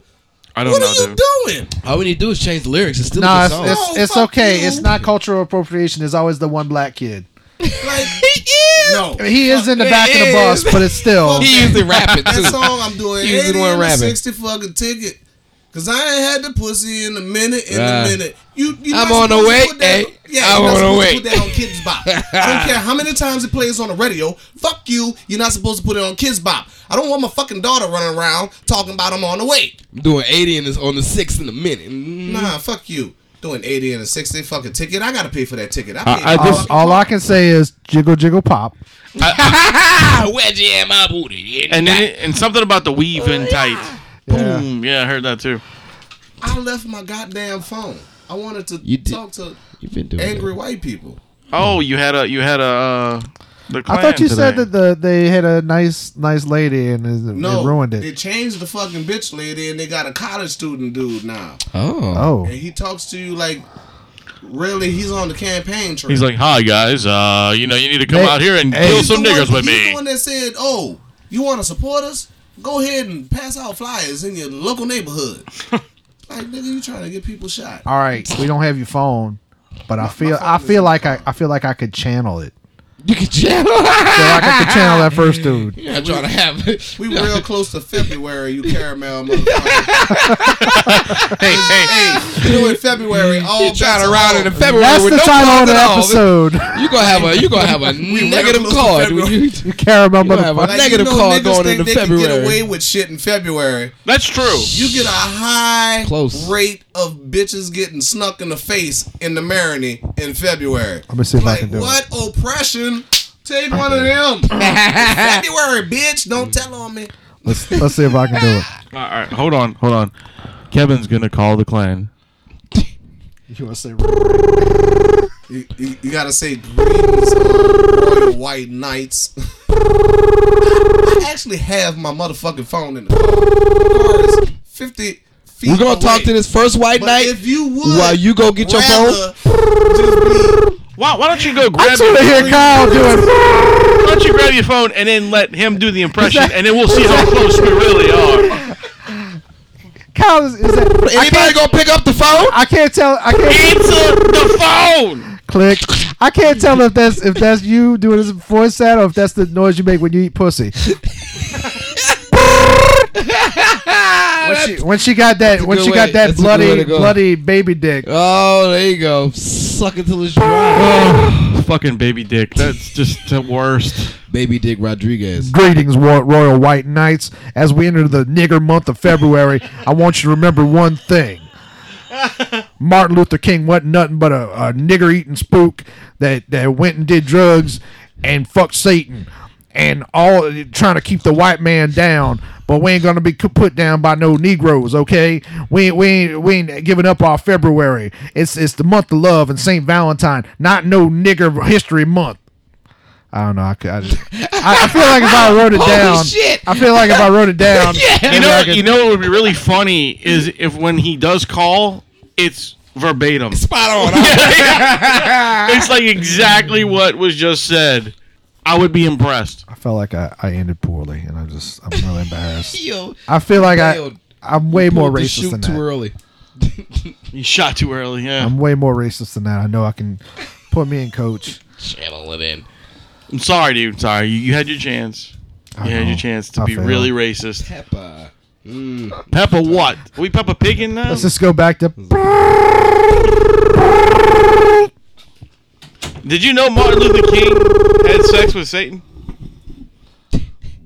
Speaker 4: I don't
Speaker 6: What
Speaker 4: know,
Speaker 6: are
Speaker 4: dude.
Speaker 6: you doing?
Speaker 5: All we need to do is change the lyrics. It's still
Speaker 7: No,
Speaker 5: a
Speaker 7: it's
Speaker 5: good song.
Speaker 7: it's,
Speaker 6: No,
Speaker 7: it's
Speaker 6: Oh, fuck
Speaker 7: okay.
Speaker 6: you.
Speaker 7: It's not cultural appropriation. There's always the one black kid.
Speaker 6: Like he is. No,
Speaker 7: He is in the back of the bus, but it's still.
Speaker 5: he used to rap it
Speaker 6: that
Speaker 5: too.
Speaker 6: song I'm doing
Speaker 5: He was the
Speaker 6: 80
Speaker 5: one
Speaker 6: and a
Speaker 5: rapping.
Speaker 6: 60 fucking ticket. Cause I ain't had the pussy in a minute, in
Speaker 5: Right.
Speaker 6: a minute. You, you
Speaker 5: I'm
Speaker 6: not
Speaker 5: on the
Speaker 6: supposed to
Speaker 5: way,
Speaker 6: put that-
Speaker 5: eh?
Speaker 6: Yeah, Yeah,
Speaker 5: I
Speaker 6: you're not
Speaker 5: wanna
Speaker 6: supposed
Speaker 5: wait.
Speaker 6: to put that on Kids Bop. I don't care how many times it plays on the radio. Fuck you. You're not supposed to put it on Kids Bop. I don't want my fucking daughter running around talking about I'm on the way.
Speaker 5: I'm doing 80 and it's on the sixth in a minute. Mm.
Speaker 6: Nah, fuck you. Doing 80 and a 60 fucking ticket. I gotta pay for that ticket. I
Speaker 4: I-
Speaker 6: paid
Speaker 4: I
Speaker 6: for
Speaker 7: All,
Speaker 6: it.
Speaker 7: all I can say is jiggle, jiggle, pop.
Speaker 5: Wedgie and Mm. my booty.
Speaker 4: And then it, and something about the weave in tight. Boom. Yeah, I heard that too.
Speaker 6: I left my goddamn phone. I wanted to
Speaker 5: You did-
Speaker 6: talk to
Speaker 5: You've been doing
Speaker 6: angry white people.
Speaker 4: Oh, you had a you had a. Uh, the
Speaker 7: I thought you
Speaker 4: Klan
Speaker 7: said
Speaker 4: today.
Speaker 7: that the, they had a nice, nice lady and it, it
Speaker 6: No,
Speaker 7: ruined
Speaker 6: They
Speaker 7: it.
Speaker 6: changed the fucking bitch lady, and they got a college student dude now,
Speaker 5: that. Oh.
Speaker 7: Oh,
Speaker 6: and he talks to you like, really, he's on the campaign trail.
Speaker 4: He's like, "Hi guys, uh, you know, you need to come
Speaker 7: Hey,
Speaker 4: out here and
Speaker 7: hey.
Speaker 4: kill
Speaker 6: He's
Speaker 4: some
Speaker 6: the
Speaker 4: niggers
Speaker 6: one,
Speaker 4: with
Speaker 6: he's
Speaker 4: me."
Speaker 6: The one that said, "Oh, you want to support us? Go ahead and pass out flyers in your local neighborhood." like, nigga, you trying to get people shot?
Speaker 7: all right. We don't have your phone, but I feel, I
Speaker 6: phone
Speaker 7: feel like I, I feel like I could channel it.
Speaker 5: You can channel.
Speaker 7: I feel like I could channel that first dude.
Speaker 5: You're not trying to have it.
Speaker 6: We real close to February, you caramel motherfucker.
Speaker 4: Hey, hey,
Speaker 6: hey, you in February all
Speaker 5: You're trying
Speaker 6: bets
Speaker 5: to
Speaker 6: are
Speaker 5: ride it in
Speaker 6: off.
Speaker 5: February
Speaker 7: That's
Speaker 5: with
Speaker 7: the
Speaker 5: no
Speaker 7: title of the
Speaker 5: cloth at all.
Speaker 7: episode.
Speaker 5: You gonna have a you gonna have a negative
Speaker 6: close to
Speaker 5: card when you
Speaker 7: You caramel
Speaker 5: gonna have
Speaker 7: motherfucker.
Speaker 5: a negative
Speaker 6: you know
Speaker 5: card
Speaker 6: niggas
Speaker 5: going
Speaker 6: think
Speaker 5: into
Speaker 6: they can
Speaker 5: February.
Speaker 6: Get away with shit in February.
Speaker 4: that's true.
Speaker 6: You get a high
Speaker 5: Close.
Speaker 6: rate of bitches getting snuck in the face in the marinade in February.
Speaker 7: I'ma see if I
Speaker 6: like,
Speaker 7: can do it.
Speaker 6: what oppression? Take one of them. February, bitch. Don't tell on me.
Speaker 7: Let's, let's see if I can do it.
Speaker 4: All right, hold on, hold on. Kevin's gonna call the clan.
Speaker 7: You want to say?
Speaker 6: You, you- you gotta say greetings, royal white knights. I actually have my motherfucking phone in the car. It's Fifty feet.
Speaker 5: We're gonna talk
Speaker 6: away.
Speaker 5: to this first white
Speaker 6: But
Speaker 5: night
Speaker 6: if you would,
Speaker 5: while you go get your phone.
Speaker 6: rather just be
Speaker 4: Why, why don't you go
Speaker 7: I
Speaker 4: grab?
Speaker 7: just want to
Speaker 4: Your,
Speaker 7: hear Kyle do it.
Speaker 4: why don't you grab your phone and then let him do the impression, and then we'll see how close we really are.
Speaker 7: Kyle is, is that, I
Speaker 5: Anybody
Speaker 7: can't,
Speaker 5: gonna pick up the phone?
Speaker 7: I can't tell. I can't
Speaker 4: Answer the phone.
Speaker 7: click. I can't tell if that's if that's you doing this voice sound or if that's the noise you make when you eat pussy. when, she, when she got that, when
Speaker 5: good
Speaker 7: she got that
Speaker 5: way. That's a good way
Speaker 7: bloody,
Speaker 5: to go.
Speaker 7: bloody baby dick.
Speaker 5: Oh, there you go. Suck it till it's dry.
Speaker 4: Oh, fucking baby dick. That's just the worst.
Speaker 5: Baby Dick Rodriguez.
Speaker 7: Greetings, Wa- Royal White Knights. As we enter the nigger month of February, I want you to remember one thing. Martin Luther King wasn't nothing but a, a nigger eating spook that, that went and did drugs and fucked Satan and all trying to keep the white man down. But we ain't gonna be c- put down by no Negroes, okay? We ain't, we ain't, we ain't giving up our February. It's it's the month of love and Saint Valentine, not no nigger history month. I don't know. I, could, I, just, I, I feel like if I wrote it
Speaker 5: Holy
Speaker 7: down,
Speaker 5: shit.
Speaker 7: I feel like if I wrote it down,
Speaker 4: You know, you know what would be really funny is if when he does call, it's verbatim.
Speaker 5: Spot on.
Speaker 4: It's like exactly what was just said. I would be impressed.
Speaker 7: I felt like I, I ended poorly, and I just I'm really embarrassed.
Speaker 5: Yo,
Speaker 7: I feel like I
Speaker 5: Failed.
Speaker 7: I'm way more
Speaker 5: pulled the
Speaker 7: racist
Speaker 5: shoot
Speaker 7: than
Speaker 5: too
Speaker 7: that.
Speaker 5: early.
Speaker 4: You shot too early, yeah.
Speaker 7: I'm way more racist than that. I know I can put me in coach.
Speaker 5: Channel it in.
Speaker 4: I'm sorry, dude. Sorry. You, you had your chance. You had your chance to
Speaker 7: I
Speaker 4: be
Speaker 7: failed.
Speaker 4: really racist.
Speaker 5: Peppa. Mm.
Speaker 4: Peppa what? Are we Peppa Piggin now?
Speaker 7: Let's just go back to
Speaker 4: Did you know Martin Luther King had sex with Satan?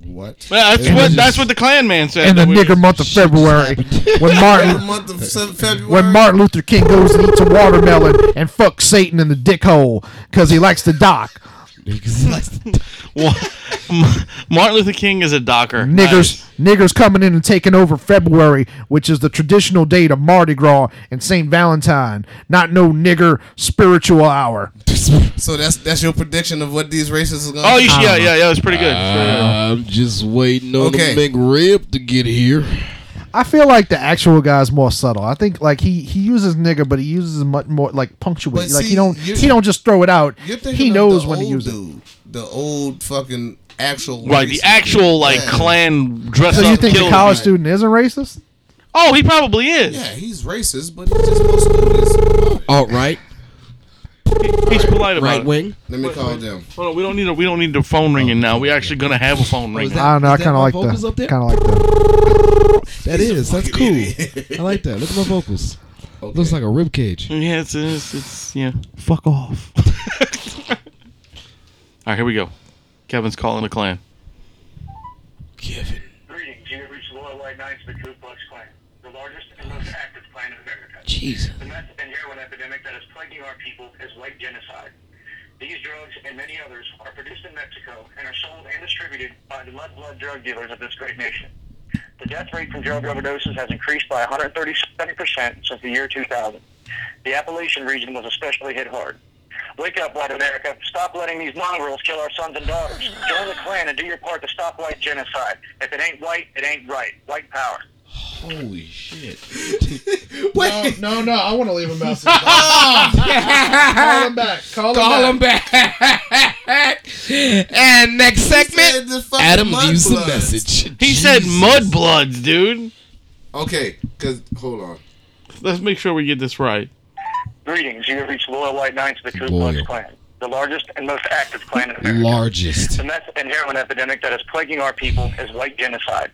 Speaker 6: what?
Speaker 4: Well, that's
Speaker 5: It was
Speaker 4: what
Speaker 5: just-
Speaker 4: that's what the Klan man said.
Speaker 7: in the
Speaker 4: that we
Speaker 7: nigger
Speaker 4: was-
Speaker 7: month of February when
Speaker 6: The
Speaker 7: Martin
Speaker 6: month of Fe- February.
Speaker 7: when Martin Luther King goes and eats a watermelon and fucks Satan in the dick hole because he likes to dock.
Speaker 4: Well, Martin Luther King is a docker.
Speaker 7: Niggers,
Speaker 4: Nice.
Speaker 7: niggers coming in and taking over February, which is the traditional date of Mardi Gras and Saint Valentine. Not no nigger spiritual hour.
Speaker 6: So that's that's your prediction of what these racists are gonna.
Speaker 4: Oh, you should, yeah, yeah, yeah. It was pretty good.
Speaker 6: Uh,
Speaker 5: I'm just waiting on
Speaker 6: Okay.
Speaker 5: the McRib to get here.
Speaker 7: I feel like the actual guy's more subtle. I think like he he uses nigger, but he uses much more like punctuate.
Speaker 6: But
Speaker 7: Like he
Speaker 6: see,
Speaker 7: don't
Speaker 6: you-
Speaker 7: he don't just throw it out.
Speaker 6: You're thinking
Speaker 7: He
Speaker 6: of
Speaker 7: knows
Speaker 6: the
Speaker 7: when to
Speaker 6: old
Speaker 7: use it.
Speaker 6: dude, The old fucking actual.
Speaker 4: right, the
Speaker 6: racist
Speaker 4: actual
Speaker 6: dude.
Speaker 4: like
Speaker 6: Yeah.
Speaker 4: Klan dress
Speaker 7: So
Speaker 4: up
Speaker 7: you think the
Speaker 4: kill
Speaker 7: college
Speaker 4: dude.
Speaker 7: student is a racist?
Speaker 4: Oh, he probably is.
Speaker 6: Yeah, he's racist, but he's just supposed to do this.
Speaker 5: Alt right,
Speaker 4: He's polite about
Speaker 5: right
Speaker 4: it.
Speaker 5: wing.
Speaker 6: Let me call them.
Speaker 4: Hold on, we don't need a we don't need a phone ringing now. We're actually gonna have a phone ringing.
Speaker 5: that-
Speaker 7: I don't know.
Speaker 5: is
Speaker 7: I
Speaker 5: that
Speaker 7: kind of
Speaker 5: my
Speaker 7: like
Speaker 5: vocals
Speaker 7: the
Speaker 5: up there?
Speaker 7: kind of like the.
Speaker 5: That is. That's cool. I like that. Look at my vocals. Looks like a rib cage.
Speaker 4: Yeah, it's, it's, it's yeah. Fuck off. All right, here we go. Kevin's calling the clan.
Speaker 9: Greetings, you have reached the Loyal White Knights of the Ku Klux Klan, the largest and most active clan in America.
Speaker 5: Jesus.
Speaker 9: The meth and heroin epidemic that is plaguing our people is white genocide. These drugs and many others are produced in Mexico and are sold and distributed by the blood drug dealers of this great nation. The death rate from drug overdoses has increased by 137% since the year 2000. The Appalachian region was especially hit hard. Wake up, white America. Stop letting these mongrels kill our sons and daughters. Join the Klan and do your part to stop white genocide. If it ain't white, it ain't right. White power.
Speaker 5: Holy shit.
Speaker 2: Wait,
Speaker 7: No, no, I want to leave a message. Call him back. Call,
Speaker 5: Call
Speaker 7: him
Speaker 5: him back. and next segment, Adam leaves a message.
Speaker 4: He said mudbloods, dude.
Speaker 6: Okay, cause hold on.
Speaker 4: Let's make sure we get this right.
Speaker 9: Greetings, you have reached Loyal White Knights of the Ku
Speaker 5: Loyal.
Speaker 9: Klux Klan, the largest and most active clan in America.
Speaker 5: Largest.
Speaker 9: The meth and heroin epidemic that is plaguing our people is white genocide.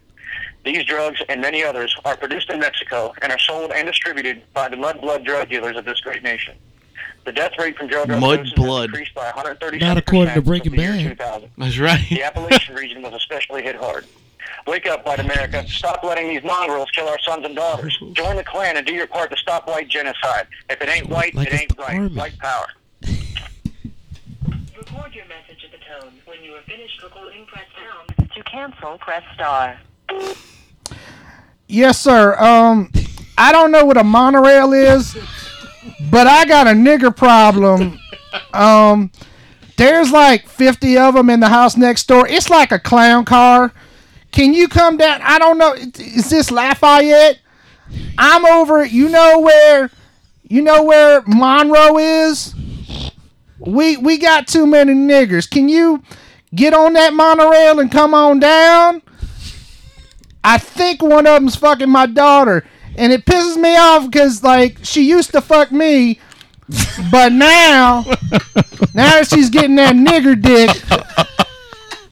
Speaker 9: These drugs and many others are produced in Mexico and are sold and distributed by the mud blood drug dealers of this great nation. The death rate from drug
Speaker 4: Mud
Speaker 9: overdoses has
Speaker 4: blood.
Speaker 9: increased by 137
Speaker 5: Not according to Breaking Bad.
Speaker 4: That's right.
Speaker 9: The Appalachian region was especially hit hard. Wake up, white America. Stop letting these mongrels kill our sons and daughters. Join the Klan and do your part to stop white genocide. If it ain't white,
Speaker 5: Like
Speaker 9: it
Speaker 5: it's
Speaker 9: ain't
Speaker 5: the
Speaker 9: right.
Speaker 5: army.
Speaker 9: White power.
Speaker 10: Record your message at the tone. When you are finished recording, press pound. To cancel, press star.
Speaker 7: Yes, sir. Um, I don't know what a monorail is, but I got a nigger problem. Um, there's like 50 of them in the house next door. It's like a clown car. Can you come down? I don't know. Is this Lafayette? I'm over. You know where? You know where Monroe is? We we got too many niggers. Can you get on that monorail and come on down? I think one of them's fucking my daughter, and it pisses me off because like she used to fuck me, but now, now that she's getting that nigger dick.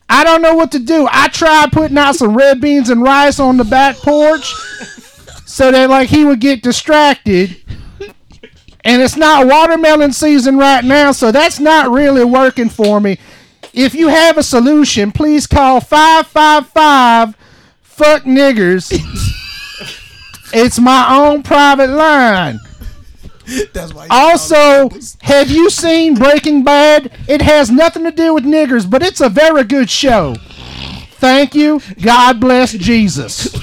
Speaker 7: I don't know what to do. I tried putting out some red beans and rice on the back porch so that like he would get distracted. And it's not watermelon season right now, so that's not really working for me. If you have a solution, please call 555- fuck niggers. it's my own private line.
Speaker 6: That's why.
Speaker 7: Also, have you seen Breaking Bad? It has nothing to do with niggers, but it's a very good show. Thank you. God bless Jesus.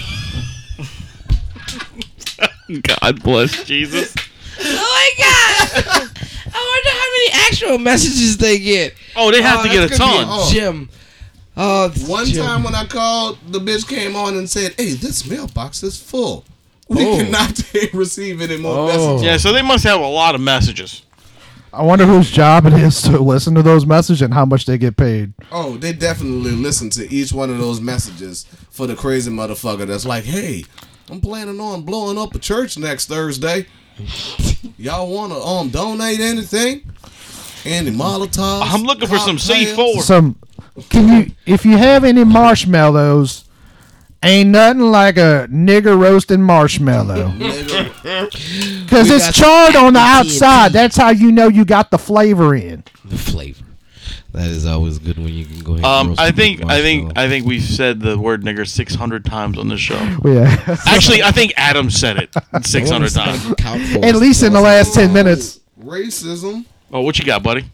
Speaker 4: God bless Jesus.
Speaker 5: Oh my god! I wonder how many actual messages they get.
Speaker 4: Oh, they have
Speaker 5: Oh,
Speaker 4: to get a
Speaker 5: that's gonna be
Speaker 4: ton.
Speaker 6: ton.
Speaker 5: Jim. Oh, this is
Speaker 6: One
Speaker 5: Jim.
Speaker 6: time when I called, the bitch came on and said, "Hey, this mailbox is full. We
Speaker 5: Oh.
Speaker 6: cannot receive any more
Speaker 7: Oh.
Speaker 6: messages."
Speaker 4: Yeah, so they must have a lot of messages.
Speaker 7: I wonder whose job it is to listen to those messages and how much they get paid.
Speaker 6: Oh, they definitely listen to each one of those messages for the crazy motherfucker that's like, "Hey, I'm planning on blowing up a church next Thursday. Y'all want to um donate anything? Any Molotovs?
Speaker 4: I'm looking for some
Speaker 6: cocktails?"
Speaker 4: C4.
Speaker 7: Some can you if you have any marshmallows, ain't nothing like a nigger roasting marshmallow.
Speaker 6: Nigga,
Speaker 7: Because
Speaker 5: We
Speaker 7: it's
Speaker 5: got
Speaker 7: charred on the
Speaker 5: TNT.
Speaker 7: outside. That's how you know you got the flavor in.
Speaker 5: The flavor. That is always good when you can go ahead. and
Speaker 4: Um,
Speaker 5: roast
Speaker 4: I
Speaker 5: a
Speaker 4: think
Speaker 5: big
Speaker 4: I think
Speaker 5: marshmallow.
Speaker 4: I think we've said the word nigger 600 times on this show.
Speaker 7: Yeah.
Speaker 4: Actually, I think Adam said it 600 times.
Speaker 5: Count for
Speaker 7: At
Speaker 5: us.
Speaker 7: least in the last 10 minutes.
Speaker 6: racism.
Speaker 4: Oh, what you got, buddy?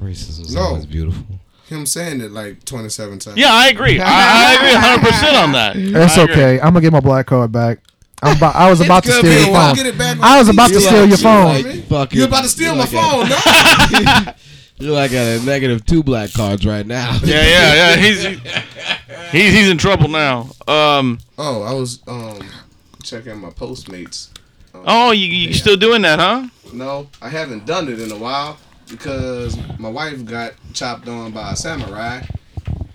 Speaker 5: Racism's
Speaker 6: No.
Speaker 5: always beautiful.
Speaker 6: Him saying it like 27 times.
Speaker 4: Yeah, I agree. I, I agree 100 percent on that.
Speaker 7: That's
Speaker 4: I agree.
Speaker 7: okay. I'm going to get my black card back. I'm about, I was about to
Speaker 6: Good
Speaker 7: steal
Speaker 6: man,
Speaker 7: your
Speaker 6: well,
Speaker 7: phone.
Speaker 6: get it back
Speaker 7: I was about to
Speaker 6: You
Speaker 7: steal
Speaker 6: like-
Speaker 7: your
Speaker 6: you
Speaker 7: phone.
Speaker 6: like me?
Speaker 5: Fucking-
Speaker 6: You're about to steal
Speaker 5: you
Speaker 6: my
Speaker 5: like
Speaker 6: phone. No.
Speaker 5: You're like a negative two black cards right now.
Speaker 4: Yeah, yeah, yeah. He's he's he's in trouble now. Um.
Speaker 6: Oh, I was um checking my Postmates.
Speaker 4: Oh, you you still doing that, huh?
Speaker 6: No, I haven't done it in a while because my wife got chopped on by a samurai,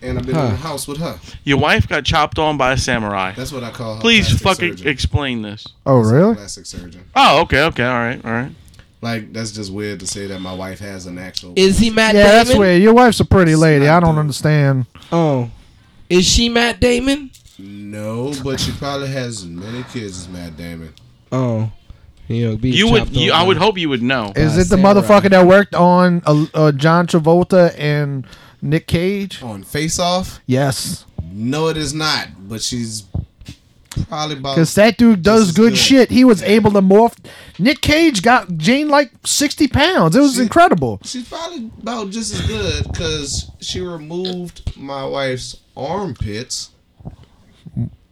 Speaker 6: and I've been in the house with her.
Speaker 4: Your wife got chopped on by a samurai.
Speaker 6: That's what I call her.
Speaker 4: Please
Speaker 6: plastic
Speaker 4: fucking
Speaker 6: surgeon.
Speaker 4: explain this.
Speaker 7: Oh, really?
Speaker 6: Plastic surgeon.
Speaker 4: Oh, okay, okay, all right, all right.
Speaker 6: Like that's just weird to say that my wife has an actual.
Speaker 5: Is he Matt
Speaker 7: Yeah,
Speaker 5: Damon?
Speaker 7: that's weird. Your wife's a pretty
Speaker 6: It's
Speaker 7: lady.
Speaker 6: not
Speaker 7: I don't
Speaker 6: the-
Speaker 7: understand.
Speaker 5: Oh. Is she Matt Damon?
Speaker 6: no, but she probably has as many kids as Matt Damon.
Speaker 5: Oh. You know, be
Speaker 4: You
Speaker 5: chopped
Speaker 4: would. You, I
Speaker 5: over.
Speaker 4: would hope you would know.
Speaker 7: Is
Speaker 5: by
Speaker 7: it the
Speaker 5: Samurai.
Speaker 7: motherfucker that worked on uh, uh, John Travolta and Nick Cage?
Speaker 6: on Face Off?
Speaker 7: Yes,
Speaker 6: No, it is not. But she's probably about.
Speaker 7: because that dude
Speaker 6: This
Speaker 7: does
Speaker 6: is
Speaker 7: good
Speaker 6: good.
Speaker 7: shit. He was able to morph. Nick Cage got Jane like sixty pounds. It was
Speaker 6: Shit.
Speaker 7: incredible.
Speaker 6: She's probably about just as good because she removed my wife's armpits,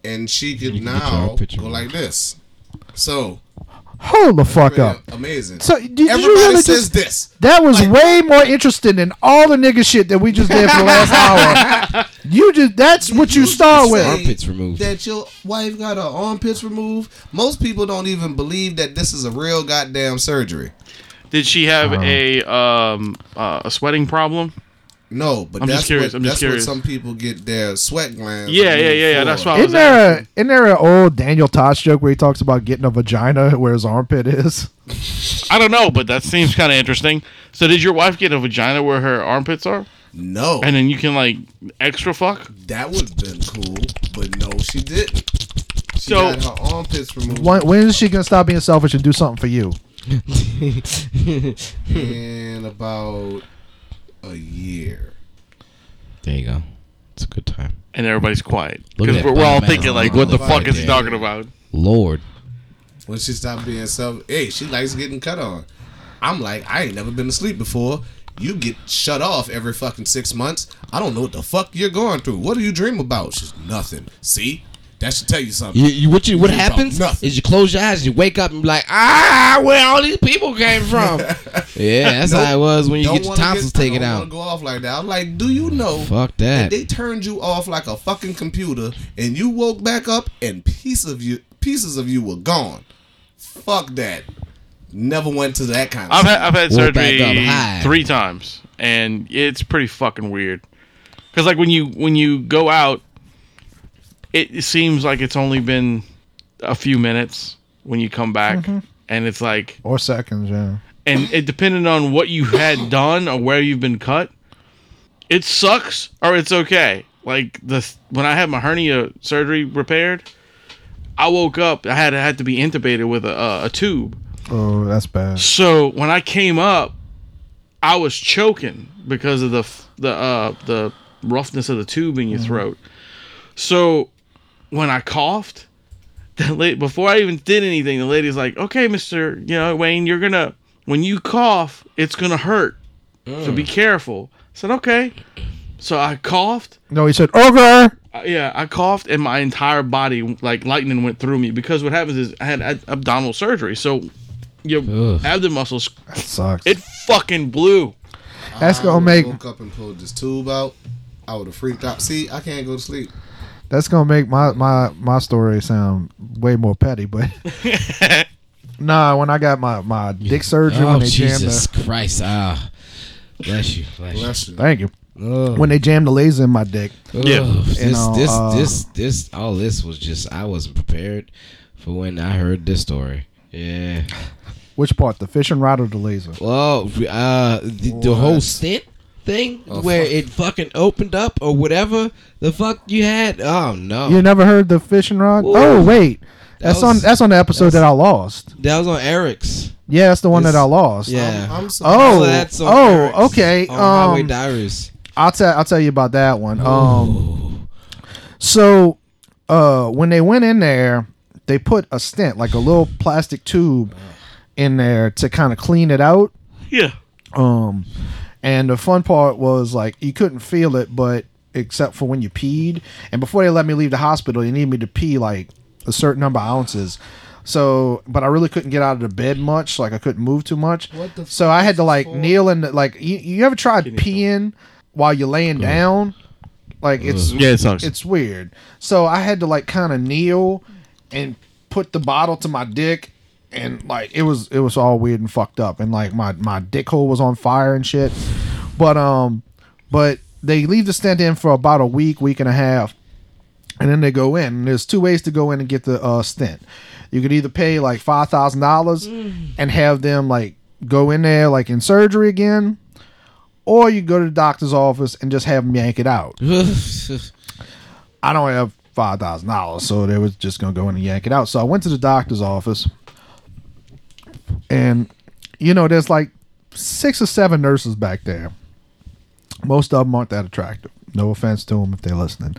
Speaker 6: and she could now
Speaker 5: armpit
Speaker 6: go like this. So
Speaker 7: Hold the fuck
Speaker 6: pretty
Speaker 7: up.
Speaker 6: amazing.
Speaker 7: So did, did you
Speaker 6: everybody
Speaker 7: really
Speaker 6: says
Speaker 7: just?
Speaker 6: this.
Speaker 7: That was
Speaker 6: like-
Speaker 7: way more interesting than all the nigga shit that we just did for the last hour. You just that's what you
Speaker 6: You
Speaker 7: start
Speaker 6: just
Speaker 7: with.
Speaker 6: say
Speaker 5: Armpits removed.
Speaker 6: That your wife got her armpits removed. Most people don't even believe that this is a real goddamn surgery.
Speaker 4: Did she have
Speaker 5: Uh-huh.
Speaker 4: a um uh, a sweating problem?
Speaker 6: No, but
Speaker 4: I'm just
Speaker 6: that's
Speaker 4: curious,
Speaker 6: what
Speaker 4: I'm just
Speaker 6: that's what
Speaker 4: curious.
Speaker 6: some people get their sweat glands.
Speaker 4: Yeah, yeah,
Speaker 6: removed
Speaker 4: yeah, yeah.
Speaker 6: for.
Speaker 4: That's why. I
Speaker 7: Isn't
Speaker 4: was
Speaker 7: there, a,
Speaker 4: asking.
Speaker 7: isn't there an old Daniel Tosh joke where he talks about getting a vagina where his armpit is?
Speaker 4: I don't know, but that seems kind of interesting. So, did your wife get a vagina where her armpits are,
Speaker 6: No,
Speaker 4: and then you can like extra fuck?
Speaker 6: that would have been cool, but no, she didn't. She
Speaker 4: So-
Speaker 6: got her armpits removed.
Speaker 7: When, when is she going to stop being selfish and do something for you?
Speaker 6: in about a year.
Speaker 5: There you go. It's a good time.
Speaker 4: And everybody's quiet
Speaker 5: Look at
Speaker 4: because
Speaker 5: that
Speaker 4: we're, we're all
Speaker 5: bottom man.
Speaker 4: thinking like, what the
Speaker 6: Nobody
Speaker 4: fuck is he
Speaker 6: did.
Speaker 4: talking about?
Speaker 5: Lord.
Speaker 6: When she stopped being self, hey, she likes getting cut on. I'm like, I ain't never been asleep before. You get shut off every fucking six months. I don't know what the fuck you're going through. What do you dream about? She's nothing. See, that should tell you something.
Speaker 5: You, you, what you, what
Speaker 6: You don't
Speaker 5: happens
Speaker 6: nothing.
Speaker 5: is you close your eyes and you wake up and be like, ah, where all these people came from. yeah, that's how it was when you
Speaker 6: Don't
Speaker 5: get your
Speaker 6: wanna
Speaker 5: tonsils
Speaker 6: I
Speaker 5: taken
Speaker 6: don't
Speaker 5: out.
Speaker 6: wanna Go off like that. I'm like, do you know?
Speaker 5: Fuck that.
Speaker 6: They turned you off like a fucking computer, and you woke back up, and piece of you, pieces of you were gone. Fuck that. Never went to that kind of.
Speaker 4: I've had, I've had
Speaker 5: We're back up
Speaker 4: surgery
Speaker 5: high.
Speaker 4: three times, and it's pretty fucking weird. Because like when you when you go out, it seems like it's only been a few minutes when you come back, and it's like
Speaker 7: Or seconds, yeah.
Speaker 4: and it depending on what you had done or where you've been cut, it sucks or it's okay. Like the when I had my hernia surgery repaired, I woke up. I had I had to be intubated with a, a, a tube.
Speaker 7: Oh, that's bad.
Speaker 4: So when I came up, I was choking because of the f- the uh, the roughness of the tube in your throat. So when I coughed, the la- before I even did anything, the lady's like, "Okay, Mister, you know Wayne, you're gonna when you cough, it's gonna hurt. So be careful." I said, "Okay." So I coughed.
Speaker 7: No, he said, ogre.
Speaker 4: Uh, yeah, I coughed and my entire body like lightning went through me because what happens is I had ad- abdominal surgery, so your
Speaker 5: Ugh.
Speaker 4: abdomen muscles
Speaker 7: That sucks.
Speaker 4: it fucking blew.
Speaker 7: that's
Speaker 6: I
Speaker 7: going to "Oh, make
Speaker 6: woke up and pulled this tube out. I would have freaked out. See, I can't go to sleep.
Speaker 7: that's going to make my, my, my story sound way more petty, but nah, when I got my, my dick surgery
Speaker 5: Oh,
Speaker 7: when they jammed
Speaker 5: Jesus
Speaker 7: the,
Speaker 5: Christ. Ah. Bless you. Bless you.
Speaker 6: Bless you.
Speaker 7: thank you.
Speaker 5: Ugh.
Speaker 7: When they jammed the laser in my dick.
Speaker 4: Yeah.
Speaker 5: Ugh, this,
Speaker 7: know,
Speaker 5: this,
Speaker 7: uh,
Speaker 5: this, this, all this was just, I wasn't prepared for when I heard this story. Yeah.
Speaker 7: Which part? The fishing rod or the laser?
Speaker 5: Well, uh, the, the whole stint thing
Speaker 7: Oh,
Speaker 5: where it fucking opened up or whatever the fuck you had. Oh no,
Speaker 7: You never heard the fishing rod?
Speaker 5: Ooh.
Speaker 7: Oh wait, that's
Speaker 5: That
Speaker 7: on
Speaker 5: was-
Speaker 7: that's on the episode that I lost.
Speaker 5: that was on Eric's.
Speaker 7: Yeah, that's the one that I
Speaker 5: It's-
Speaker 7: lost.
Speaker 5: Yeah.
Speaker 6: I'm so
Speaker 7: Oh,
Speaker 5: So that's on
Speaker 7: oh,
Speaker 5: Eric's,
Speaker 7: okay,
Speaker 5: On Highway
Speaker 7: um,
Speaker 5: Diaries.
Speaker 7: I'll tell I'll tell you about that one. Um, so uh, when they went in there, they put a stent, like a little plastic tube, in there to kind of clean it out.
Speaker 4: Yeah.
Speaker 7: Um, and the fun part was like you couldn't feel it, but except for when you peed. And before they let me leave the hospital, they needed me to pee like a certain number of ounces. So, but I really couldn't get out of the bed much. Like I couldn't move too much.
Speaker 6: What the
Speaker 7: so I had to like kneel and like you, you ever tried peeing while you're laying down? Like it's
Speaker 4: Yeah, it sucks.
Speaker 7: it's weird. So I had to like kind of kneel and put the bottle to my dick, and like it was it was all weird and fucked up, and like my my dick hole was on fire and shit. But um, but they leave the stent in for about a week, week and a half, and then they go in. And there's two ways to go in and get the uh, stent. You could either pay like five thousand dollars and have them like go in there like in surgery again, or you go to the doctor's office and just have them yank it out. I don't have five thousand dollars, so they was just gonna go in and yank it out. So I went to the doctor's office, and you know there's like six or seven nurses back there most of them aren't that attractive no offense to them if they're listening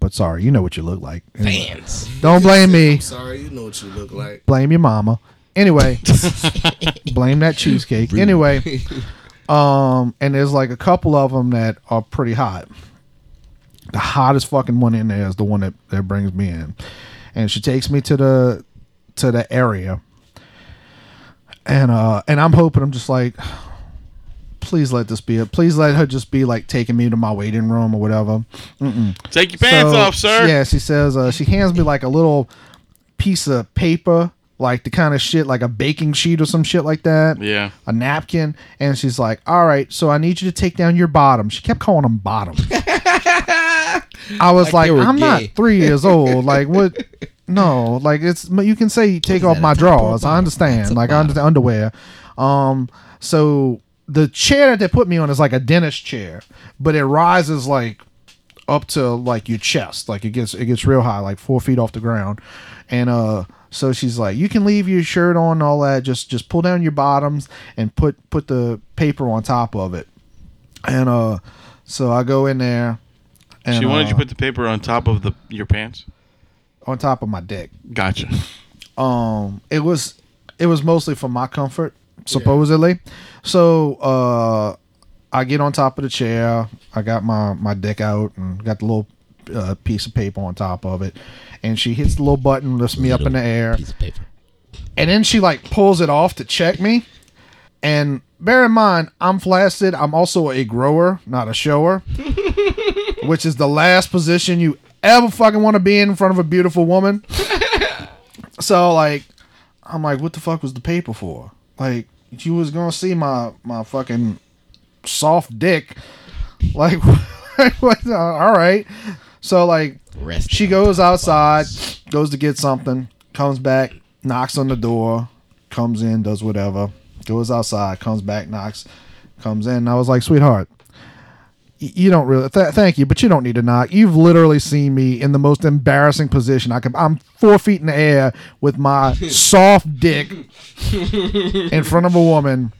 Speaker 7: but sorry you know what you look like Anyway,
Speaker 2: Fans.
Speaker 7: don't blame me
Speaker 6: Sorry, you know what you look like.
Speaker 7: blame your mama anyway blame that cheesecake anyway um and there's like a couple of them that are pretty hot the hottest fucking one in there is the one that, that brings me in and she takes me to the to the area and uh and i'm hoping i'm just like please let this be it please let her just be like taking me to my waiting room or whatever
Speaker 4: Take your pants
Speaker 7: so,
Speaker 4: off, sir.
Speaker 7: Yeah, she says uh, she hands me like a little piece of paper, like the kind of shit, like a baking sheet or some shit like that.
Speaker 4: Yeah.
Speaker 7: A napkin, and she's like, "All right, so I need you to take down your bottom." She kept calling them bottom. I was
Speaker 5: Like
Speaker 7: like,
Speaker 5: they were
Speaker 7: "I'm not
Speaker 5: gay."
Speaker 7: three years old. Like what? No, like it's you can say take off
Speaker 5: that,
Speaker 7: my
Speaker 5: a top or a
Speaker 7: drawers. I
Speaker 5: bottom?
Speaker 7: understand.
Speaker 5: That's a
Speaker 7: Like I understand underwear. Um, so the chair that they put me on is like a dentist chair, but it rises like up to like your chest. Like it gets it gets real high, like four feet off the ground. And uh so she's like, You can leave your shirt on, and all that, just just pull down your bottoms and put put the paper on top of it. And uh so I go in there and
Speaker 4: She wanted you
Speaker 7: uh,
Speaker 4: to put the paper on top of the your pants.
Speaker 7: on top of my dick.
Speaker 4: Gotcha.
Speaker 7: um it was it was mostly for my comfort supposedly so uh i get on top of the chair i got my my dick out and got the little uh, piece of paper on top of it and she hits the little button lifts me up in the air
Speaker 5: Piece of paper.
Speaker 7: and then she like pulls it off to check me and bear in mind i'm flaccid i'm also a grower not a shower which is the last position you ever fucking want to be in in front of a beautiful woman so like i'm like what the fuck was the paper for like you was gonna see my my fucking soft dick like what- all right so like
Speaker 5: Rest.
Speaker 7: she goes outside, goes to get something, comes back, knocks on the door, comes in, does whatever, goes outside, comes back, knocks, comes in. And I was like, sweetheart, y- you don't really, th- thank you, but you don't need to knock. You've literally seen me in the most embarrassing position. I could, I'm four feet in the air with my soft dick in front of a woman.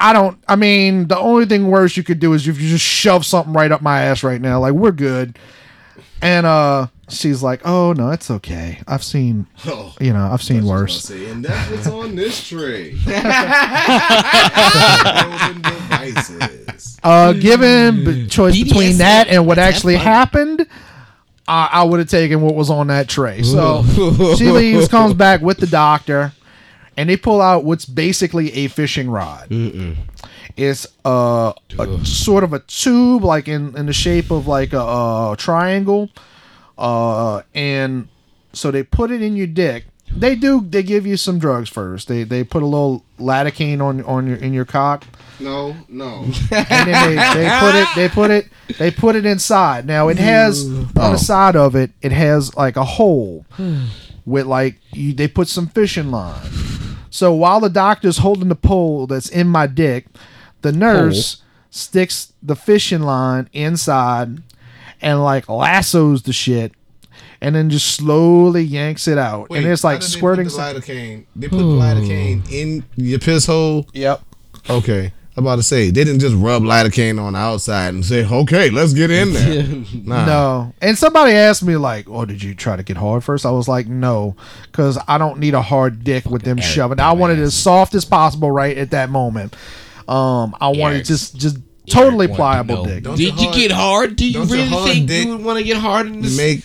Speaker 7: I don't. I mean, the only thing worse you could do is if you just shove something right up my ass right now. Like we're good. And uh, she's like, "Oh no, it's okay. I've seen,
Speaker 6: Oh,
Speaker 7: you know, I've seen worse."
Speaker 6: See, and that's what's on this tray. Frozen devices.
Speaker 7: Uh, given b- choice between
Speaker 5: BDSM,
Speaker 7: that and what
Speaker 5: that's
Speaker 7: actually
Speaker 5: funny.
Speaker 7: happened, I, I would have taken what was on that tray. So she leaves, comes back with the doctor, and they pull out what's basically a fishing rod. It's a, a sort of a tube, like in, in the shape of like a, uh triangle, uh, and so they put it in your dick. They do. They give you some drugs first. They they put a little lidocaine on on your in your cock
Speaker 6: No, no.
Speaker 7: and then they, they put it they put it they put it inside. Now it has on the side of it it has like a hole with like you, they put some fishing line. So while the doctor's holding the pole that's in my dick, the nurse sticks the fishing line inside and like lassos the shit and then just slowly yanks it out. and it's like squirting
Speaker 6: They
Speaker 7: some-
Speaker 6: put the lidocaine. They put the
Speaker 7: Hmm.
Speaker 6: lidocaine in your piss hole.
Speaker 7: Yep.
Speaker 6: Okay. I'm about to say they didn't just rub lidocaine on the outside and say, "Okay, let's get in there." Nah.
Speaker 7: No. And somebody asked me like, "Oh, did you try to get hard first? I was like, "No, because I don't need a hard dick with them shoving. I wanted it as soft as possible right at that moment. Um, I wanted
Speaker 5: Eric-
Speaker 7: just just totally
Speaker 5: Eric wanted to
Speaker 7: pliable
Speaker 5: know.
Speaker 7: dick.
Speaker 6: Don't
Speaker 5: Did
Speaker 6: your
Speaker 5: you get hard? Do you
Speaker 6: don't your
Speaker 5: really
Speaker 6: hard
Speaker 5: think
Speaker 6: dick
Speaker 5: you would want to get hard in this?
Speaker 6: make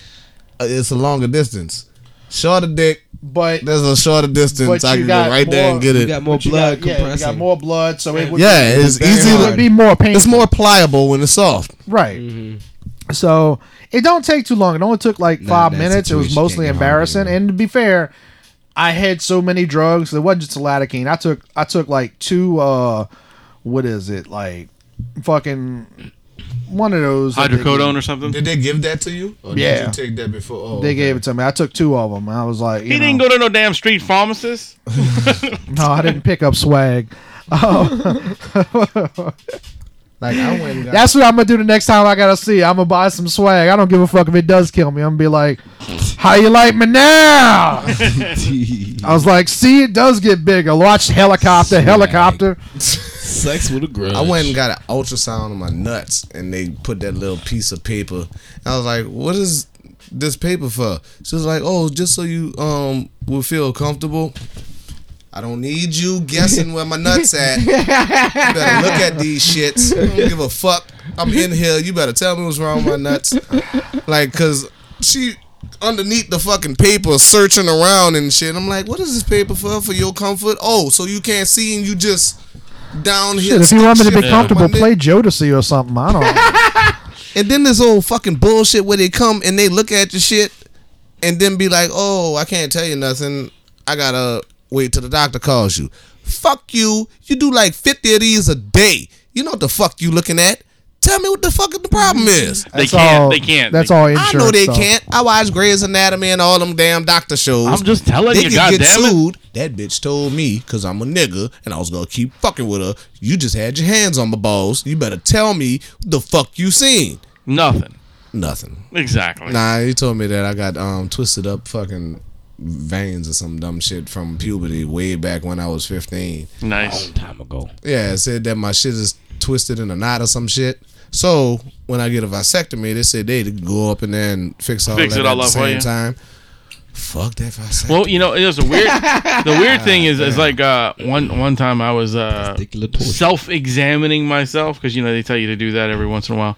Speaker 6: uh, it's a longer distance. Shorter dick.
Speaker 7: But
Speaker 6: There's a shorter distance.
Speaker 7: But
Speaker 6: I
Speaker 7: you
Speaker 6: can
Speaker 7: got
Speaker 6: go right there
Speaker 7: more-
Speaker 6: and get
Speaker 5: you
Speaker 6: it.
Speaker 5: got more
Speaker 7: but you
Speaker 5: blood
Speaker 7: got, yeah, you
Speaker 5: compressing.
Speaker 7: got more blood, so it would
Speaker 6: yeah, it's
Speaker 5: very
Speaker 6: easy.
Speaker 7: it
Speaker 5: hard.
Speaker 7: would be more painful.
Speaker 6: It's more pliable when it's soft.
Speaker 7: right. So it don't take too long. It only took like five
Speaker 5: Mm-hmm. that
Speaker 7: minutes. It was
Speaker 5: situation
Speaker 7: mostly
Speaker 5: can't get hard
Speaker 7: embarrassing.
Speaker 5: anyway.
Speaker 7: And to be fair, I had so many drugs. It wasn't just a lidocaine. I took I took like two. uh What is it like? Fucking one of those. that they
Speaker 4: Hydrocodone or something.
Speaker 6: Did they give that to you? Or
Speaker 7: Yeah.
Speaker 6: Did you take that before? Oh,
Speaker 7: They
Speaker 6: okay.
Speaker 7: gave it to me. I took two of them. I was like, you
Speaker 4: He didn't
Speaker 7: know,
Speaker 4: go to no damn street pharmacist.
Speaker 7: no, I didn't pick up swag. Oh.
Speaker 6: Like I went and got
Speaker 7: That's what I'm gonna do the next time I gotta see. I'm gonna buy some swag. I don't give a fuck if it does kill me. I'm gonna be like, "How you like me now?" I was like, "See, it does get bigger." Watch helicopter,
Speaker 5: Swag.
Speaker 7: helicopter.
Speaker 5: Sex with a grudge.
Speaker 6: I went and got an ultrasound on my nuts, and they put that little piece of paper. I was like, "What is this paper for?" She was like, "Oh, just so you um will feel comfortable." I don't need you guessing where my nuts at. You better look at these shits. I don't give a fuck. I'm in here. You better tell me what's wrong with my nuts. Like, cause she underneath the fucking paper searching around and shit. I'm like, what is this paper for? For your comfort? Oh, so you can't see and you just down here.
Speaker 7: Shit, if you want me to
Speaker 6: shit
Speaker 7: be
Speaker 6: on
Speaker 7: comfortable,
Speaker 6: my
Speaker 7: play Jodeci or something. I don't.
Speaker 6: and then this old fucking bullshit where they come and they look at your shit and then be like, oh, I can't tell you nothing. I gotta wait till the doctor calls you. Fuck you. You do like 50 of these a day. You know what the fuck you looking at. Tell me what the fuck the problem is.
Speaker 4: They
Speaker 7: that's
Speaker 4: can't.
Speaker 7: all-
Speaker 4: They can't.
Speaker 7: That's
Speaker 4: They-
Speaker 7: all
Speaker 6: I
Speaker 7: insurance.
Speaker 6: know they
Speaker 7: though.
Speaker 6: can't. I watch Grey's Anatomy and all them damn doctor shows.
Speaker 4: I'm just telling
Speaker 6: they
Speaker 4: you,
Speaker 6: could
Speaker 4: goddamn
Speaker 6: get
Speaker 4: it.
Speaker 6: sued. That bitch told me because I'm a nigga and I was gonna keep fucking with her. You just had your hands on my balls. You better tell me what the fuck you seen.
Speaker 4: Nothing.
Speaker 6: Nothing.
Speaker 4: Exactly.
Speaker 6: Nah, he told me that I got um twisted up fucking veins or some dumb shit from puberty way back when I was 15.
Speaker 4: Nice.
Speaker 5: time ago.
Speaker 6: Yeah, it said that my shit is twisted in a knot or some shit. So when I get a vasectomy, they said they go up and then fix all
Speaker 4: Fix
Speaker 6: that
Speaker 4: it all
Speaker 6: at
Speaker 4: up
Speaker 6: the
Speaker 4: for
Speaker 6: same
Speaker 4: you.
Speaker 6: time. Fuck that vasectomy.
Speaker 4: Well, you know, it was a weird. the weird thing is, is like uh, one one time I was uh,
Speaker 5: Testicular torture.
Speaker 4: self-examining myself because you know they tell you to do that every once in a while.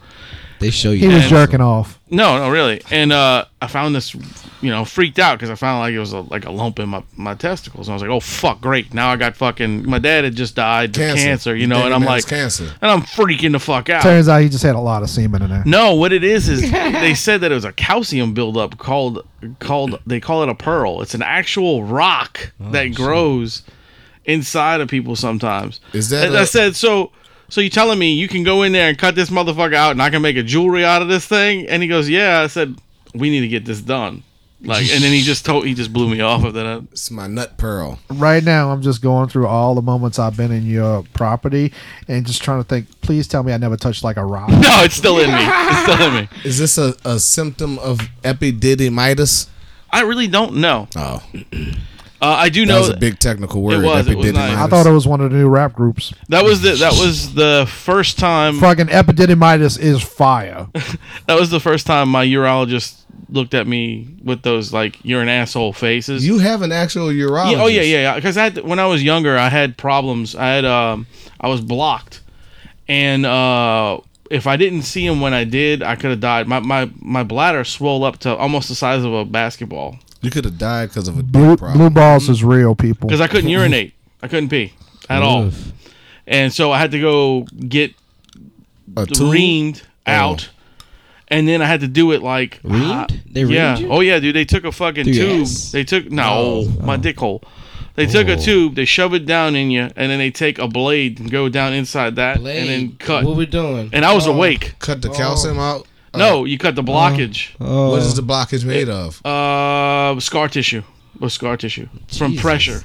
Speaker 5: They show
Speaker 7: He
Speaker 5: you.
Speaker 7: was
Speaker 4: And-
Speaker 7: jerking off.
Speaker 4: No, no, really. And uh, I found this, you know, freaked out because I found like it was a, like a lump in my, my testicles. And I was like, oh fuck, great. Now I got fucking. My dad had just died of cancer, you know,
Speaker 6: Damn,
Speaker 4: and I'm
Speaker 6: man, it's
Speaker 4: like,
Speaker 6: cancer.
Speaker 4: and I'm freaking the fuck out.
Speaker 7: Turns out he just had a lot of semen in there.
Speaker 4: No, what it is is they said that it was a calcium buildup called called they call it a pearl. It's an actual rock
Speaker 6: Oh,
Speaker 4: that grows inside of people sometimes.
Speaker 6: Is that
Speaker 4: And I
Speaker 6: a-
Speaker 4: said so? So you telling me you can go in there and cut this motherfucker out and I can make a jewelry out of this thing? And he goes, yeah. I said we need to get this done. Like, and then he just told he just blew me off of that.
Speaker 6: It's my nut pearl.
Speaker 7: Right now, I'm just going through all the moments I've been in your property and just trying to think. Please tell me I never touched like a rock.
Speaker 4: No, it's still in me. It's still in me.
Speaker 6: Is this a, a symptom of epididymitis?
Speaker 4: I really don't know.
Speaker 6: Oh,
Speaker 4: Uh, I do
Speaker 6: that
Speaker 4: know
Speaker 6: was a big technical word.
Speaker 4: was, it was nice.
Speaker 6: epididymitis.
Speaker 7: I thought it was one of the new rap groups.
Speaker 4: that was the that was the first
Speaker 5: Mm.
Speaker 4: time
Speaker 7: Fucking Epididymitis is fire.
Speaker 4: That was the first time my urologist looked at me with those like "you're an asshole" faces.
Speaker 6: you have an actual urologist.
Speaker 4: Yeah, oh yeah, yeah, yeah. Because I had, when I was younger, I had problems. I had um, I was blocked, and uh, if I didn't see him when I did, I could have died. My my my bladder swelled up to almost the size of a basketball
Speaker 6: You could have died because of a
Speaker 7: Blue,
Speaker 6: dick problem.
Speaker 7: blue balls
Speaker 5: Mm-hmm.
Speaker 7: is real, people.
Speaker 4: because I couldn't urinate. I couldn't pee at all, and so I had to go get
Speaker 6: a tool? Oh.
Speaker 4: reamed out. And then I had to do it like
Speaker 5: Reamed?
Speaker 4: ah,
Speaker 5: They reamed
Speaker 4: yeah.
Speaker 5: you?
Speaker 4: Oh yeah, dude. They took a fucking
Speaker 5: Through your
Speaker 4: tube.
Speaker 5: ass?
Speaker 4: They took no
Speaker 5: Oh.
Speaker 4: my dick hole. They took a
Speaker 5: Oh.
Speaker 4: tube. They shove it down in you, and then they take a blade and go down inside that, and then cut.
Speaker 5: What we doing?
Speaker 4: and I
Speaker 6: Oh.
Speaker 4: was awake.
Speaker 6: Cut the calcium out. Uh,
Speaker 4: No, you cut the blockage.
Speaker 5: Oh,
Speaker 6: What is the blockage made of?
Speaker 4: Uh, scar tissue. Or scar tissue from
Speaker 5: Jesus.
Speaker 4: pressure.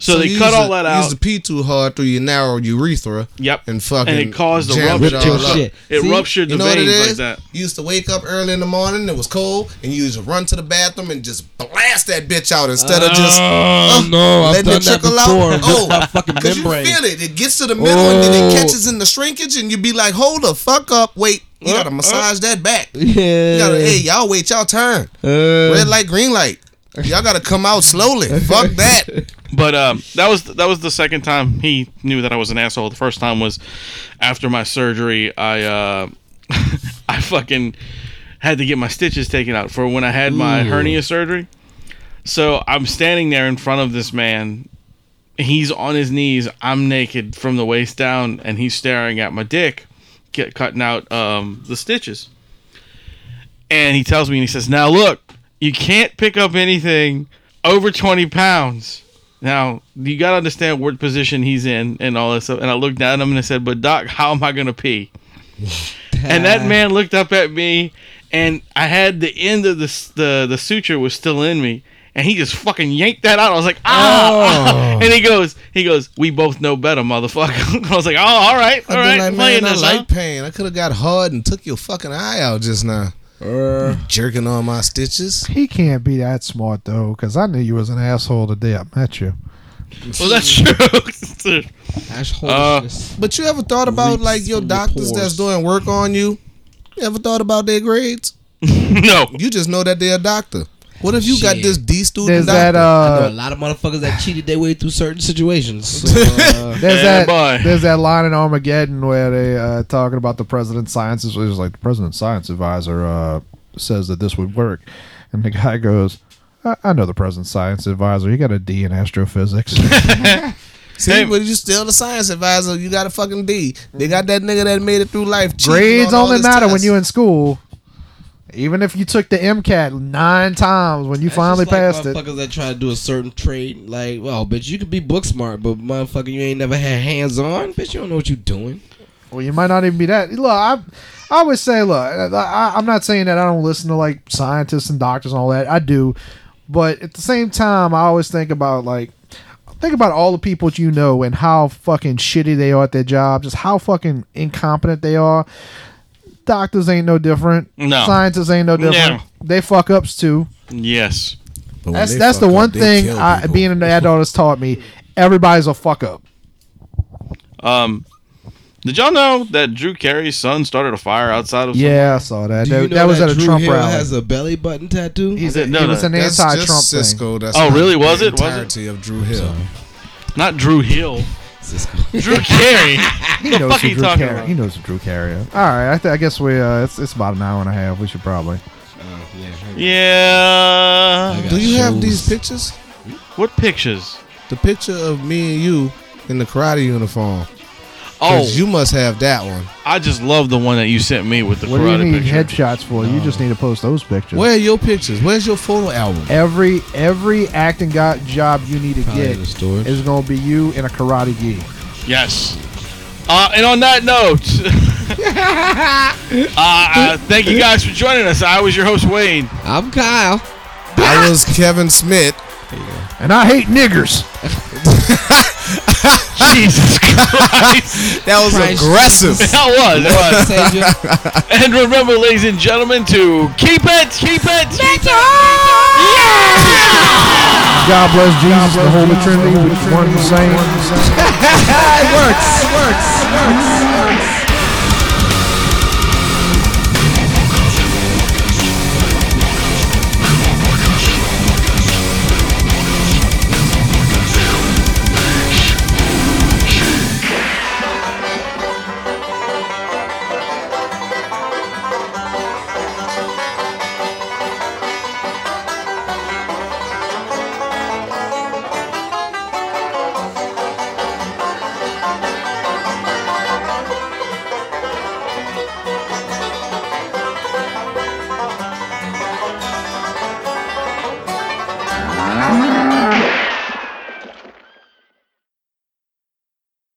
Speaker 4: So, they
Speaker 6: you
Speaker 4: cut
Speaker 6: use
Speaker 4: all
Speaker 6: the-
Speaker 4: that
Speaker 6: Use
Speaker 4: out.
Speaker 6: the pee too hard through your narrow urethra.
Speaker 4: Yep.
Speaker 6: And fucking.
Speaker 4: And it caused a
Speaker 6: jammed it
Speaker 4: rupture.
Speaker 6: all up.
Speaker 5: Shit.
Speaker 4: It
Speaker 5: See?
Speaker 4: ruptured the
Speaker 6: You know what it
Speaker 4: veins
Speaker 6: is?
Speaker 4: like that.
Speaker 6: You used to wake up early in the morning. It was cold, and you used to run to the bathroom and just blast that bitch out instead of just
Speaker 5: Oh,
Speaker 6: uh,
Speaker 5: no, I've
Speaker 6: letting it
Speaker 5: done that
Speaker 6: trickle
Speaker 5: before.
Speaker 6: out. Oh,
Speaker 5: Ripped out fucking
Speaker 6: because you
Speaker 5: membrane.
Speaker 6: feel it. It gets to the middle, and then
Speaker 5: Oh.
Speaker 6: it catches in the shrinkage, and you be like, "Hold the fuck up, wait." You gotta massage that back. You
Speaker 5: Uh, yeah.
Speaker 6: gotta, hey, y'all wait y'all turn.
Speaker 5: Uh,
Speaker 6: Red light, green light. Y'all gotta come out slowly. Fuck that.
Speaker 4: But um, that was that was the second time he knew that I was an asshole. The first time was after my surgery. I uh, I fucking had to get my stitches taken out for when I had my hernia surgery. So I'm standing there in front of this man. He's on his knees. I'm naked from the waist down, and he's staring at my dick, get cutting out um, the stitches. And he tells me, and he says, "Now look, you can't pick up anything over 20 pounds." Now you gotta understand what position he's in and all that stuff. And I looked down at him and I said, "But doc, how am I gonna pee?" and that man looked up at me, and I had the end of the s- the the suture was still in me, and he just fucking yanked that out. I was like, ah,
Speaker 6: Oh.
Speaker 4: ah." and he goes, he goes, we both know better, motherfucker. I was like, oh, all right, all
Speaker 6: I'd be
Speaker 4: right,
Speaker 6: like,
Speaker 4: playing
Speaker 6: man, I
Speaker 4: this, huh?"
Speaker 6: like pain. I could have got hard and took your fucking eye out just now.
Speaker 7: Uh,
Speaker 6: Jerking on my stitches.
Speaker 7: He can't be that smart though, because I knew you was an asshole the day I met you.
Speaker 4: Well, that's true.
Speaker 5: Asshole.
Speaker 4: Uh,
Speaker 6: But you ever thought about
Speaker 5: Leaks
Speaker 6: like your
Speaker 5: through the
Speaker 6: doctors
Speaker 5: pores.
Speaker 6: that's doing work on you? You ever thought about their grades?
Speaker 4: no,
Speaker 6: You just know that they're a doctor. What if you got
Speaker 5: Shit.
Speaker 6: this D student
Speaker 7: There's
Speaker 6: doctor?
Speaker 7: that
Speaker 5: I know a
Speaker 7: uh,
Speaker 5: lot of motherfuckers that cheated their way through certain situations. So, uh,
Speaker 7: there's
Speaker 4: Yeah,
Speaker 7: that
Speaker 4: boy.
Speaker 7: there's that line in Armageddon where they uh, talking about the president's science. It was like the president's science advisor uh, says that this would work, and the guy goes, "I, I know the president's science advisor. He got a D in astrophysics."
Speaker 6: See,
Speaker 4: Hey.
Speaker 6: but you still the science advisor. You got a fucking D. They got that nigga that made it through life. cheating
Speaker 7: Grades
Speaker 6: on all
Speaker 7: only
Speaker 6: his
Speaker 7: matter when
Speaker 6: tests.
Speaker 7: you in school. Even if you took the MCAT nine times, when you
Speaker 5: that's
Speaker 7: finally
Speaker 5: just like
Speaker 7: passed it,
Speaker 5: Motherfuckers that try to do a certain trade, like, well, bitch, you could be book smart, but motherfucker, you ain't never had hands on. Bitch, you don't know what you doing.
Speaker 7: Well, you might not even be that. Look, I, I would say, look, I, I'm not saying that I don't listen to like scientists and doctors and all that. I do, but at the same time, I always think about like, think about all the people that you know and how fucking shitty they are at their job, just how fucking incompetent they are. Doctors ain't no different.
Speaker 4: No.
Speaker 7: Scientists ain't no different.
Speaker 4: No.
Speaker 7: They fuck ups too.
Speaker 4: yes,
Speaker 6: But when
Speaker 7: That's
Speaker 6: they
Speaker 7: that's the
Speaker 6: fuck up,
Speaker 7: one
Speaker 6: they
Speaker 7: thing
Speaker 6: kill
Speaker 7: I,
Speaker 6: people.
Speaker 7: being an adult has taught me. Everybody's a fuck up.
Speaker 4: um. Did y'all know that Drew Carey's son started a fire outside of?
Speaker 7: Yeah, I saw that.
Speaker 5: Do
Speaker 7: That,
Speaker 5: you know
Speaker 7: that was at a
Speaker 5: Drew
Speaker 7: Trump
Speaker 5: Hill
Speaker 7: rally.
Speaker 5: Has a belly button tattoo.
Speaker 7: He's
Speaker 4: I
Speaker 7: a,
Speaker 4: didn't know
Speaker 7: he was
Speaker 4: that.
Speaker 7: an
Speaker 6: That's
Speaker 7: anti-Trump
Speaker 6: just
Speaker 7: thing.
Speaker 6: Cisco. That's
Speaker 4: Oh,
Speaker 6: not
Speaker 4: really?
Speaker 6: the
Speaker 4: Was it? Was it?
Speaker 6: Entirety of Drew Hill.
Speaker 4: some- not Drew Hill, Drew Carey.
Speaker 7: He
Speaker 4: The
Speaker 7: knows
Speaker 4: fuck
Speaker 7: who
Speaker 4: you
Speaker 7: Drew
Speaker 4: talking
Speaker 7: Carey-
Speaker 4: about?
Speaker 7: He knows who Drew Carey is. All right, I, th- I guess we. Uh, it's it's about an hour and a half. We should probably.
Speaker 4: yeah.
Speaker 6: Do you have these pictures?
Speaker 4: What pictures?
Speaker 6: The picture of me and you in the karate uniform.
Speaker 4: Oh,
Speaker 6: 'Cause you must have that one.
Speaker 4: I just love the one that you sent me with the
Speaker 7: What do you
Speaker 4: karate
Speaker 7: need
Speaker 4: picture.
Speaker 7: headshots for? You just need to post those pictures.
Speaker 6: Where are your pictures? Where's your photo album?
Speaker 7: Every every acting got job you need to
Speaker 5: Probably
Speaker 7: get
Speaker 5: in the storage.
Speaker 7: is gonna be you in a karate gi.
Speaker 4: Yes. Uh, and on that note, uh, uh, thank you guys for joining us. I was your host Wayne.
Speaker 5: I'm Kyle.
Speaker 6: I was Kevin Smith.
Speaker 7: And I hate niggers.
Speaker 4: Jesus Christ,
Speaker 6: That was
Speaker 5: Christ.
Speaker 6: aggressive.
Speaker 4: that was it was.
Speaker 5: Savior.
Speaker 4: And remember, ladies and gentlemen, to keep it, keep it.
Speaker 7: God bless Jesus, the Holy Trinity, which is one and the same.
Speaker 6: It works. It works. It works. It works.